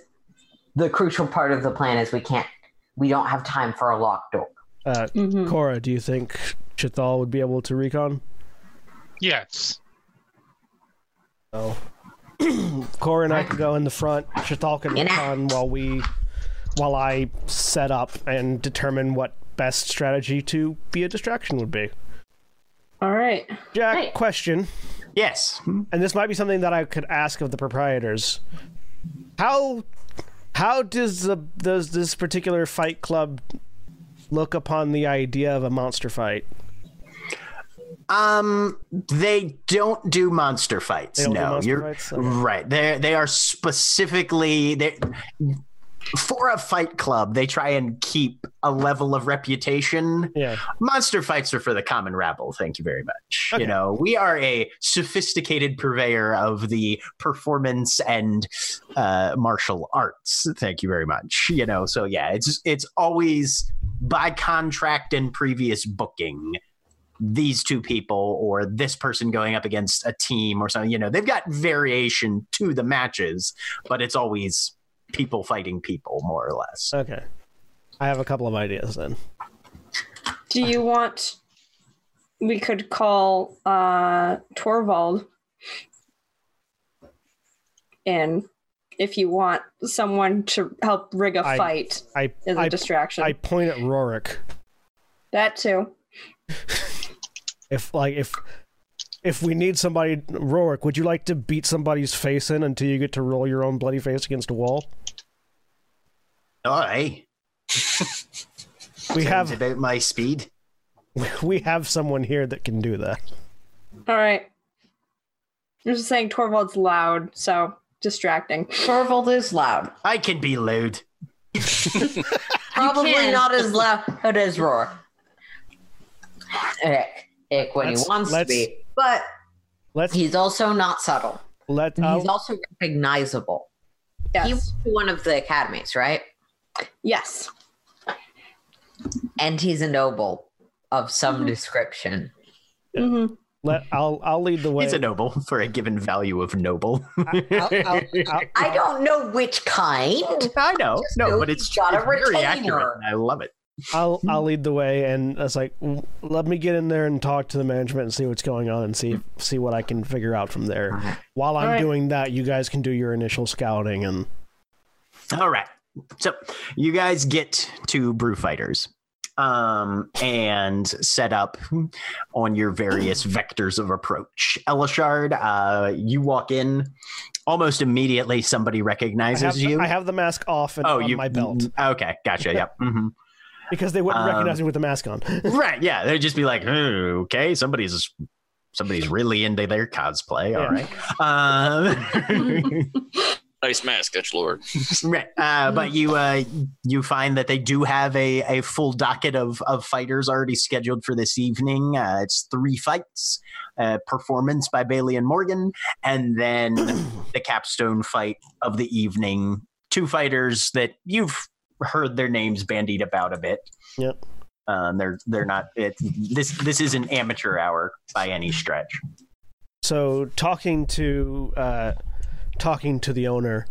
Speaker 5: the crucial part of the plan is we can't, we don't have time for a locked door.
Speaker 4: uh,
Speaker 1: Mm-hmm.
Speaker 2: Mhm.
Speaker 4: Cora, do you think Chithal would be able to recon?
Speaker 6: Yes.
Speaker 4: No. Cora and I can go in the front. Chithal can
Speaker 5: Get out.
Speaker 4: recon while we, while I set up and determine what best strategy to be a distraction would be.
Speaker 2: All right.
Speaker 4: Jack,
Speaker 3: Right.
Speaker 4: question,
Speaker 1: Yes.
Speaker 4: and this might be something that I could ask of the proprietors. How how does the does this particular fight club look upon the idea of a monster fight?
Speaker 1: Um, they don't do monster fights.
Speaker 4: They don't do
Speaker 1: no,
Speaker 4: monster
Speaker 1: you're
Speaker 4: fights? Okay.
Speaker 1: right. They they are specifically they for a fight club. They try and keep a level of reputation.
Speaker 4: Yeah.
Speaker 1: Monster fights are for the common rabble. Thank you very much.
Speaker 4: Okay.
Speaker 1: You know, we are a sophisticated purveyor of the performance and uh, martial arts. Thank you very much. You know, so yeah, it's it's always by contract and previous booking these two people or this person going up against a team or something. You know, they've got variation to the matches, but it's always people fighting people, more or less.
Speaker 4: Okay. I have a couple of ideas then.
Speaker 2: Do you want? We could call uh, Torvald in if you want someone to help rig a
Speaker 4: I-
Speaker 2: fight
Speaker 4: I
Speaker 2: as a
Speaker 4: I,
Speaker 2: distraction.
Speaker 4: I point at Rorik.
Speaker 2: that too.
Speaker 4: If like if if we need somebody Rorik, would you like to beat somebody's face in until you get to roll your own bloody face against a wall?
Speaker 1: All right.
Speaker 4: We
Speaker 1: Sounds
Speaker 4: have
Speaker 1: about my speed.
Speaker 4: we have someone here that can do that.
Speaker 2: All right. I'm just saying Torvald's loud, so distracting.
Speaker 5: Torvald is loud.
Speaker 1: I can be loud.
Speaker 5: Probably
Speaker 3: can.
Speaker 5: not as loud as Roar. Ick, ick when
Speaker 4: Let's-
Speaker 5: he wants to
Speaker 4: let's-
Speaker 5: be. But
Speaker 4: Let's
Speaker 5: he's also not subtle.
Speaker 4: let
Speaker 5: And he's
Speaker 4: I'll-
Speaker 5: also recognizable.
Speaker 2: Yes.
Speaker 5: He was one of the academies, right?
Speaker 2: yes.
Speaker 5: And he's a noble of some description.
Speaker 2: Mhm.
Speaker 4: let I'll I'll lead the way.
Speaker 1: He's a noble for a given value of noble.
Speaker 4: I'll- I'll- I'll-
Speaker 5: I don't know which kind.
Speaker 1: I know,
Speaker 5: Just
Speaker 1: no,
Speaker 5: know
Speaker 1: but
Speaker 5: he's
Speaker 1: it's,
Speaker 5: got a
Speaker 1: it's very
Speaker 5: retainer.
Speaker 1: accurate. and I love it.
Speaker 4: I'll I'll lead the way, and it's like w- let me get in there and talk to the management and see what's going on and see see what I can figure out from there. While I'm
Speaker 2: Alright.
Speaker 4: doing that, you guys can do your initial scouting and
Speaker 1: All right. So you guys get to brew fighters um and set up on your various vectors of approach elishard uh you walk in almost immediately somebody
Speaker 4: I
Speaker 1: recognizes
Speaker 4: have, the,
Speaker 1: you
Speaker 4: I have the mask off and
Speaker 1: oh
Speaker 4: on
Speaker 1: you
Speaker 4: my belt
Speaker 1: okay gotcha yep mhm.
Speaker 4: because they wouldn't
Speaker 1: Um,
Speaker 4: recognize me with the mask on.
Speaker 1: right yeah they'd just be like "Hmm, okay somebody's somebody's really into their cosplay all right um
Speaker 7: Nice mask, Edge Lord.
Speaker 1: Right, uh, but you uh, you find that they do have a, a full docket of, of fighters already scheduled for this evening. Uh, it's three fights, uh, performance by Bailey and Morgan, and then the capstone fight of the evening. Two fighters that you've heard their names bandied about a bit.
Speaker 4: Yep.
Speaker 1: Um, they're they're not it, this this isn't amateur hour by any stretch.
Speaker 4: so talking to uh, talking to the owner.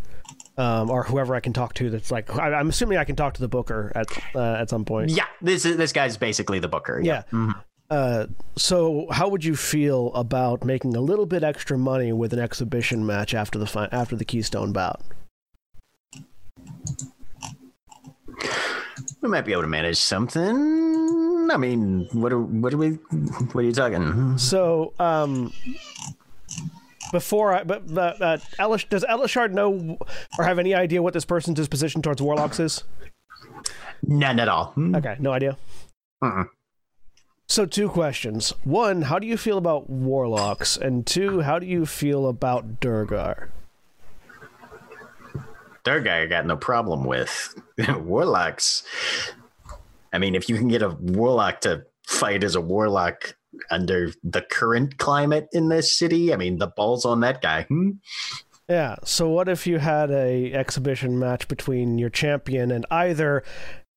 Speaker 4: Um, or whoever I can talk to. That's like I, I'm assuming I can talk to the booker at uh, at some point.
Speaker 1: Yeah, this is this guy's basically the booker.
Speaker 4: Yeah.
Speaker 1: Mhm.
Speaker 4: Uh, so, how would you feel about making a little bit extra money with an exhibition match after the fi- after the Keystone bout?
Speaker 1: We might be able to manage something. I mean, what are what are we? What are you talking?
Speaker 4: So, um, before I, but, but uh, Elish, does Elishard know or have any idea what this person's disposition towards warlocks is?
Speaker 1: None at all.
Speaker 4: Okay, no idea.
Speaker 1: Mm-mm.
Speaker 4: So, two questions. One, how do you feel about warlocks? And two, how do you feel about Durgar?
Speaker 1: Third guy, I got no problem with warlocks. I mean, if you can get a warlock to fight as a warlock, under the current climate in this city. I mean, the ball's on that guy. Hmm?
Speaker 4: Yeah. So what if you had a exhibition match between your champion and either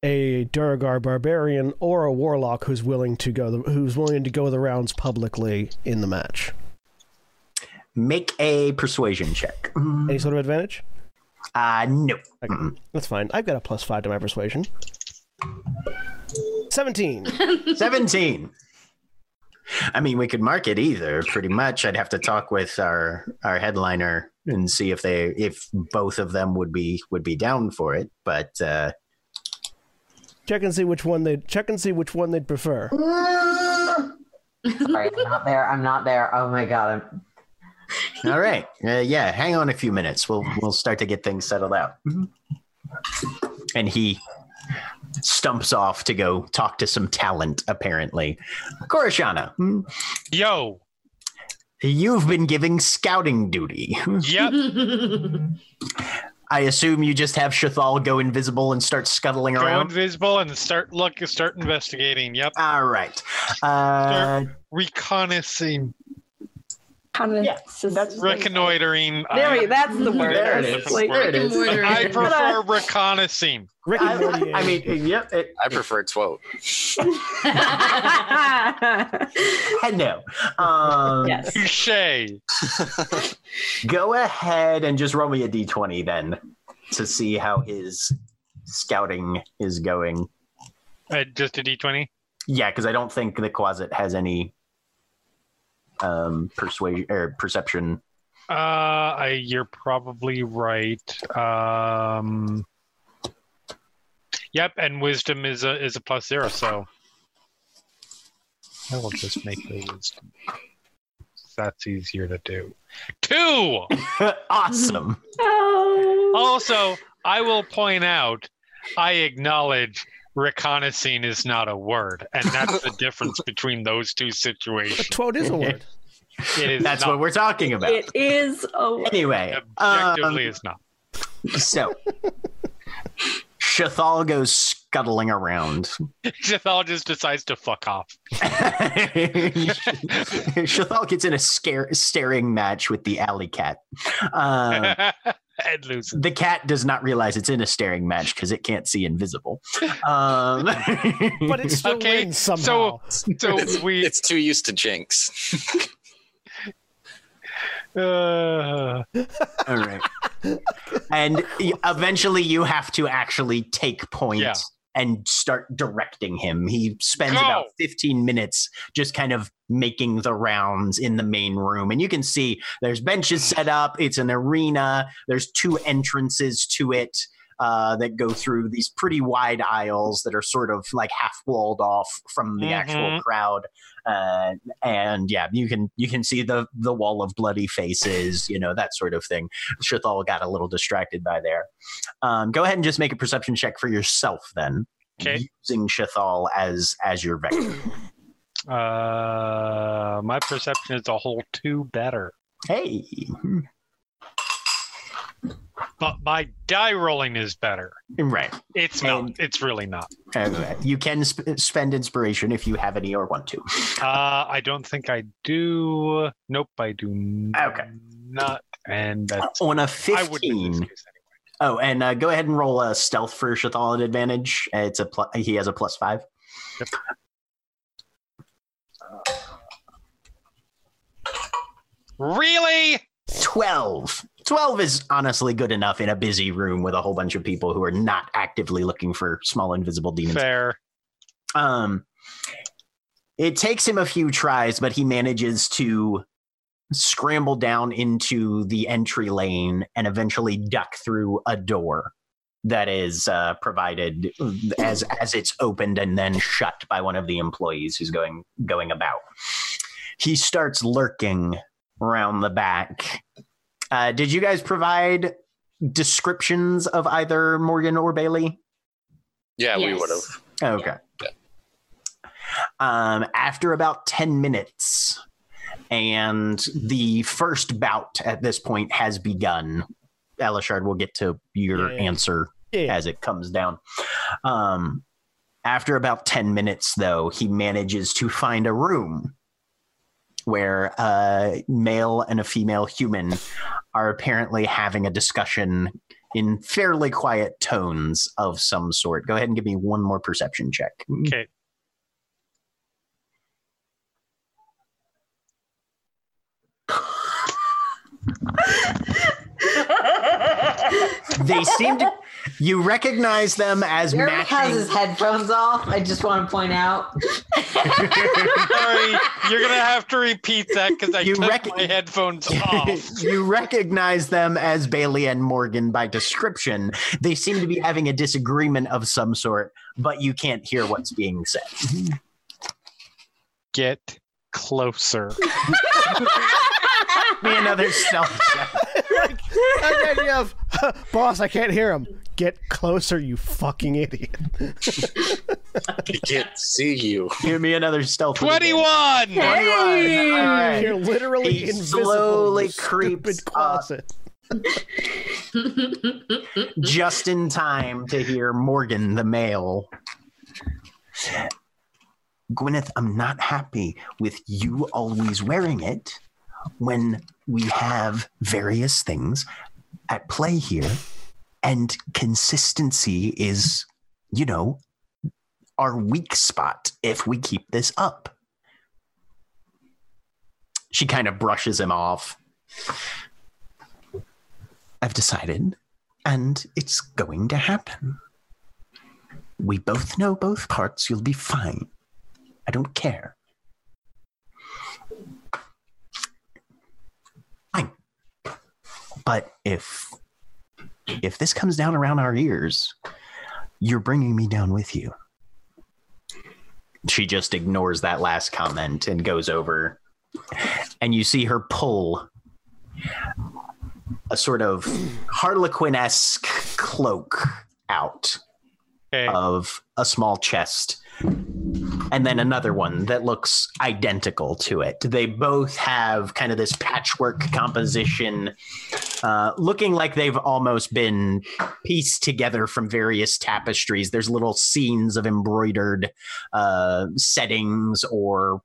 Speaker 4: a Duragar barbarian or a warlock who's willing to go the, who's willing to go the rounds publicly in the match?
Speaker 1: Make a persuasion check.
Speaker 4: Any sort of advantage?
Speaker 1: Uh, no.
Speaker 4: Okay.
Speaker 1: Mm-mm.
Speaker 4: That's fine. I've got a plus five to my persuasion. Seventeen.
Speaker 1: 17. I mean, we could mark it either, pretty much. I'd have to talk with our, our headliner and see if they if both of them would be would be down for it. But uh,
Speaker 4: check and see which one they check and see which one they'd prefer.
Speaker 5: Sorry, I'm not there. I'm not there. Oh my god. I'm,
Speaker 1: all right, uh, yeah, hang on a few minutes. We'll we'll start to get things settled out. And he stumps off to go talk to some talent. Apparently, Koroshana, hmm,
Speaker 6: Yo.
Speaker 1: you've been giving scouting duty.
Speaker 6: Yep.
Speaker 1: I assume you just have Shathal go invisible and start scuttling
Speaker 6: Go
Speaker 1: around.
Speaker 6: invisible and start look start investigating. Yep.
Speaker 1: All right. Uh,
Speaker 6: Reconnaissing.
Speaker 2: Kind of
Speaker 1: Yeah, that's-
Speaker 6: Reconnoitering.
Speaker 2: There
Speaker 6: I-
Speaker 2: we, that's the word.
Speaker 1: There it
Speaker 2: I was
Speaker 1: is.
Speaker 2: just like-
Speaker 1: There it is.
Speaker 6: I
Speaker 3: Mortar.
Speaker 6: prefer reconnaissance.
Speaker 4: Rick and Morty.
Speaker 1: I, I mean, yep. It,
Speaker 7: I prefer 12.
Speaker 1: I know. Um,
Speaker 2: yes.
Speaker 6: Touche.
Speaker 1: Go ahead and just roll me a d20 then to see how his scouting is going.
Speaker 6: Uh, just a d20.
Speaker 1: Yeah, because I don't think the Quasit has any um, persuasion or perception.
Speaker 6: Uh, I, you're probably right. Um, yep, and wisdom is a is a plus zero, so I will just make the wisdom. That's easier to do. Two.
Speaker 1: awesome.
Speaker 2: Oh,
Speaker 6: Also, I will point out, I acknowledge reconnaissance is not a word, and that's the difference between those two situations.
Speaker 4: Twode is a word.
Speaker 6: It is
Speaker 1: That's what
Speaker 6: not.
Speaker 1: we're talking about.
Speaker 2: It is a
Speaker 1: anyway, um,
Speaker 6: Objectively, it's not.
Speaker 1: so Shathal goes scuttling around.
Speaker 6: Jethal just decides to fuck off.
Speaker 1: Shathal gets in a scare, staring match with the alley cat. Uh,
Speaker 6: and loses.
Speaker 1: the cat does not realize it's in a staring match because it can't see invisible. Um,
Speaker 4: But it still
Speaker 6: Okay,
Speaker 4: wins somehow.
Speaker 6: So
Speaker 7: It's,
Speaker 6: we.
Speaker 7: it's too used to jinx.
Speaker 6: Uh,
Speaker 1: all right. And y- eventually, you have to actually take point
Speaker 6: Yeah.
Speaker 1: and start directing him. He spends
Speaker 6: Go.
Speaker 1: about 15 minutes just kind of making the rounds in the main room. And you can see there's benches set up, it's an arena, there's two entrances to it. Uh, that go through these pretty wide aisles that are sort of like half walled off from the actual
Speaker 6: Mhm.
Speaker 1: crowd. Uh, and yeah, you can you can see the the wall of bloody faces, you know that sort of thing. Shithal got a little distracted by there. Um, go ahead and just make a perception check for yourself then,
Speaker 6: okay.
Speaker 1: using Shithal as as your vector.
Speaker 6: Uh, my perception is a whole two better,
Speaker 1: hey, Hmm.
Speaker 6: but my die rolling is better.
Speaker 1: right.
Speaker 6: It's
Speaker 1: Um,
Speaker 6: not. It's really not.
Speaker 1: Okay. You can sp- spend inspiration if you have any or want to.
Speaker 6: Uh, I don't think I do. Nope, I do.
Speaker 1: Okay.
Speaker 6: Not and that's.
Speaker 1: On a
Speaker 6: I would in this
Speaker 1: fifteen.
Speaker 6: case
Speaker 1: Oh, and uh, go ahead and roll a stealth for Shithal at advantage. Uh, It's a pl- he has a plus five.
Speaker 6: anyway. Really?
Speaker 1: 12. 12 is honestly good enough in a busy room with a whole bunch of people who are not actively looking for small invisible demons.
Speaker 6: Fair.
Speaker 1: Um it takes him a few tries but he manages to scramble down into the entry lane and eventually duck through a door that is uh, provided as as it's opened and then shut by one of the employees who's going going about. He starts lurking around the back. Uh, did you guys provide descriptions of either Morgan or Bailey?
Speaker 7: Yeah, we
Speaker 3: Yes.
Speaker 7: would have.
Speaker 1: Okay. Um, after about 10 minutes, and the first bout at this point has begun. Alishard, we'll get to your
Speaker 4: Yeah.
Speaker 1: answer
Speaker 4: Yeah.
Speaker 1: as it comes down. Um, after about 10 minutes, though, he manages to find a room where a male and a female human are apparently having a discussion in fairly quiet tones of some sort. Go ahead and give me one more perception check.
Speaker 6: Okay.
Speaker 1: They seem to. You recognize them as
Speaker 5: Jeremy has his
Speaker 1: matching.
Speaker 5: headphones off. I just want to point out.
Speaker 6: Sorry, you're gonna have to repeat that because I
Speaker 1: You
Speaker 6: took
Speaker 1: reckon-
Speaker 6: my headphones off.
Speaker 1: you recognize them as Bailey and Morgan by description. They seem to be having a disagreement of some sort, but you can't hear what's being said.
Speaker 6: Get closer.
Speaker 1: Give me another stealth check.
Speaker 10: That idea of, boss, I can't hear him. Get closer, you fucking idiot.
Speaker 7: I can't see you.
Speaker 1: Give me another stealth. with advantage.
Speaker 6: Twenty-one.
Speaker 1: Twenty-one. All right.
Speaker 10: You're literally
Speaker 1: He
Speaker 10: invisible.
Speaker 1: slowly
Speaker 10: you stupid
Speaker 1: creeps up.
Speaker 10: closet.
Speaker 1: just in time to hear Morgan the male. Gwyneth, I'm not happy with you always wearing it when we have various things at play here. And consistency is, you know, our weak spot if we keep this up. She kind of brushes him off. I've decided and it's going to happen. We both know both parts. You'll be fine. I don't care. Fine. But if if this comes down around our ears, you're bringing me down with you. She just ignores that last comment and goes over, and you see her pull a sort of harlequin esque cloak out
Speaker 6: Okay.
Speaker 1: of a small chest. And then another one that looks identical to it. They both have kind of this patchwork composition, uh, looking like they've almost been pieced together from various tapestries. There's little scenes of embroidered uh, settings or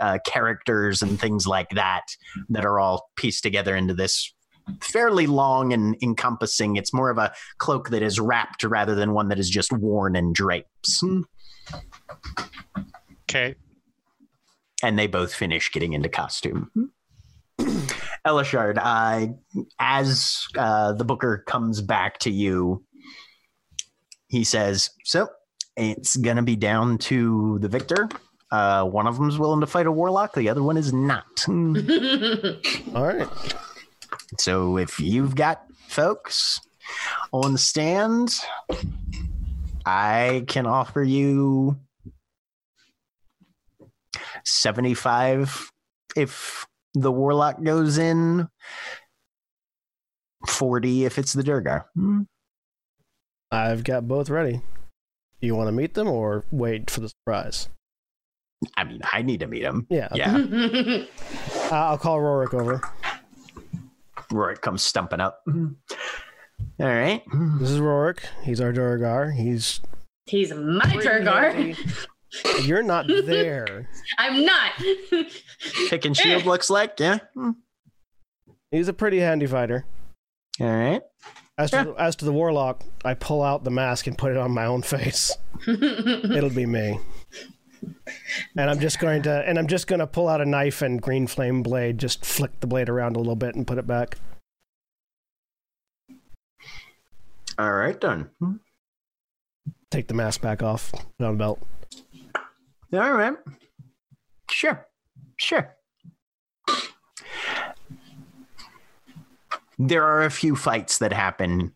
Speaker 1: uh, characters and things like that that are all pieced together into this fairly long and encompassing. It's more of a cloak that is wrapped rather than one that is just worn and drapes.
Speaker 6: okay.
Speaker 1: And they both finish getting into costume. Elishard, uh, as uh, the booker comes back to you, he says, So it's going to be down to the victor. Uh, one of them's willing to fight a warlock, the other one is not.
Speaker 4: All right.
Speaker 1: So if you've got folks on the stand, I can offer you 75 if the warlock goes in, 40 if it's the Durgar.
Speaker 4: I've got both ready. Do you want to meet them or wait for the surprise?
Speaker 1: I mean, I need to meet him.
Speaker 4: Yeah.
Speaker 1: Yeah,
Speaker 4: Uh, I'll call Rorik over.
Speaker 1: Rorik comes stumping up. All right.
Speaker 4: This is Rorik. He's our Durgar. He's.
Speaker 3: He's my Turgar.
Speaker 4: You're not there.
Speaker 3: I'm not.
Speaker 1: Pick and shield looks like. Yeah. All
Speaker 4: He's a pretty handy fighter.
Speaker 1: right.
Speaker 4: As to, the, as to the warlock, I pull out the mask and put it on my own face. It'll be me. And I'm just going to and I'm just going to pull out a knife and green flame blade, just flick the blade around a little bit and put it back.
Speaker 1: All right, done. All
Speaker 4: Take the mask back off, put on the belt.
Speaker 1: right. Sure. Sure. there are a few fights that happen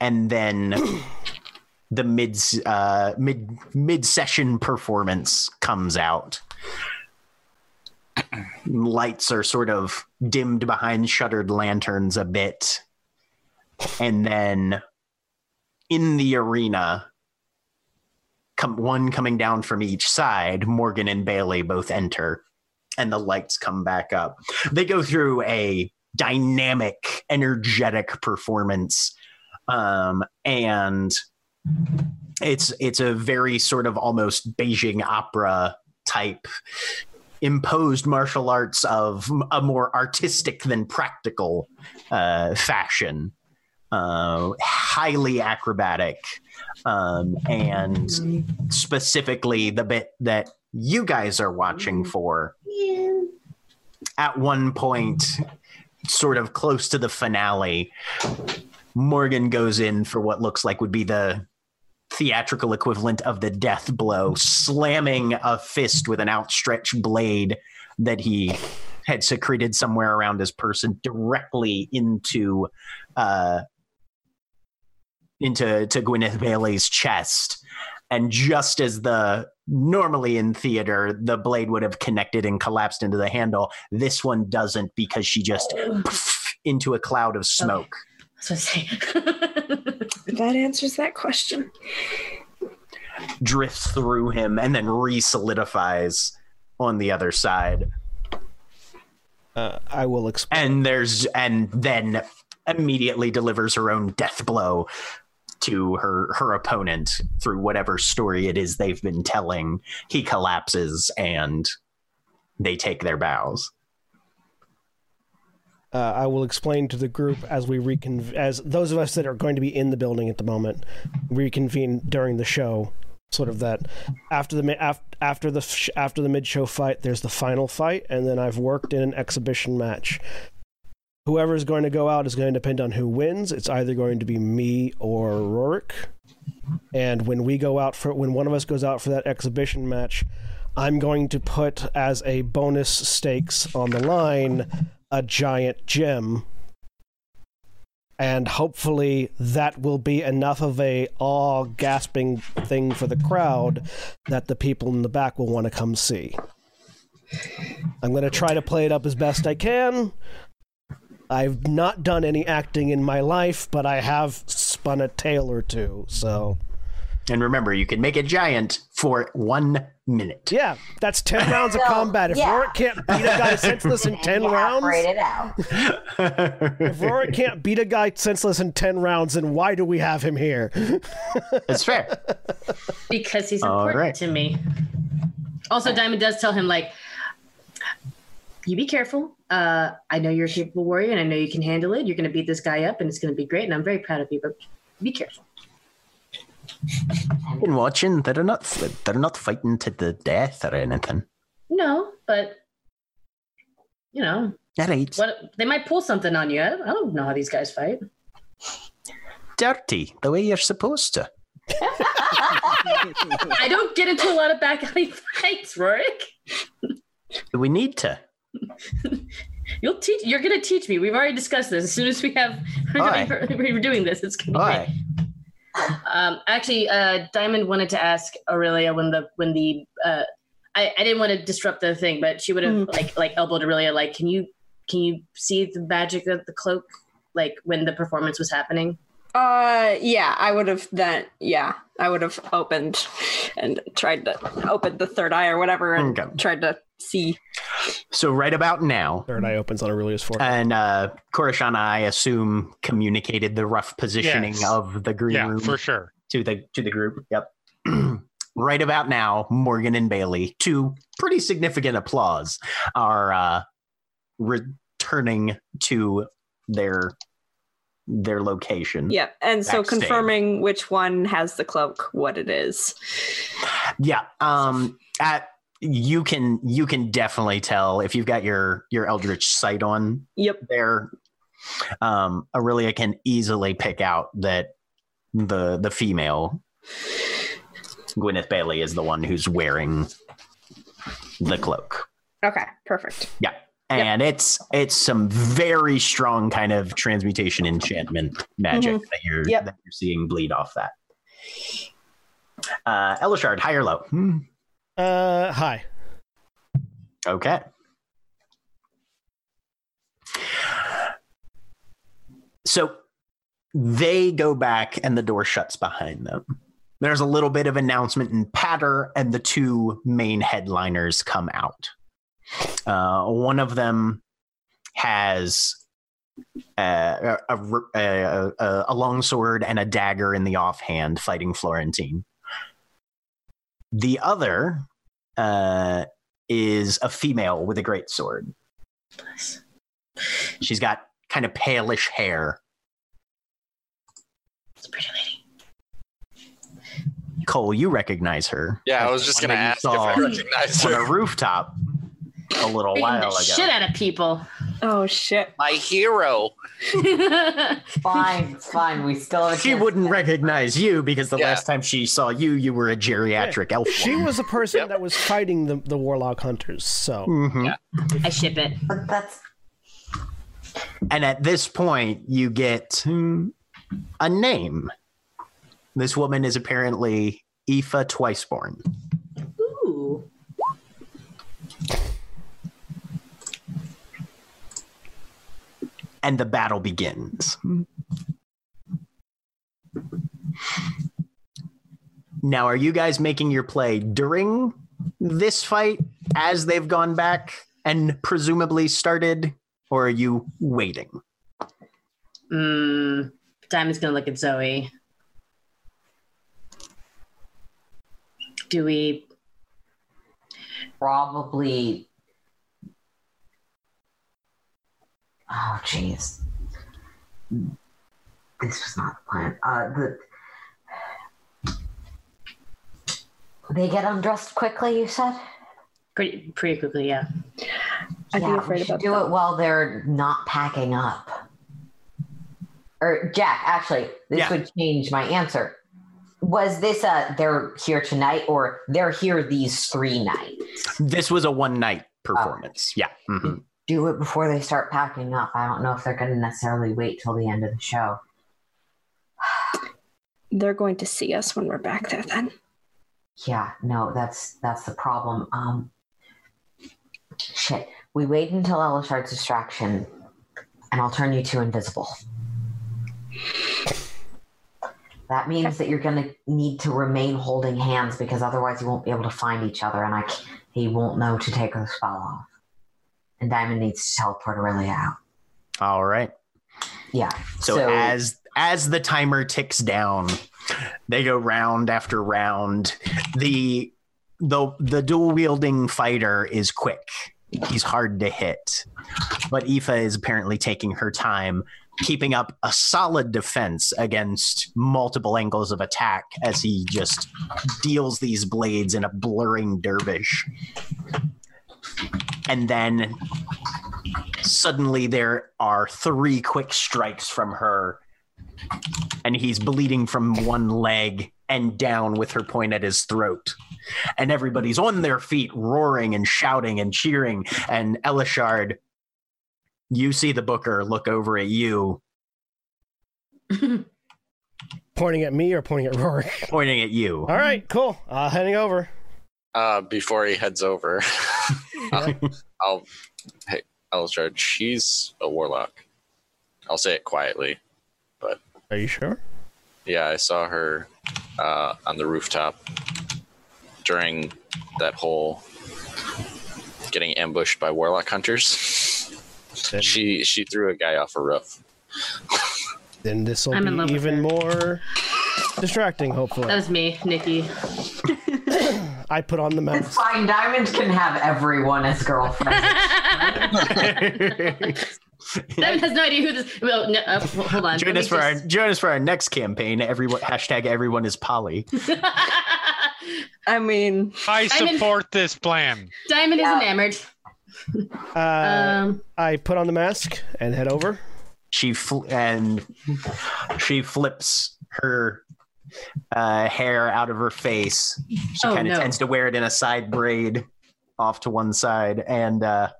Speaker 1: and then the mid uh, mid mid session performance comes out lights are sort of dimmed behind shuttered lanterns a bit and then in the arena come one coming down from each side morgan and bailey both enter and the lights come back up they go through a dynamic, energetic performance. Um, and it's it's a very sort of almost Beijing opera type imposed martial arts of m- a more artistic than practical uh, fashion, uh, highly acrobatic, um, and specifically the bit that you guys are watching for. At one point, sort of close to the finale, Morgan goes in for what looks like would be the theatrical equivalent of the death blow, slamming a fist with an outstretched blade that he had secreted somewhere around his person directly into uh, into to Gwyneth Bailey's chest. And just as the normally in theater, the blade would have connected and collapsed into the handle, this one doesn't because she just poof, into a cloud of smoke.
Speaker 3: So say. All
Speaker 2: That answers that question.
Speaker 1: drifts through him and then re-solidifies on the other side
Speaker 4: Uh, I will explain.
Speaker 1: and there's and then immediately delivers her own death blow to her her opponent through whatever story it is they've been telling he collapses and they take their bows
Speaker 4: Uh, I will explain to the group as we reconv as those of us that are going to be in the building at the moment reconvene during the show. Sort of that after the mi- af- after the sh- after the mid show fight, there's the final fight, and then I've worked in an exhibition match. Whoever's going to go out is going to depend on who wins. It's either going to be me or Rorik. And when we go out for when one of us goes out for that exhibition match, I'm going to put as a bonus stakes on the line a giant gem. And hopefully that will be enough of a awe gasping thing for the crowd that the people in the back will want to come see. I'm going to try to play it up as best I can. I've not done any acting in my life, but I have spun a tale or two. So,
Speaker 1: and remember you can make it giant for one minute
Speaker 4: yeah, that's 10 rounds of
Speaker 5: So,
Speaker 4: combat. If
Speaker 5: yeah.
Speaker 4: Rorik can't beat a guy senseless in 10
Speaker 5: You
Speaker 4: rounds,
Speaker 5: operate it out.
Speaker 4: if Rorik can't beat a guy senseless in 10 rounds, then why do we have him here?
Speaker 1: it's fair
Speaker 3: because he's
Speaker 1: All
Speaker 3: important
Speaker 1: right.
Speaker 3: to me. Also, Diamond does tell him like, "You be careful. Uh, I know you're a capable warrior, and I know you can handle it. You're going to beat this guy up, and it's going to be great. And I'm very proud of you. But be careful."
Speaker 1: been watching they're not they're not fighting to the death or anything
Speaker 3: No, but you know
Speaker 1: all right
Speaker 3: what? They might pull something on you. I don't, I don't know how these guys fight.
Speaker 1: dirty the way you're supposed to
Speaker 3: I don't get into a lot of back alley fights, Rorik.
Speaker 1: we need to
Speaker 3: You'll teach. You're going to teach me. We've already discussed this. As soon as we have,
Speaker 1: Aye.
Speaker 3: we're doing this. It's going to be
Speaker 1: all
Speaker 3: great.
Speaker 1: right
Speaker 3: Um, actually, uh, Diamond wanted to ask Aurelia when the when the uh, I, I didn't want to disrupt the thing, but she would have like like elbowed Aurelia like, can you can you see the magic of the cloak? Like when the performance was happening.
Speaker 2: Uh, yeah, I would have then. Yeah, I would have opened and tried to open the third eye or whatever and
Speaker 1: Okay.
Speaker 2: tried to see.
Speaker 1: so right about now
Speaker 4: Third eye opens on Aurelius Four.
Speaker 1: And uh, Coruscant, I assume, communicated the rough positioning
Speaker 6: Yes.
Speaker 1: of the green
Speaker 6: Yeah,
Speaker 1: room
Speaker 6: for sure.
Speaker 1: to the to the group. Yep. right about now, Morgan and Bailey, to pretty significant applause, are uh, returning to their their location.
Speaker 2: Yeah, and so
Speaker 1: Hmm. Backstage.
Speaker 2: confirming which one has the cloak, what it is.
Speaker 1: Yeah. Um. At you can you can definitely tell if you've got your your eldritch sight on
Speaker 2: Yep.
Speaker 1: there um aurelia can easily pick out that the the female gwyneth bailey is the one who's wearing the cloak
Speaker 2: Okay. Perfect.
Speaker 1: and it's it's some very strong kind of transmutation enchantment magic that you're
Speaker 2: Yep.
Speaker 1: that you're seeing bleed off that uh elishard high or low Hmm.
Speaker 4: Uh, hi.
Speaker 1: Okay. So they go back and the door shuts behind them. There's a little bit of announcement and patter, and the two main headliners come out. Uh, one of them has uh, a, a, a, a, a longsword and a dagger in the offhand fighting Florentine. The other uh, is a female with a great sword. She's got kind of palish hair.
Speaker 3: It's a pretty lady.
Speaker 1: Cole, you recognize her.
Speaker 7: Yeah, I
Speaker 1: As
Speaker 7: was
Speaker 1: the
Speaker 7: just
Speaker 1: one
Speaker 7: gonna
Speaker 1: that
Speaker 7: ask
Speaker 1: you
Speaker 7: if I
Speaker 1: saw
Speaker 7: recognize
Speaker 1: on a
Speaker 7: her.
Speaker 1: rooftop a little
Speaker 3: Beating
Speaker 1: while
Speaker 3: the
Speaker 1: ago.
Speaker 3: shit out of people.
Speaker 2: Oh shit.
Speaker 7: My hero.
Speaker 5: Fine, fine. We still have a
Speaker 1: She
Speaker 5: chance.
Speaker 1: wouldn't recognize you because the
Speaker 7: Yeah.
Speaker 1: last time she saw you, you were a geriatric elf.
Speaker 4: She was the person
Speaker 7: Yep.
Speaker 4: that was fighting the, the warlock hunters, so
Speaker 1: hmm
Speaker 3: I ship it.
Speaker 5: But that's
Speaker 1: And at this point, you get hmm, a name. This woman is apparently Aoife Twiceborn.
Speaker 3: Ooh.
Speaker 1: and the battle begins. Now, are you guys making your play during this fight as they've gone back and presumably started, or are you waiting?
Speaker 3: Mm, Diamond's gonna look at Zoe. Do we?
Speaker 5: probably. Oh, jeez. This was not the plan. Uh, the... They get undressed quickly, you said?
Speaker 3: Pretty, pretty quickly, yeah.
Speaker 2: I'd be
Speaker 5: yeah,
Speaker 2: afraid
Speaker 5: we should
Speaker 2: about
Speaker 5: do it while they're not packing up. Or Jack, actually, this
Speaker 1: Yeah.
Speaker 5: would change my answer. Was this a they're here tonight or they're here these three nights?
Speaker 1: This was a one night performance. Yeah. mhm.
Speaker 5: Do it before they start packing up. I don't know if they're going to necessarily wait till the end of the show.
Speaker 2: They're going to see us when we're back there then.
Speaker 5: Yeah, no, that's that's the problem. Um, shit, we wait until Elishard's distraction, and I'll turn you to invisible. That means that you're gonna need to remain holding hands because otherwise you won't be able to find each other, and I c- he won't know to take the spell off. And Diamond needs to teleport Aurelia out.
Speaker 1: All right.
Speaker 5: Yeah.
Speaker 1: So, as as the timer ticks down, they go round after round. The the the dual wielding fighter is quick. He's hard to hit. But Aoife is apparently taking her time, keeping up a solid defense against multiple angles of attack as he just deals these blades in a blurring dervish. And then suddenly there are three quick strikes from her and he's bleeding from one leg and down with her point at his throat and everybody's on their feet roaring and shouting and cheering and elishard you see the booker look over at you
Speaker 4: pointing at me or pointing at Rorik.
Speaker 1: pointing at you
Speaker 4: All right, cool. Uh, heading over.
Speaker 7: Uh, before he heads over, uh, I'll hey Elishard, she's a warlock. I'll say it quietly.
Speaker 4: Are you sure?
Speaker 7: Yeah, I saw her uh, on the rooftop during that whole getting ambushed by warlock hunters.
Speaker 4: Then-
Speaker 7: she she threw a guy off a roof.
Speaker 4: Then this will
Speaker 3: I'm in love
Speaker 4: be
Speaker 3: with
Speaker 4: even
Speaker 3: her. Uh,
Speaker 4: more distracting. Hopefully,
Speaker 3: That was me, Nikki.
Speaker 4: I put on the
Speaker 5: it's
Speaker 4: mask.
Speaker 5: fine. Diamond can have everyone as girlfriends.
Speaker 3: Diamond has no idea who this. Well, no, uh, hold on.
Speaker 1: join
Speaker 3: Let
Speaker 1: us
Speaker 3: me
Speaker 1: for our
Speaker 3: just-
Speaker 1: join us for our next campaign everyone hashtag everyone is polly
Speaker 2: I mean,
Speaker 6: I
Speaker 3: I'm in-
Speaker 6: support this plan.
Speaker 3: Diamond is
Speaker 5: Yeah.
Speaker 3: enamored.
Speaker 4: Uh,
Speaker 3: Um,
Speaker 4: I put on the mask and head over.
Speaker 1: she fl- and she flips her uh, hair out of her face. She
Speaker 3: Oh,
Speaker 1: kind of
Speaker 3: no.
Speaker 1: tends to wear it in a side braid off to one side, and uh,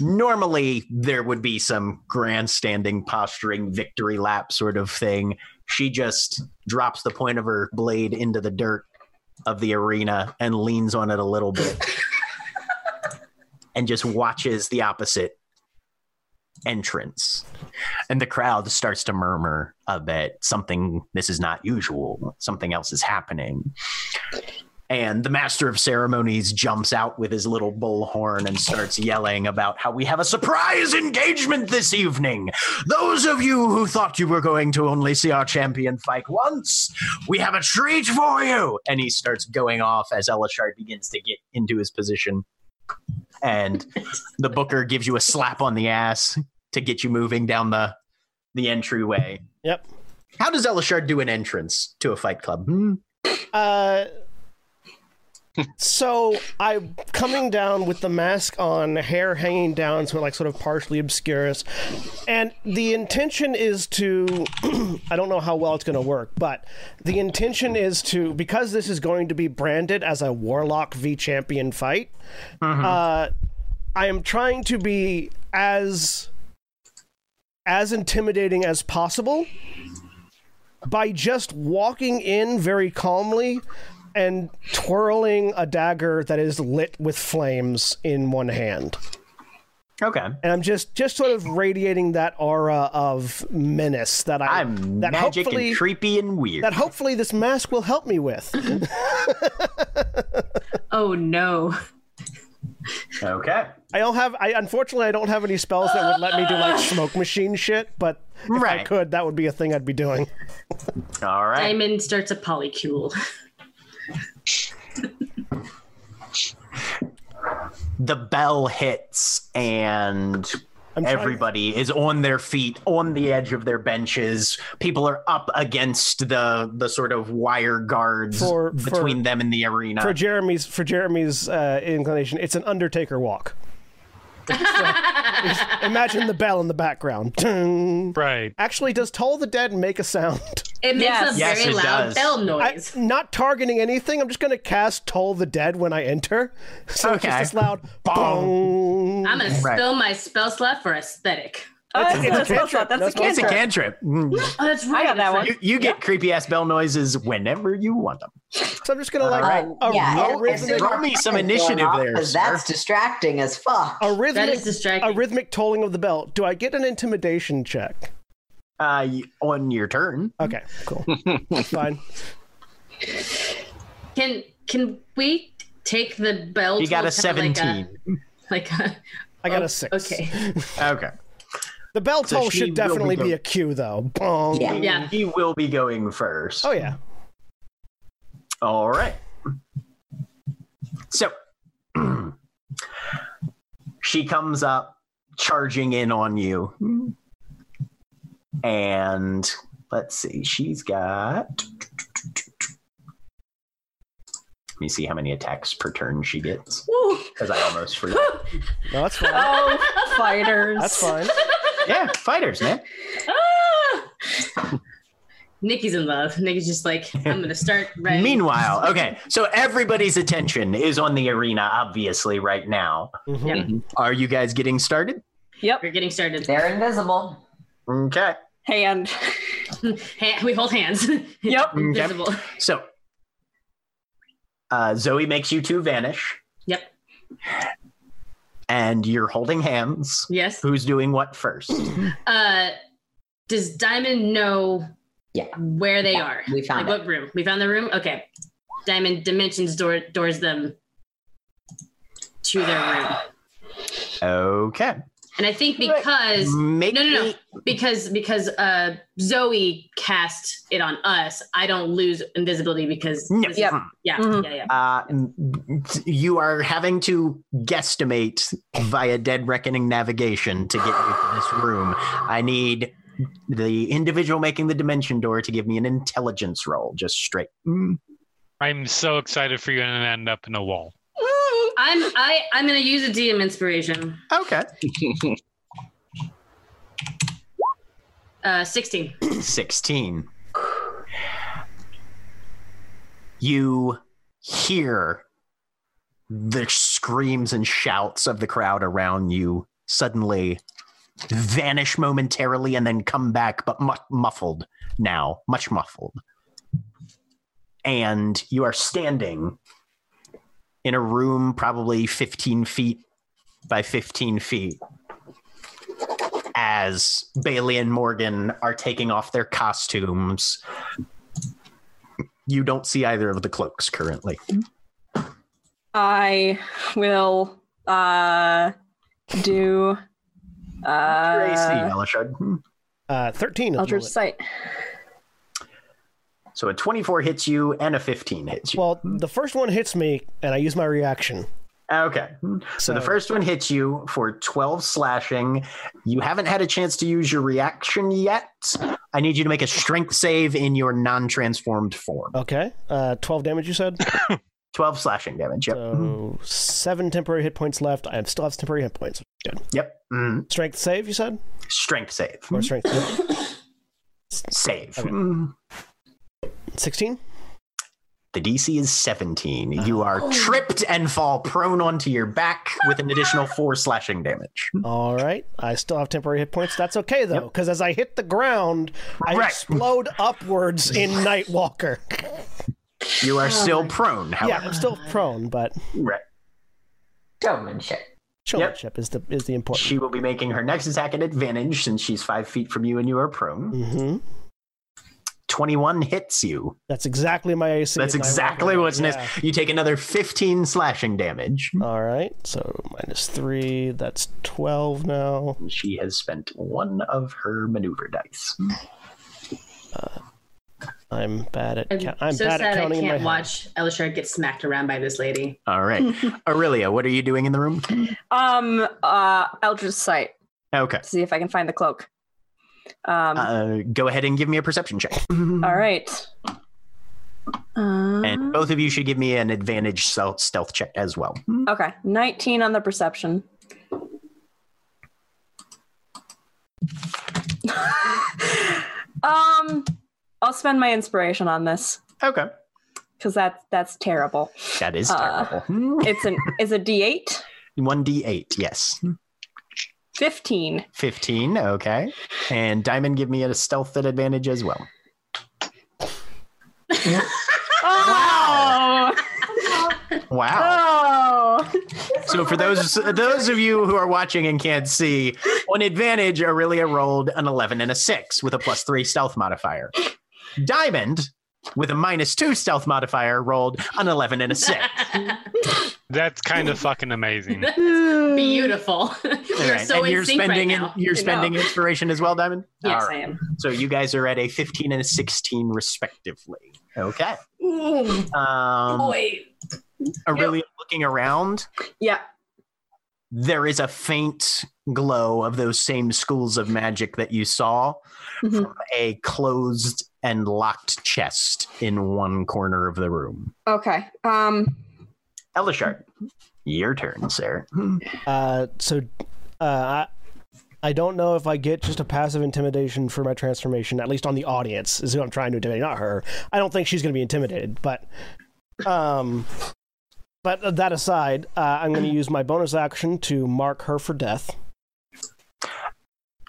Speaker 1: normally there would be some grandstanding, posturing, victory lap sort of thing. She just drops the point of her blade into the dirt of the arena and leans on it a little bit. And just watches the opposite entrance. And the crowd starts to murmur a bit something, this is not usual, something else is happening. And the master of ceremonies jumps out with his little bullhorn and starts yelling about how we have a surprise engagement this evening. Those of you who thought you were going to only see our champion fight once, we have a treat for you. And he starts going off as Elishard begins to get into his position. And the booker gives you a slap on the ass to get you moving down the the entryway.
Speaker 4: Yep.
Speaker 1: How does Elishard do an entrance to a fight club? Hmm?
Speaker 4: Uh, so I'm coming down with the mask on, hair hanging down, so it like sort of partially obscures. And the intention is to, I don't know how well it's going to work, but the intention is to because this is going to be branded as a warlock v champion fight. Uh, I am trying to be as as intimidating as possible by just walking in very calmly and twirling a dagger that is lit with flames in one hand.
Speaker 1: Okay.
Speaker 4: And I'm just just sort of radiating that aura of menace that I
Speaker 1: I'm
Speaker 4: that
Speaker 1: magic
Speaker 4: hopefully
Speaker 1: and creepy and weird.
Speaker 4: that hopefully this mask will help me with.
Speaker 3: Oh no.
Speaker 1: okay.
Speaker 4: I don't have I unfortunately I don't have any spells that would let me do like smoke machine shit, but if I
Speaker 1: Right.
Speaker 4: could that would be a thing I'd be doing.
Speaker 1: All right.
Speaker 3: Diamond starts a polycule.
Speaker 1: The bell hits and
Speaker 4: I'm trying-
Speaker 1: everybody is on their feet, on the edge of their benches. People are up against the the sort of wire guards
Speaker 4: For- for-
Speaker 1: between them and the arena.
Speaker 4: for Jeremy's for Jeremy's uh, inclination, it's an Undertaker walk. It's, uh, imagine the bell in the background. Ding.
Speaker 6: Right.
Speaker 4: Actually, does Toll the Dead make a sound?
Speaker 3: It makes
Speaker 2: Yes.
Speaker 3: a
Speaker 1: Yes,
Speaker 3: very
Speaker 1: it
Speaker 3: loud
Speaker 1: does.
Speaker 3: bell
Speaker 4: I,
Speaker 3: noise.
Speaker 4: not targeting anything. I'm just going to cast Toll the Dead when I enter. So it's just
Speaker 1: Okay.
Speaker 4: this loud
Speaker 1: Bong.
Speaker 4: bong.
Speaker 3: I, am gonna
Speaker 1: Right.
Speaker 3: spill my spell slot for aesthetic.
Speaker 2: Oh, that's,
Speaker 4: it's a
Speaker 2: that's, that's,
Speaker 4: cantrip.
Speaker 2: that's,
Speaker 4: That's
Speaker 2: a
Speaker 4: what
Speaker 1: it's a cantrip.
Speaker 2: cantrip.
Speaker 1: Mm.
Speaker 3: Oh, that's right.
Speaker 2: got that
Speaker 3: that's
Speaker 2: one.
Speaker 1: You, you get creepy ass bell noises whenever you want them.
Speaker 4: So I'm just going to
Speaker 1: Uh,
Speaker 4: like
Speaker 5: Alright.
Speaker 1: oh,
Speaker 4: a,
Speaker 5: Yeah,
Speaker 4: a
Speaker 5: and-
Speaker 4: rhythmic,
Speaker 1: Roll me some initiative there,
Speaker 5: Because
Speaker 1: sir.
Speaker 5: that's distracting as fuck.
Speaker 4: a
Speaker 3: That
Speaker 4: rhythmic,
Speaker 3: is distracting.
Speaker 4: a rhythmic tolling of the bell. Do I get an intimidation check?
Speaker 1: Uh, y- on your turn.
Speaker 4: Okay, cool. Fine.
Speaker 3: Can can we take the bell?
Speaker 1: You got
Speaker 3: tool
Speaker 1: a
Speaker 3: kinda
Speaker 1: 17.
Speaker 3: Like a, like a,
Speaker 4: I got
Speaker 3: Oh,
Speaker 4: a six.
Speaker 3: Okay.
Speaker 1: Okay.
Speaker 4: The bell
Speaker 1: So
Speaker 4: toll
Speaker 1: she
Speaker 4: should
Speaker 1: will
Speaker 4: definitely
Speaker 1: be
Speaker 4: be a cue, though. Bong.
Speaker 5: Yeah.
Speaker 3: Yeah.
Speaker 1: He will be going first.
Speaker 4: Oh, yeah.
Speaker 1: All right. So she comes up charging in on you. And let's see, she's got. Let me see how many attacks per turn she gets.
Speaker 2: Woo.
Speaker 1: Because I almost forgot.
Speaker 4: No, that's fine.
Speaker 2: Oh, fighters.
Speaker 4: That's fine.
Speaker 1: yeah, fighters, man.
Speaker 3: Ah! Nikki's in love. Nikki's just like, I'm gonna start right.
Speaker 1: Meanwhile, okay, so everybody's attention is on the arena, obviously, right now. Mm-hmm.
Speaker 4: Mhm.
Speaker 1: Are you guys getting started?
Speaker 3: We're getting started.
Speaker 5: They're invisible.
Speaker 1: Okay.
Speaker 2: Hand.
Speaker 3: Ha- we hold hands.
Speaker 2: Yep.
Speaker 3: Invisible.
Speaker 1: So, uh, Zoe makes you two vanish,
Speaker 3: Yep.
Speaker 1: and you're holding hands.
Speaker 3: Yes.
Speaker 1: Who's doing what first?
Speaker 3: Uh, does Diamond know
Speaker 5: Yeah.
Speaker 3: where they
Speaker 5: Yeah,
Speaker 3: are?
Speaker 5: we found
Speaker 3: like what room? We found the room? Okay. Diamond dimensions door doors them to their room.
Speaker 1: Okay.
Speaker 3: And I think because
Speaker 1: Make
Speaker 3: No, no, no.
Speaker 1: me-
Speaker 3: because because uh Zoe cast it on us, I don't lose invisibility because
Speaker 1: No.
Speaker 3: this is-
Speaker 2: Yep.
Speaker 3: yeah,
Speaker 2: Mhm.
Speaker 3: yeah, yeah.
Speaker 1: Uh, you are having to guesstimate via Dead Reckoning navigation to get you to this room. I need the individual making the dimension door to give me an intelligence roll, just straight. Mm.
Speaker 6: I'm so excited for you to end up in a wall.
Speaker 3: I'm I I'm gonna use a DM inspiration.
Speaker 1: Okay.
Speaker 3: Uh, sixteen.
Speaker 1: 16. You hear the screams and shouts of the crowd around you suddenly vanish momentarily and then come back, but mu- muffled now, much muffled. And you are standing in a room probably 15 feet by 15 feet as Bailey and Morgan are taking off their costumes. You don't see either of the cloaks currently.
Speaker 2: I will uh do
Speaker 1: Tracy
Speaker 2: uh
Speaker 1: Elishard. Hmm.
Speaker 4: Uh, 13. at the
Speaker 2: Eldritch
Speaker 4: moment.
Speaker 2: Sight.
Speaker 1: So a 24 hits you and a 15 hits you.
Speaker 4: Well, the first one hits me, and I use my reaction.
Speaker 1: okay. Hmm. So, the first one hits you for 12 slashing. You haven't had a chance to use your reaction yet. I need you to make a strength save in your non transformed form.
Speaker 4: Okay. Uh, 12 damage, you said?
Speaker 1: 12 slashing damage. Yep. Hmm.
Speaker 4: So seven temporary hit points left. I still have temporary hit points.
Speaker 1: Yep. Mm.
Speaker 4: Strength save, you said?
Speaker 1: Strength save. Hmm.
Speaker 4: Or strength
Speaker 1: Save.
Speaker 4: Okay.
Speaker 1: Mm.
Speaker 4: 16?
Speaker 1: The DC is 17. You
Speaker 2: Uh-huh.
Speaker 1: are
Speaker 2: Oh.
Speaker 1: tripped and fall prone onto your back with an additional four slashing damage.
Speaker 4: All right. I still have temporary hit points. That's okay, though, because as I hit the ground, I
Speaker 1: Right.
Speaker 4: explode upwards in Nightwalker.
Speaker 1: You are still
Speaker 2: Oh.
Speaker 1: prone,
Speaker 4: yeah,
Speaker 1: however.
Speaker 4: I'm still prone, but
Speaker 1: Right.
Speaker 5: Showmanship.
Speaker 4: showmanship is the is the important.
Speaker 1: She will be making her next attack at advantage since she's five feet from you and you are prone.
Speaker 4: hmm
Speaker 1: 21 hits you.
Speaker 4: That's exactly my AC.
Speaker 1: That's
Speaker 4: in Nightwalker.
Speaker 1: exactly what's
Speaker 4: Yeah.
Speaker 1: next. You take another 15 slashing damage.
Speaker 4: All right, so minus three. That's twelve now.
Speaker 1: She has spent one of her maneuver dice.
Speaker 4: I'm bad at
Speaker 3: I'm
Speaker 4: ca- I'm
Speaker 3: so
Speaker 4: bad at
Speaker 3: sad I
Speaker 4: counting in my
Speaker 3: can't
Speaker 4: head.
Speaker 3: watch Elishard get smacked around by this lady.
Speaker 1: All right. Aurelia, what are you doing in the room?
Speaker 2: Um uh Eldritch Sight.
Speaker 1: Okay.
Speaker 2: See if I can find the cloak. Um
Speaker 1: Uh, go ahead and give me a perception check.
Speaker 2: all right. Uh,
Speaker 1: And both of you should give me an advantage stealth stealth check as well.
Speaker 2: okay, 19 on the perception. um I'll spend my inspiration on this
Speaker 1: Okay.
Speaker 2: cuz that's that's terrible.
Speaker 1: That is
Speaker 2: Uh,
Speaker 1: terrible.
Speaker 2: It's an is a d8
Speaker 1: 1d8, yes.
Speaker 2: 15.
Speaker 1: 15, okay. And Diamond, give me a stealth at advantage as well.
Speaker 2: Oh.
Speaker 1: Wow.
Speaker 2: Oh.
Speaker 1: So for those those of you who are watching and can't see, on advantage, Aurelia rolled an 11 and a 6 with a plus 3 stealth modifier. Diamond, with a minus 2 stealth modifier, rolled an 11 and a 6.
Speaker 6: That's kind of fucking amazing.
Speaker 3: That's beautiful. We're
Speaker 1: Alright,
Speaker 3: so
Speaker 1: and
Speaker 3: in
Speaker 1: you're
Speaker 3: sync
Speaker 1: spending
Speaker 3: right
Speaker 1: in-
Speaker 3: now.
Speaker 1: you're spending inspiration as well, Diamond?
Speaker 3: Yes,
Speaker 1: Alright.
Speaker 3: I am.
Speaker 1: So you guys are at a 15 and a 16 respectively. Okay.
Speaker 3: Ooh,
Speaker 1: Um,
Speaker 3: boy.
Speaker 1: Aurelia looking around,
Speaker 2: Yeah.
Speaker 1: there is a faint glow of those same schools of magic that you saw
Speaker 4: Mm-hmm.
Speaker 2: Mhm.
Speaker 1: from a closed and locked chest in one corner of the room.
Speaker 2: Okay. Um
Speaker 1: Elishard, your turn, sir.
Speaker 4: Uh, so, uh, I, I don't know if I get just a passive intimidation for my transformation. At least on the audience is who I'm trying to intimidate, not her. I don't think she's going to be intimidated, but, um, but that aside, uh, I'm going to use my bonus action to mark her for death.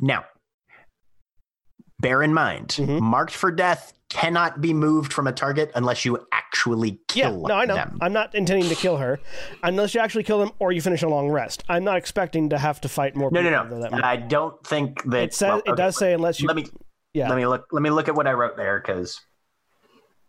Speaker 1: Now, bear in mind,
Speaker 4: Mhm.
Speaker 1: marked for death cannot be moved from a target unless you actually
Speaker 4: Yeah,
Speaker 1: kill
Speaker 4: no, I know.
Speaker 1: them.
Speaker 4: I'm not intending to kill her, unless you actually kill them or you finish a long rest. I'm not expecting to have to fight more.
Speaker 1: no, no,
Speaker 4: people
Speaker 1: no.
Speaker 4: though, that
Speaker 1: And I don't think that
Speaker 4: it says
Speaker 1: well,
Speaker 4: it
Speaker 1: okay,
Speaker 4: does say unless you.
Speaker 1: Let me
Speaker 4: yeah,
Speaker 1: let me look. Let me look at what I wrote there because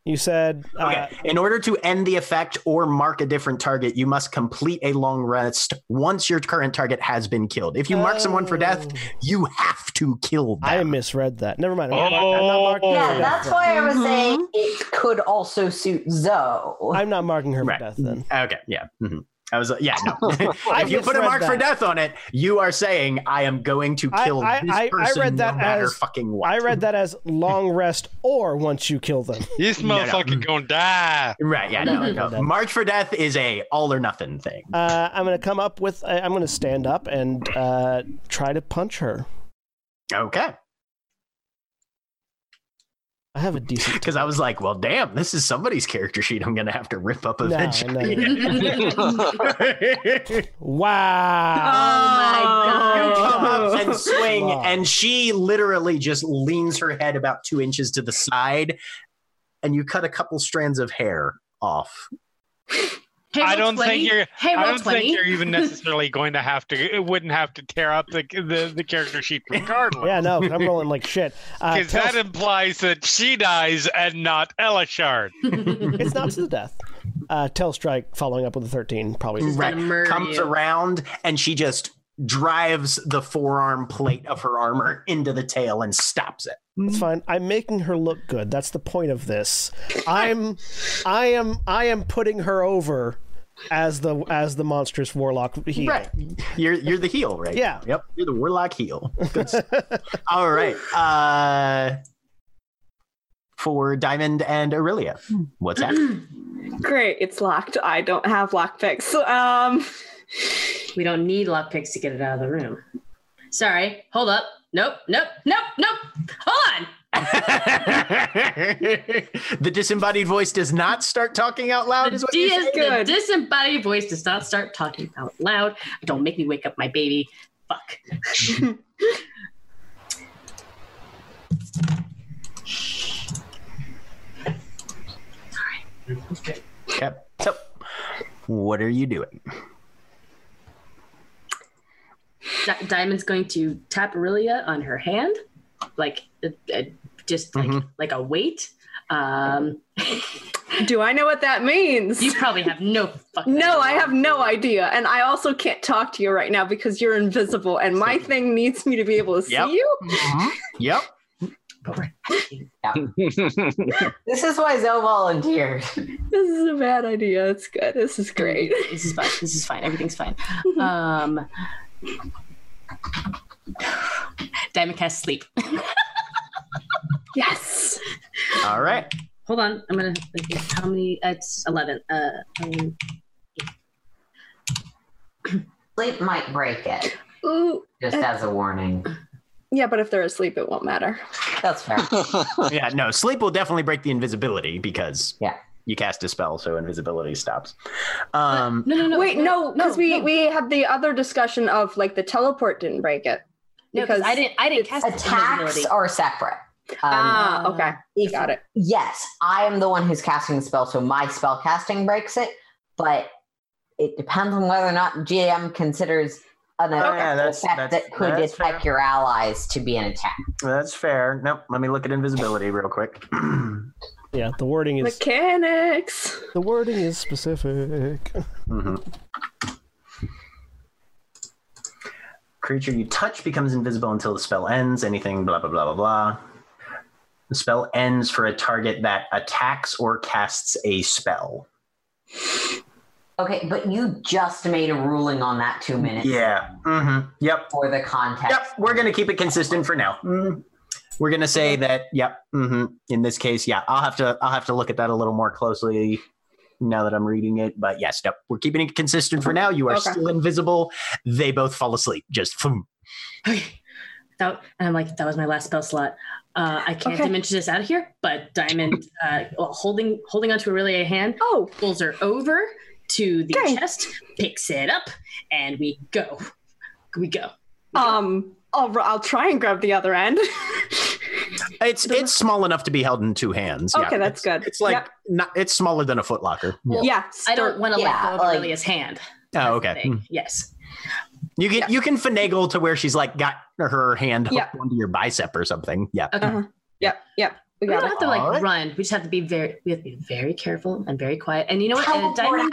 Speaker 4: you said
Speaker 1: Okay.
Speaker 4: uh,
Speaker 1: in order to end the effect or mark a different target, you must complete a long rest once your current target has been killed. If you mark someone for death,
Speaker 4: Oh.
Speaker 1: you have to kill them.
Speaker 4: I misread that. Never mind. I'm not marking- I'm not marking her
Speaker 5: Oh. Yeah,
Speaker 4: for
Speaker 5: that's
Speaker 4: death.
Speaker 5: why I was
Speaker 2: Mhm.
Speaker 5: saying it could also suit Zoe.
Speaker 4: I'm not marking her
Speaker 1: Right.
Speaker 4: for death then.
Speaker 1: Okay. Yeah. Mhm. I was like, yeah, no.
Speaker 4: I
Speaker 1: if you put a
Speaker 4: misread
Speaker 1: mark for
Speaker 4: that.
Speaker 1: death on it, you are saying I am going to
Speaker 4: I-
Speaker 1: kill
Speaker 4: I-
Speaker 1: this
Speaker 4: I- I
Speaker 1: person
Speaker 4: read that
Speaker 1: no matter
Speaker 4: as-
Speaker 1: fucking what.
Speaker 4: I read that as long rest or once you kill them.
Speaker 6: This
Speaker 1: No, no.
Speaker 6: motherfucker gonna die.
Speaker 1: Right, yeah, no, no. Mark for death is a all or nothing thing.
Speaker 4: Uh, I'm going to come up with, I- I'm going to stand up and uh, try to punch her.
Speaker 1: Okay.
Speaker 4: I have a decent.
Speaker 1: Because I was like, well, damn, this is somebody's character sheet I'm going to have to rip up
Speaker 4: No, no,
Speaker 1: eventually.
Speaker 4: Wow.
Speaker 3: Oh my
Speaker 1: You come
Speaker 3: god.
Speaker 1: up and swing,
Speaker 4: Wow.
Speaker 1: and she literally just leans her head about two inches to the side, and you cut a couple strands of hair off.
Speaker 3: Hey,
Speaker 6: I
Speaker 3: roll
Speaker 6: don't
Speaker 3: 20.
Speaker 6: think you're.
Speaker 3: Hey,
Speaker 6: I
Speaker 3: roll
Speaker 6: don't
Speaker 3: 20.
Speaker 6: think you're even necessarily going to have to. It wouldn't have to tear up the the, the character sheet regardless.
Speaker 4: Yeah, no, I'm rolling like shit. Uh,
Speaker 6: Because that
Speaker 4: Kels-
Speaker 6: implies that she dies and not Elishard.
Speaker 4: it's not to the death. Uh, Tell Strike following up with a 13 probably.
Speaker 3: Just gonna
Speaker 1: Right.
Speaker 3: murder
Speaker 1: comes
Speaker 3: you.
Speaker 1: around and she just drives the forearm plate of her armor into the tail and stops it.
Speaker 4: It's fine. I'm making her look good. That's the point of this. I'm I am I am putting her over as the as the monstrous warlock hero.
Speaker 1: You're you're the heel, right?
Speaker 4: Yeah.
Speaker 1: Yep. You're the warlock heel. Good stuff. All right. Uh for Diamond and Aurelia. What's that?
Speaker 2: Great, it's locked. I don't have lock picks. Um,
Speaker 3: We don't need lockpicks to get it out of the room. Sorry. Hold up. Nope. Nope. Nope. Nope. Hold on.
Speaker 1: the disembodied voice does not start talking out loud, is
Speaker 3: The,
Speaker 1: what
Speaker 3: D-
Speaker 1: you're
Speaker 3: is
Speaker 1: saying?
Speaker 3: the disembodied voice does not start talking out loud. Don't make me wake up my baby. Fuck.
Speaker 1: Yep. So what are you doing?
Speaker 3: Di- Diamond's going to tap Aurelia on her hand, like uh, uh, just like,
Speaker 1: Mhm.
Speaker 3: like a weight. Um,
Speaker 2: do I know what that means?
Speaker 3: you probably have no fucking.
Speaker 2: no, I have no idea. And I also can't talk to you right now because you're invisible and my thing needs me to be able to
Speaker 1: Yep.
Speaker 2: see you.
Speaker 1: Mhm. Yep.
Speaker 3: But we're hacking.
Speaker 5: This is why Zoe volunteered.
Speaker 2: This is a bad idea. It's good. This is great.
Speaker 3: This is fine. This is fine. Everything's fine. Um, Diamond casts sleep.
Speaker 2: Yes.
Speaker 1: All right.
Speaker 3: Hold on, I'm gonna. think of How many? It's eleven. Uh, um,
Speaker 5: Sleep might break it,
Speaker 2: Ooh.
Speaker 5: just as a warning.
Speaker 2: Yeah, but if they're asleep, it won't matter.
Speaker 5: That's fair.
Speaker 1: yeah, no, sleep will definitely break the invisibility because
Speaker 5: Yeah.
Speaker 1: you cast a spell, so invisibility stops. Um,
Speaker 3: no, no, no.
Speaker 2: Wait, no, because we
Speaker 3: no.
Speaker 2: we had the other discussion of like the teleport didn't break it.
Speaker 3: No, 'cause
Speaker 2: because
Speaker 3: I didn't. I didn't cast
Speaker 5: Attacks
Speaker 3: invisibility.
Speaker 5: are separate. Um,
Speaker 2: Ah,
Speaker 3: Um,
Speaker 2: okay.
Speaker 5: if-
Speaker 2: Got it.
Speaker 5: Yes, I am the one who's casting the spell, so my spell casting breaks it, but it depends on whether or not GM considers an
Speaker 1: yeah,
Speaker 5: effect
Speaker 1: that's- that's-
Speaker 5: that could
Speaker 1: that's
Speaker 5: attack
Speaker 1: fair.
Speaker 5: your allies to be an attack.
Speaker 1: that's fair. Nope, let me look at invisibility real quick. Mhm.
Speaker 4: Yeah, the wording is
Speaker 2: Mechanics.
Speaker 4: the wording is specific.
Speaker 1: Mm-hmm. Creature you touch becomes invisible until the spell ends. Anything, blah, blah, blah, blah, blah. The spell ends for a target that attacks or casts a spell.
Speaker 5: Okay, but you just made a ruling on that two minutes
Speaker 1: Yeah. hmm Yep.
Speaker 5: for the context.
Speaker 1: Yep, we're going to keep it consistent for now. Mm. We're going to say that. Yep. hmm In this case, yeah, I'll have to I'll have to look at that a little more closely now that I'm reading it. But yes, yep, we're keeping it consistent for now. You are
Speaker 2: Okay.
Speaker 1: still invisible. They both fall asleep. Just boom.
Speaker 3: Okay. That, and I'm like, that was my last spell slot. Uh, I can't
Speaker 2: Okay.
Speaker 3: dimension this out of here, but Diamond uh, holding holding onto Aurelia hand
Speaker 2: Oh,
Speaker 3: pulls her over to the
Speaker 2: Okay.
Speaker 3: chest, picks it up, and we go. We go.
Speaker 2: um, I'll I'll try and grab the other end.
Speaker 1: It's it's small enough to be held in two hands. yeah.
Speaker 2: okay, that's good.
Speaker 1: It's like
Speaker 2: Yep.
Speaker 1: not. It's smaller than a footlocker. Yeah.
Speaker 2: yeah.
Speaker 3: I don't want to
Speaker 5: yeah,
Speaker 3: let go of
Speaker 5: like-
Speaker 3: Aurelia's hand.
Speaker 1: Oh,
Speaker 3: That's the
Speaker 1: okay.
Speaker 3: thing.
Speaker 1: Mm.
Speaker 3: Yes.
Speaker 1: You can you can finagle to where she's like got her hand hooked
Speaker 2: Yeah.
Speaker 1: onto your bicep or something. Yeah.
Speaker 3: Okay.
Speaker 2: Uh-huh. Yep. Yep. We
Speaker 3: We
Speaker 2: got
Speaker 3: don't
Speaker 2: it.
Speaker 3: have to like
Speaker 1: All right.
Speaker 3: run. We just have to be very we have to be very careful and very quiet. And you know what? And
Speaker 5: Teleport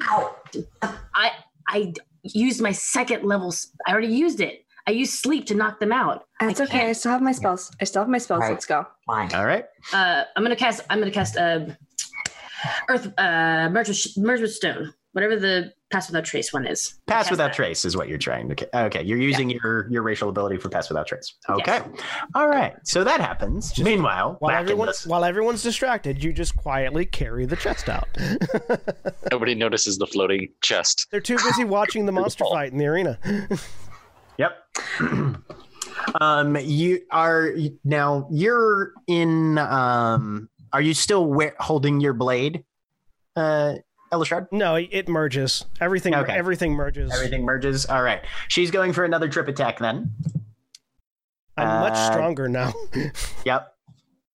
Speaker 3: Diamond,
Speaker 5: out.
Speaker 3: I I used my second level. s- I already used it. I used sleep to knock them out.
Speaker 2: That's
Speaker 3: I
Speaker 2: okay. I still have my spells. I still have my spells.
Speaker 5: Right.
Speaker 2: Let's go.
Speaker 5: Fine.
Speaker 1: All right.
Speaker 3: uh, I'm gonna cast. I'm gonna cast uh, Earth uh, merge with, merge with stone. Whatever the pass without trace one is.
Speaker 1: Pass
Speaker 3: Cast
Speaker 1: without
Speaker 3: that.
Speaker 1: trace is what you're trying to. ca- Okay, you're using your your racial ability for pass without trace. Okay, all right. So that happens. Meanwhile,
Speaker 4: While
Speaker 1: back in
Speaker 4: everyone's
Speaker 1: this.
Speaker 4: while everyone's distracted, you just quietly carry the chest out.
Speaker 7: Nobody notices the floating chest.
Speaker 4: They're too busy watching the monster fight in the arena.
Speaker 1: Yep. um, you are now. You're in. Um, are you still we- holding your blade, uh, Elishard?
Speaker 4: No, it merges. Everything
Speaker 1: Okay.
Speaker 4: everything merges.
Speaker 1: Everything merges. All right. She's going for another trip attack then.
Speaker 4: I'm much
Speaker 1: Uh,
Speaker 4: stronger now.
Speaker 1: Yep.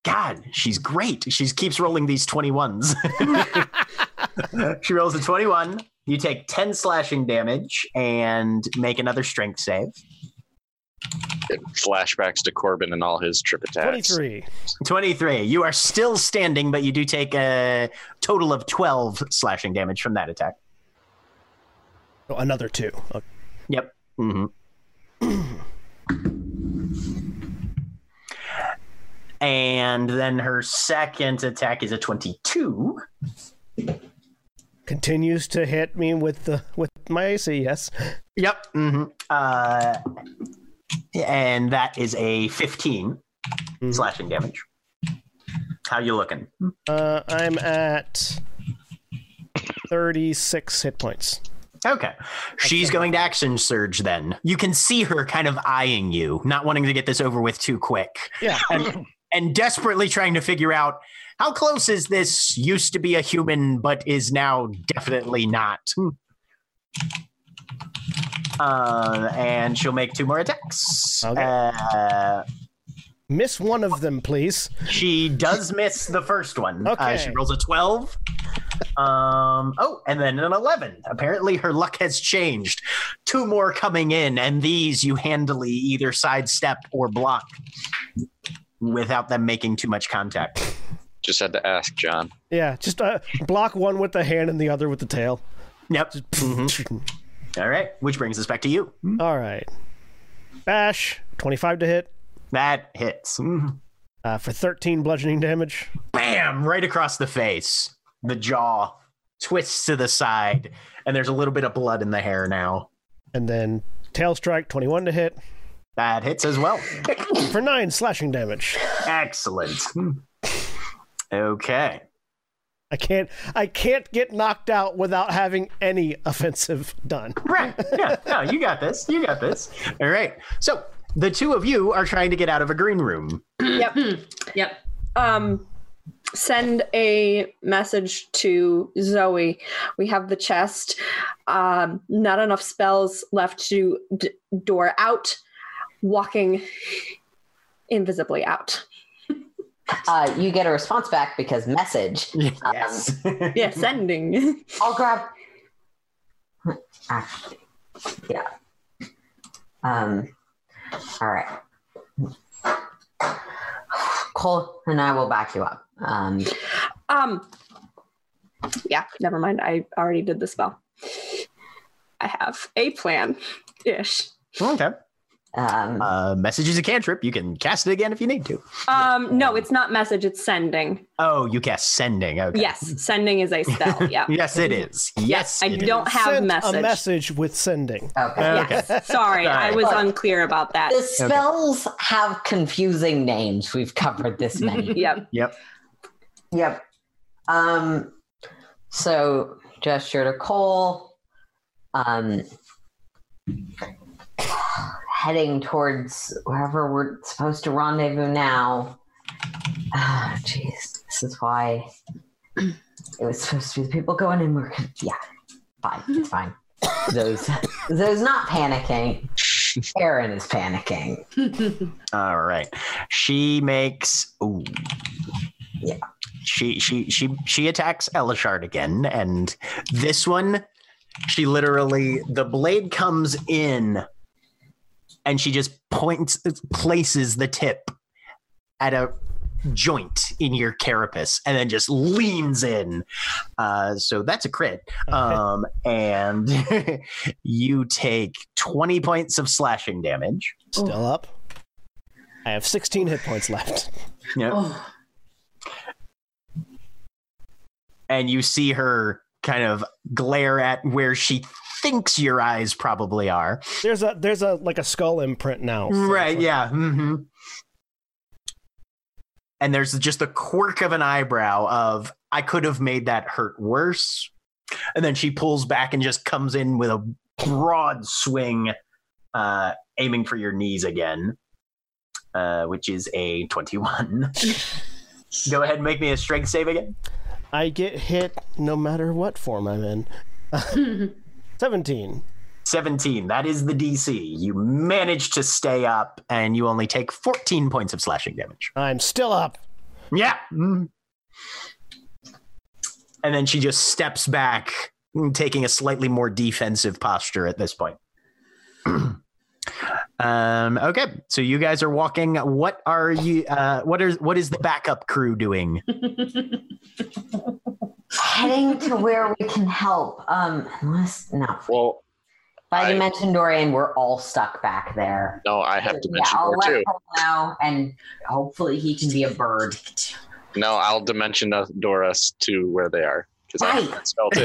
Speaker 1: God, she's great. She keeps rolling these 21s. she rolls a 21. You take 10 slashing damage and make another strength save.
Speaker 7: flashbacks to Corbin and all his trip attacks.
Speaker 4: 23.
Speaker 1: 23. You are still standing, but you do take a total of 12 slashing damage from that attack.
Speaker 4: Oh, another two. Okay.
Speaker 1: Yep. hmm and then her second attack is a 22.
Speaker 4: Continues to hit me with the with my AC. Yes.
Speaker 1: Yep. hmm Uh, and that is a 15
Speaker 4: Mhm.
Speaker 1: slashing damage. How you looking?
Speaker 4: Uh, I'm at thirty-six hit points.
Speaker 1: Okay. She's going to action surge then. You can see her kind of eyeing you, not wanting to get this over with too quick,
Speaker 4: Yeah.
Speaker 1: and, and desperately trying to figure out how close is this used to be a human but is now definitely not. Hmm. Uh, and she'll make two more attacks.
Speaker 4: Okay.
Speaker 1: Uh,
Speaker 4: Miss one of them, please.
Speaker 1: she does miss the first one. Uh, she
Speaker 4: Okay.
Speaker 1: rolls a 12. Um, oh, and then an 11. Apparently, her luck has changed. Two more coming in, and these you handily either sidestep or block without them making too much contact.
Speaker 7: Just had to ask John.
Speaker 4: Yeah. Just uh, block one with the hand and the other with the tail.
Speaker 1: Yep.
Speaker 4: Mm-hmm.
Speaker 1: All right, which brings us back to you.
Speaker 4: All right. Bash. Twenty-five to hit
Speaker 1: That hits. Mhm.
Speaker 4: uh, for thirteen bludgeoning damage.
Speaker 1: Bam! Right across the face. The jaw twists to the side, and there's a little bit of blood in the hair now.
Speaker 4: And then tail strike, 21 to hit
Speaker 1: That hits as well.
Speaker 4: for 9 slashing damage.
Speaker 1: Excellent. Hmm. Okay.
Speaker 4: I can't I can't get knocked out without having any offensive done.
Speaker 1: Right. Yeah. No, you got this. You got this. All right. So the two of you are trying to get out of a green room.
Speaker 3: Hmm. Yep.
Speaker 2: um send a message to zoe we have the chest um not enough spells left to d- door out walking invisibly out
Speaker 5: Uh, you get a response back because message.
Speaker 1: Yes.
Speaker 2: yeah sending
Speaker 5: I'll grab. Ah, Yeah. Um. All right. Cole and I will back you up. Um.
Speaker 2: um yeah never mind i already did the spell i have a plan ish
Speaker 1: okay.
Speaker 5: um
Speaker 1: Uh, message is a cantrip. You can cast it again if you need to.
Speaker 2: um no it's not message it's sending
Speaker 1: Oh, you cast sending. Okay.
Speaker 2: yes sending is a spell yeah
Speaker 1: Yes, it is. Yes.
Speaker 2: i
Speaker 1: it is.
Speaker 2: don't have
Speaker 4: Send
Speaker 2: message,
Speaker 4: a message with sending.
Speaker 5: okay.
Speaker 1: Okay.
Speaker 2: Yes. Sorry, I was
Speaker 5: Sorry.
Speaker 2: unclear about that.
Speaker 5: The spells have confusing names. We've covered this many.
Speaker 2: Yep.
Speaker 1: Yep.
Speaker 5: Yep. Um, so gesture to Cole. Um, heading towards wherever we're supposed to rendezvous now. Ah, jeez, this is why it was supposed to be the people going in. We're yeah, fine, it's fine. Those, those not panicking. Aaron is panicking.
Speaker 1: All right. She makes. Ooh.
Speaker 5: Yeah.
Speaker 1: She she she she attacks Elishard again, and this one, she literally the blade comes in, and she just points places the tip at a joint in your carapace, and then just leans in. Uh, so that's a crit, um, and you take twenty points of slashing damage.
Speaker 4: Still up. I have 16 hit points left.
Speaker 1: Yep.
Speaker 3: Oh.
Speaker 1: and you see her kind of glare at where she thinks your eyes probably are.
Speaker 4: There's a there's a like a skull imprint now. so-
Speaker 1: right, yeah. hmm And there's just the quirk of an eyebrow of I could have made that hurt worse. And then she pulls back and just comes in with a broad swing, uh, aiming for your knees again, uh, which is a 21. Go ahead and make me a strength save again.
Speaker 4: I get hit no matter what form I'm in. 17.
Speaker 1: 17. That is the DC. You manage to stay up and you only take 14 points of slashing damage.
Speaker 4: I'm still up.
Speaker 1: Yeah. Mm. And then she just steps back, mm, taking a slightly more defensive posture at this point. Um, okay, so you guys are walking. What are you? Uh, what are what is the backup crew doing?
Speaker 5: Heading to where we can help. Um, unless no.
Speaker 7: Well,
Speaker 5: By
Speaker 7: I-
Speaker 5: Dimension Dorian, we're all stuck back there.
Speaker 7: no, I have to
Speaker 5: yeah,
Speaker 7: mention
Speaker 5: I'll
Speaker 7: her
Speaker 5: let
Speaker 7: too.
Speaker 5: Cole know, and hopefully he can be a bird.
Speaker 7: No, I'll dimension Doris to where they are because I
Speaker 5: Right.
Speaker 7: can spell too.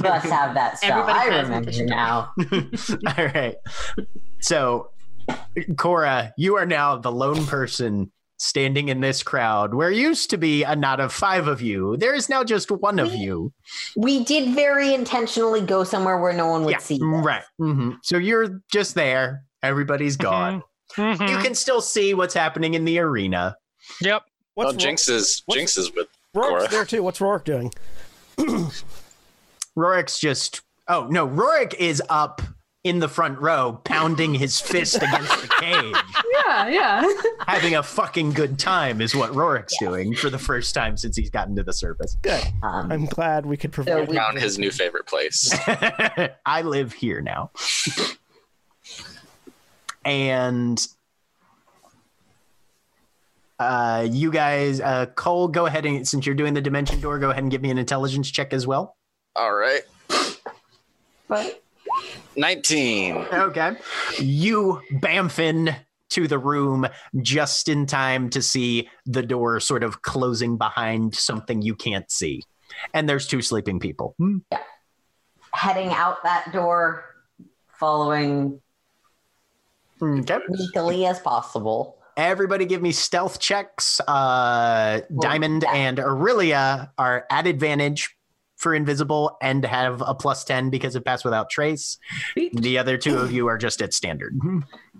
Speaker 5: Let us have that spell.
Speaker 3: Everybody
Speaker 5: I
Speaker 3: has
Speaker 5: remember
Speaker 3: Dimension
Speaker 5: now.
Speaker 1: All right. So, Cora, you are now the lone person standing in this crowd where used to be a knot of five of you. There is now just one of you.
Speaker 5: We did very intentionally go somewhere where no one would
Speaker 1: Yeah,
Speaker 5: see. this.
Speaker 1: right. Mhm. So you're just there. Everybody's gone. You
Speaker 6: Mhm.
Speaker 1: can still see what's happening in the arena.
Speaker 6: Yep.
Speaker 4: What's
Speaker 7: well, Jinx is
Speaker 4: what's-
Speaker 7: Jinx is with
Speaker 4: Rourke's
Speaker 7: Cora.
Speaker 4: there too. What's Rourke doing?
Speaker 1: Rorik's just, oh no, Rorik is up in the front row, pounding his fist against the cage.
Speaker 2: Yeah, yeah.
Speaker 1: having a fucking good time is what Rorik's doing for the first time since he's gotten to the service.
Speaker 5: Um,
Speaker 4: I'm glad we could
Speaker 5: so
Speaker 4: provide.
Speaker 5: we,
Speaker 7: Found his new favorite place.
Speaker 1: I live here now. and uh, you guys, uh, Cole, go ahead and since you're doing the dimension door, go ahead and give me an intelligence check as well.
Speaker 7: All right,
Speaker 2: But
Speaker 7: nineteen.
Speaker 1: Okay. You bamfin to the room just in time to see the door sort of closing behind something you can't see. And there's two sleeping people.
Speaker 5: heading out that door, following
Speaker 1: Okay.
Speaker 5: legally as possible.
Speaker 1: Everybody give me stealth checks. Uh, Diamond
Speaker 5: yeah.
Speaker 1: and Aurelia are at advantage for invisible and have a plus 10 because of pass without trace.
Speaker 2: Beat.
Speaker 1: The other two of you are just at standard.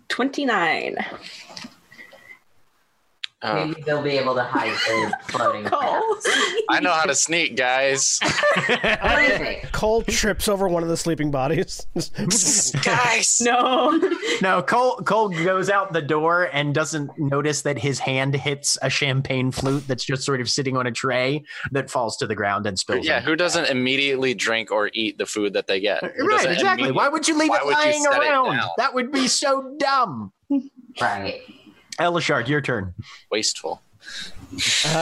Speaker 2: 29.
Speaker 7: Oh,
Speaker 5: Maybe they'll be able to hide the floating.
Speaker 2: Cole.
Speaker 7: I know how to sneak, guys.
Speaker 5: Perfect.
Speaker 4: Cole trips over one of the sleeping bodies.
Speaker 7: guys.
Speaker 2: no.
Speaker 1: No, Cole Cole goes out the door and doesn't notice that his hand hits a champagne flute that's just sort of sitting on a tray that falls to the ground and spills.
Speaker 7: Yeah,
Speaker 1: out.
Speaker 7: who doesn't immediately drink or eat the food that they get? Who
Speaker 1: right,
Speaker 7: doesn't
Speaker 1: exactly.
Speaker 7: immediately-
Speaker 1: Why would you leave
Speaker 7: Why
Speaker 1: it
Speaker 7: would you
Speaker 1: lying
Speaker 7: set it
Speaker 1: around?
Speaker 7: down?
Speaker 1: that would be so dumb.
Speaker 5: right.
Speaker 1: Elishard, your turn.
Speaker 7: Wasteful.
Speaker 4: uh,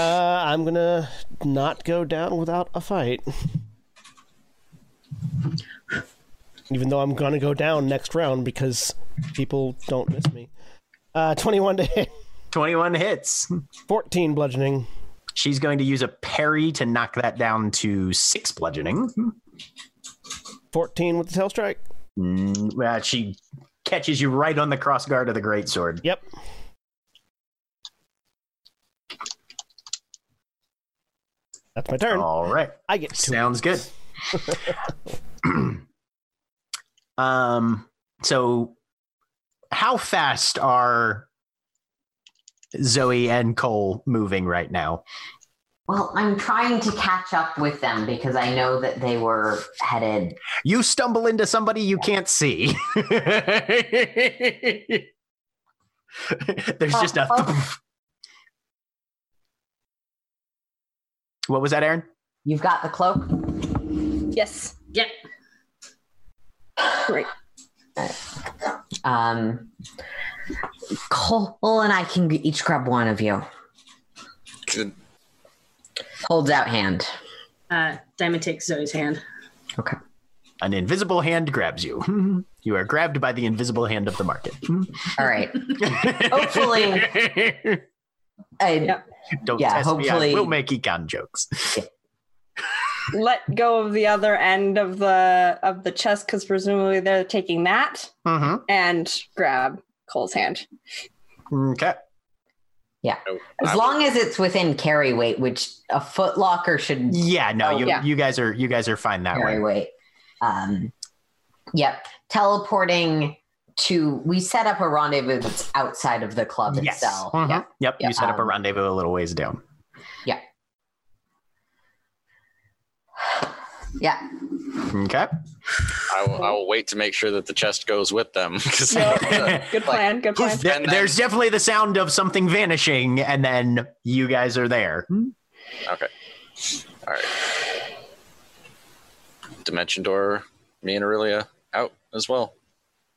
Speaker 4: I'm gonna not go down without a fight. Even though I'm gonna go down next round because people don't miss me. Uh, 21 to hit,
Speaker 1: 21 hits.
Speaker 4: 14 bludgeoning.
Speaker 1: She's going to use a parry to knock that down to six bludgeoning.
Speaker 4: 14 with the tail strike.
Speaker 1: Mm, uh, she catches you right on the cross guard of the greatsword.
Speaker 4: Yep. That's my turn.
Speaker 1: All right.
Speaker 4: I get two.
Speaker 1: Sounds good. um. So, how fast are Zoe and Cole moving right now?
Speaker 5: Well, I'm trying to catch up with them because I know that they were headed.
Speaker 1: You stumble into somebody you can't see. There's just a.
Speaker 5: Uh-huh.
Speaker 1: What was that, Aaron?
Speaker 5: You've got the cloak.
Speaker 2: Yes.
Speaker 3: Yep.
Speaker 2: Great.
Speaker 5: Um, Cole and I can each grab one of you.
Speaker 7: Good.
Speaker 5: Holds out hand.
Speaker 3: Uh, Diamond takes Zoe's hand.
Speaker 5: Okay.
Speaker 1: An invisible hand grabs you. You are grabbed by the invisible hand of the market.
Speaker 5: All right. Hopefully. I,
Speaker 2: Yeah.
Speaker 1: Don't
Speaker 5: Yeah,
Speaker 1: test me.
Speaker 5: hopefully-
Speaker 1: I will make econ jokes.
Speaker 2: Let go of the other end of the of the chest because presumably they're taking that
Speaker 1: Mm-hmm.
Speaker 2: and grab Cole's hand.
Speaker 1: Okay.
Speaker 5: As
Speaker 7: I
Speaker 5: long as it's within carry weight, which a foot locker should
Speaker 1: Yeah. No.
Speaker 5: Oh,
Speaker 1: you
Speaker 2: yeah.
Speaker 1: you guys are you guys are fine that
Speaker 5: carry
Speaker 1: way.
Speaker 5: weight. Um, yep. Teleporting to, we set up a rendezvous that's outside of the club
Speaker 1: Yes.
Speaker 5: itself.
Speaker 1: Mhm.
Speaker 5: Yeah.
Speaker 1: Yep.
Speaker 5: Yeah,
Speaker 1: You set up a
Speaker 5: um,
Speaker 1: rendezvous a little ways down.
Speaker 5: Yeah.
Speaker 1: Okay.
Speaker 7: I will, I will wait to make sure that the chest goes with them. 'cause-
Speaker 2: Yeah. Good plan. Good plan.
Speaker 1: Poof, th-
Speaker 7: And then-
Speaker 1: there's definitely the sound of something vanishing, and then you guys are there.
Speaker 5: Hmm.
Speaker 7: okay. All right. Dimension door. Me and Aurelia out as well.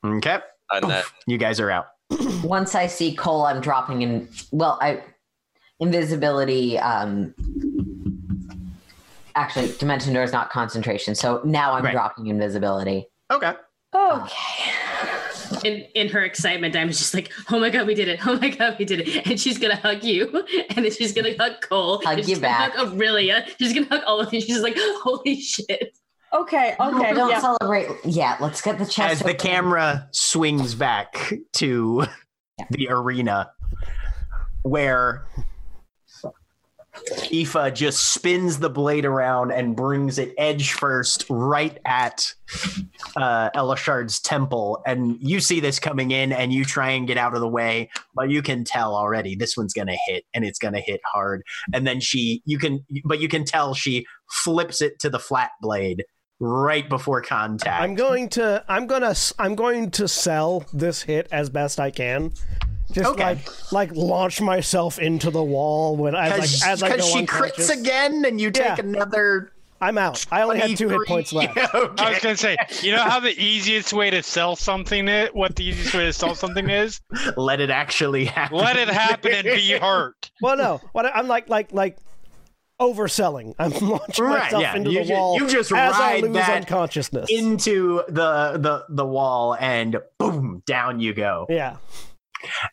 Speaker 1: Okay.
Speaker 7: on that.
Speaker 1: You guys are out.
Speaker 5: Once I see Cole, I'm dropping in. Well, I invisibility. Um, actually, dimension door is not concentration, so now I'm
Speaker 1: Right.
Speaker 5: dropping invisibility.
Speaker 1: Okay.
Speaker 9: Okay.
Speaker 3: In in her excitement, Diamond's just like, "Oh my god, we did it! Oh my god, we did it!" And she's gonna hug you, and then she's gonna hug Cole,
Speaker 5: Hug
Speaker 3: and
Speaker 5: you
Speaker 3: she's gonna
Speaker 5: back.
Speaker 3: hug Aurelia, she's gonna hug all of you. She's like, "Holy shit!"
Speaker 2: Okay, okay,
Speaker 5: Don't
Speaker 2: yeah.
Speaker 5: celebrate yet. Let's get the chest.
Speaker 1: As the
Speaker 5: open.
Speaker 1: camera swings back to the arena where Aoife just spins the blade around and brings it edge first right at uh, Elishard's temple. And you see this coming in and you try and get out of the way, but you can tell already this one's going to hit and it's going to hit hard. And then she, you can, but you can tell she flips it to the flat blade right before contact.
Speaker 4: I'm going to I'm gonna s- I'm going to sell this hit as best I can. Just
Speaker 1: Okay.
Speaker 4: like like launch myself into the wall when I like
Speaker 1: Because
Speaker 4: as I go
Speaker 1: she
Speaker 4: unconscious.
Speaker 1: crits again and you
Speaker 4: Yeah.
Speaker 1: take another.
Speaker 4: I'm out. I only had two hit
Speaker 1: 23.
Speaker 4: points left.
Speaker 1: Yeah,
Speaker 6: I was
Speaker 1: okay.
Speaker 6: gonna say, you know how the easiest way to sell something is what the easiest way to sell something is?
Speaker 1: Let it actually happen.
Speaker 6: Let it happen and be hurt.
Speaker 4: Well, no, what I- I'm like like like overselling. I'm launching
Speaker 1: Right,
Speaker 4: myself
Speaker 1: yeah.
Speaker 4: into
Speaker 1: You
Speaker 4: the
Speaker 1: ju-
Speaker 4: wall
Speaker 1: you just
Speaker 4: as I
Speaker 1: ride
Speaker 4: lose
Speaker 1: that
Speaker 4: unconsciousness.
Speaker 1: into the the the wall and boom down you go
Speaker 4: yeah,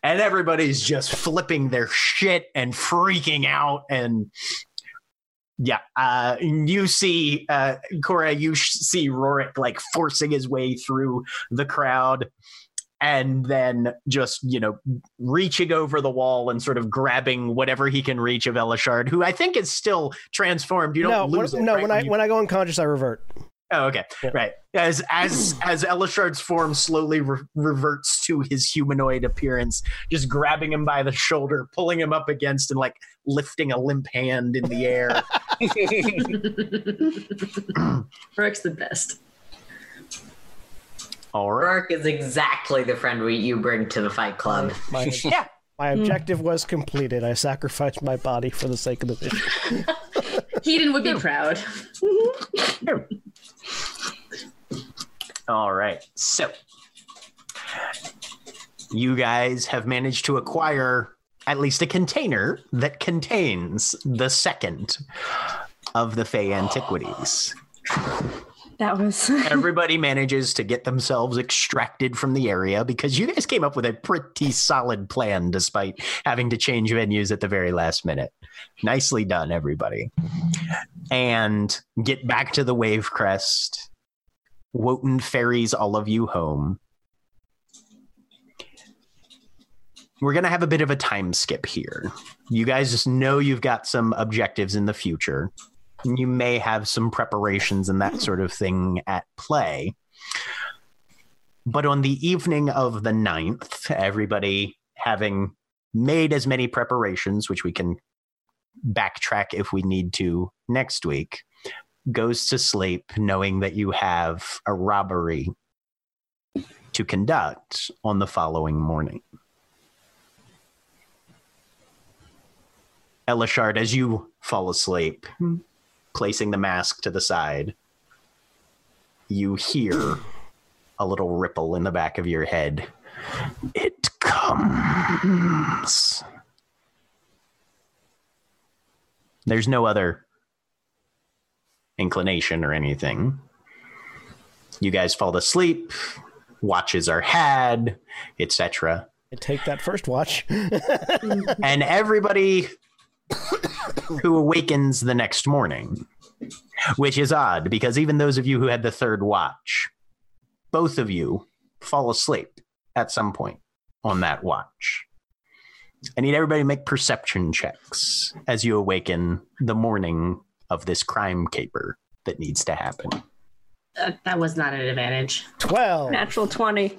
Speaker 1: and everybody's just flipping their shit and freaking out and yeah uh you see uh cora you sh- see rorik like forcing his way through the crowd and then just you know reaching over the wall and sort of grabbing whatever he can reach of elishard who i think is still transformed you
Speaker 4: no,
Speaker 1: don't lose
Speaker 4: when,
Speaker 1: it,
Speaker 4: no.
Speaker 1: right,
Speaker 4: When I
Speaker 1: you
Speaker 4: when I go unconscious, I revert.
Speaker 1: Oh, okay,
Speaker 4: Yeah.
Speaker 1: right. As as as Elishard's form slowly re- reverts to his humanoid appearance, just grabbing him by the shoulder, pulling him up against, and like lifting a limp hand in the air.
Speaker 3: Rourke's the best.
Speaker 1: All right.
Speaker 5: Rourke is exactly the friend we, you bring to the Fight Club.
Speaker 4: My,
Speaker 1: Yeah.
Speaker 4: my objective was completed. I sacrificed my body for the sake of the mission.
Speaker 3: Heaton would be proud.
Speaker 1: All right. So you guys have managed to acquire at least a container that contains the second of the Fey antiquities.
Speaker 2: That was
Speaker 1: everybody manages to get themselves extracted from the area because you guys came up with a pretty solid plan despite having to change venues at the very last minute. Nicely done, everybody. And get back to the Wave Crest. Wotan ferries all of you home. We're going to have a bit of a time skip here. You guys just know you've got some objectives in the future you may have some preparations and that sort of thing at play. But on the evening of the 9th, everybody having made as many preparations, which we can backtrack if we need to next week, goes to sleep knowing that you have a robbery to conduct on the following morning. Elishard, as you fall asleep, placing the mask to the side, you hear a little ripple in the back of your head. It comes. There's no other inclination or anything. You guys fall asleep, watches are had, etc.
Speaker 4: I take that first watch.
Speaker 1: and everybody who awakens the next morning, which is odd because even those of you who had the third watch, both of you fall asleep at some point on that watch. I need everybody to make perception checks as you awaken the morning of this crime caper that needs to happen.
Speaker 3: Uh, that was not an advantage.
Speaker 4: Twelve.
Speaker 2: natural 20.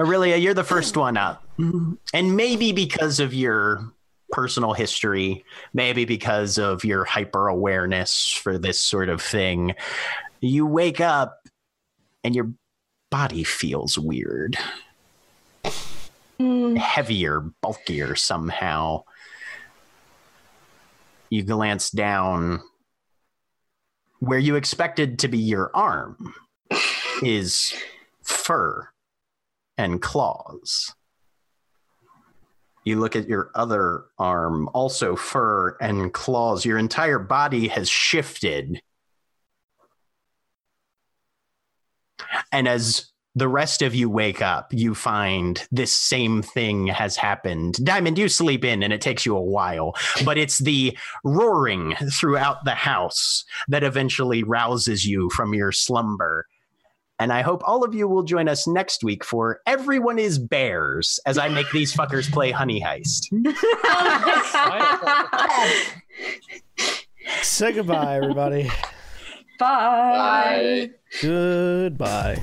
Speaker 1: Aurelia, you're the first one up. And maybe because of your personal history, maybe because of your hyper awareness for this sort of thing, you wake up and your body feels weird, heavier, bulkier somehow. You glance down where you expected to be your arm is fur and claws. You look at your other arm, also fur and claws. Your entire body has shifted. And as the rest of you wake up, you find this same thing has happened. Diamond, you sleep in and it takes you a while, but it's the roaring throughout the house that eventually rouses you from your slumber. And I hope all of you will join us next week for Everyone is Bears as I make these fuckers play Honey Heist.
Speaker 4: Say goodbye, everybody.
Speaker 2: Bye.
Speaker 7: Bye.
Speaker 4: Goodbye.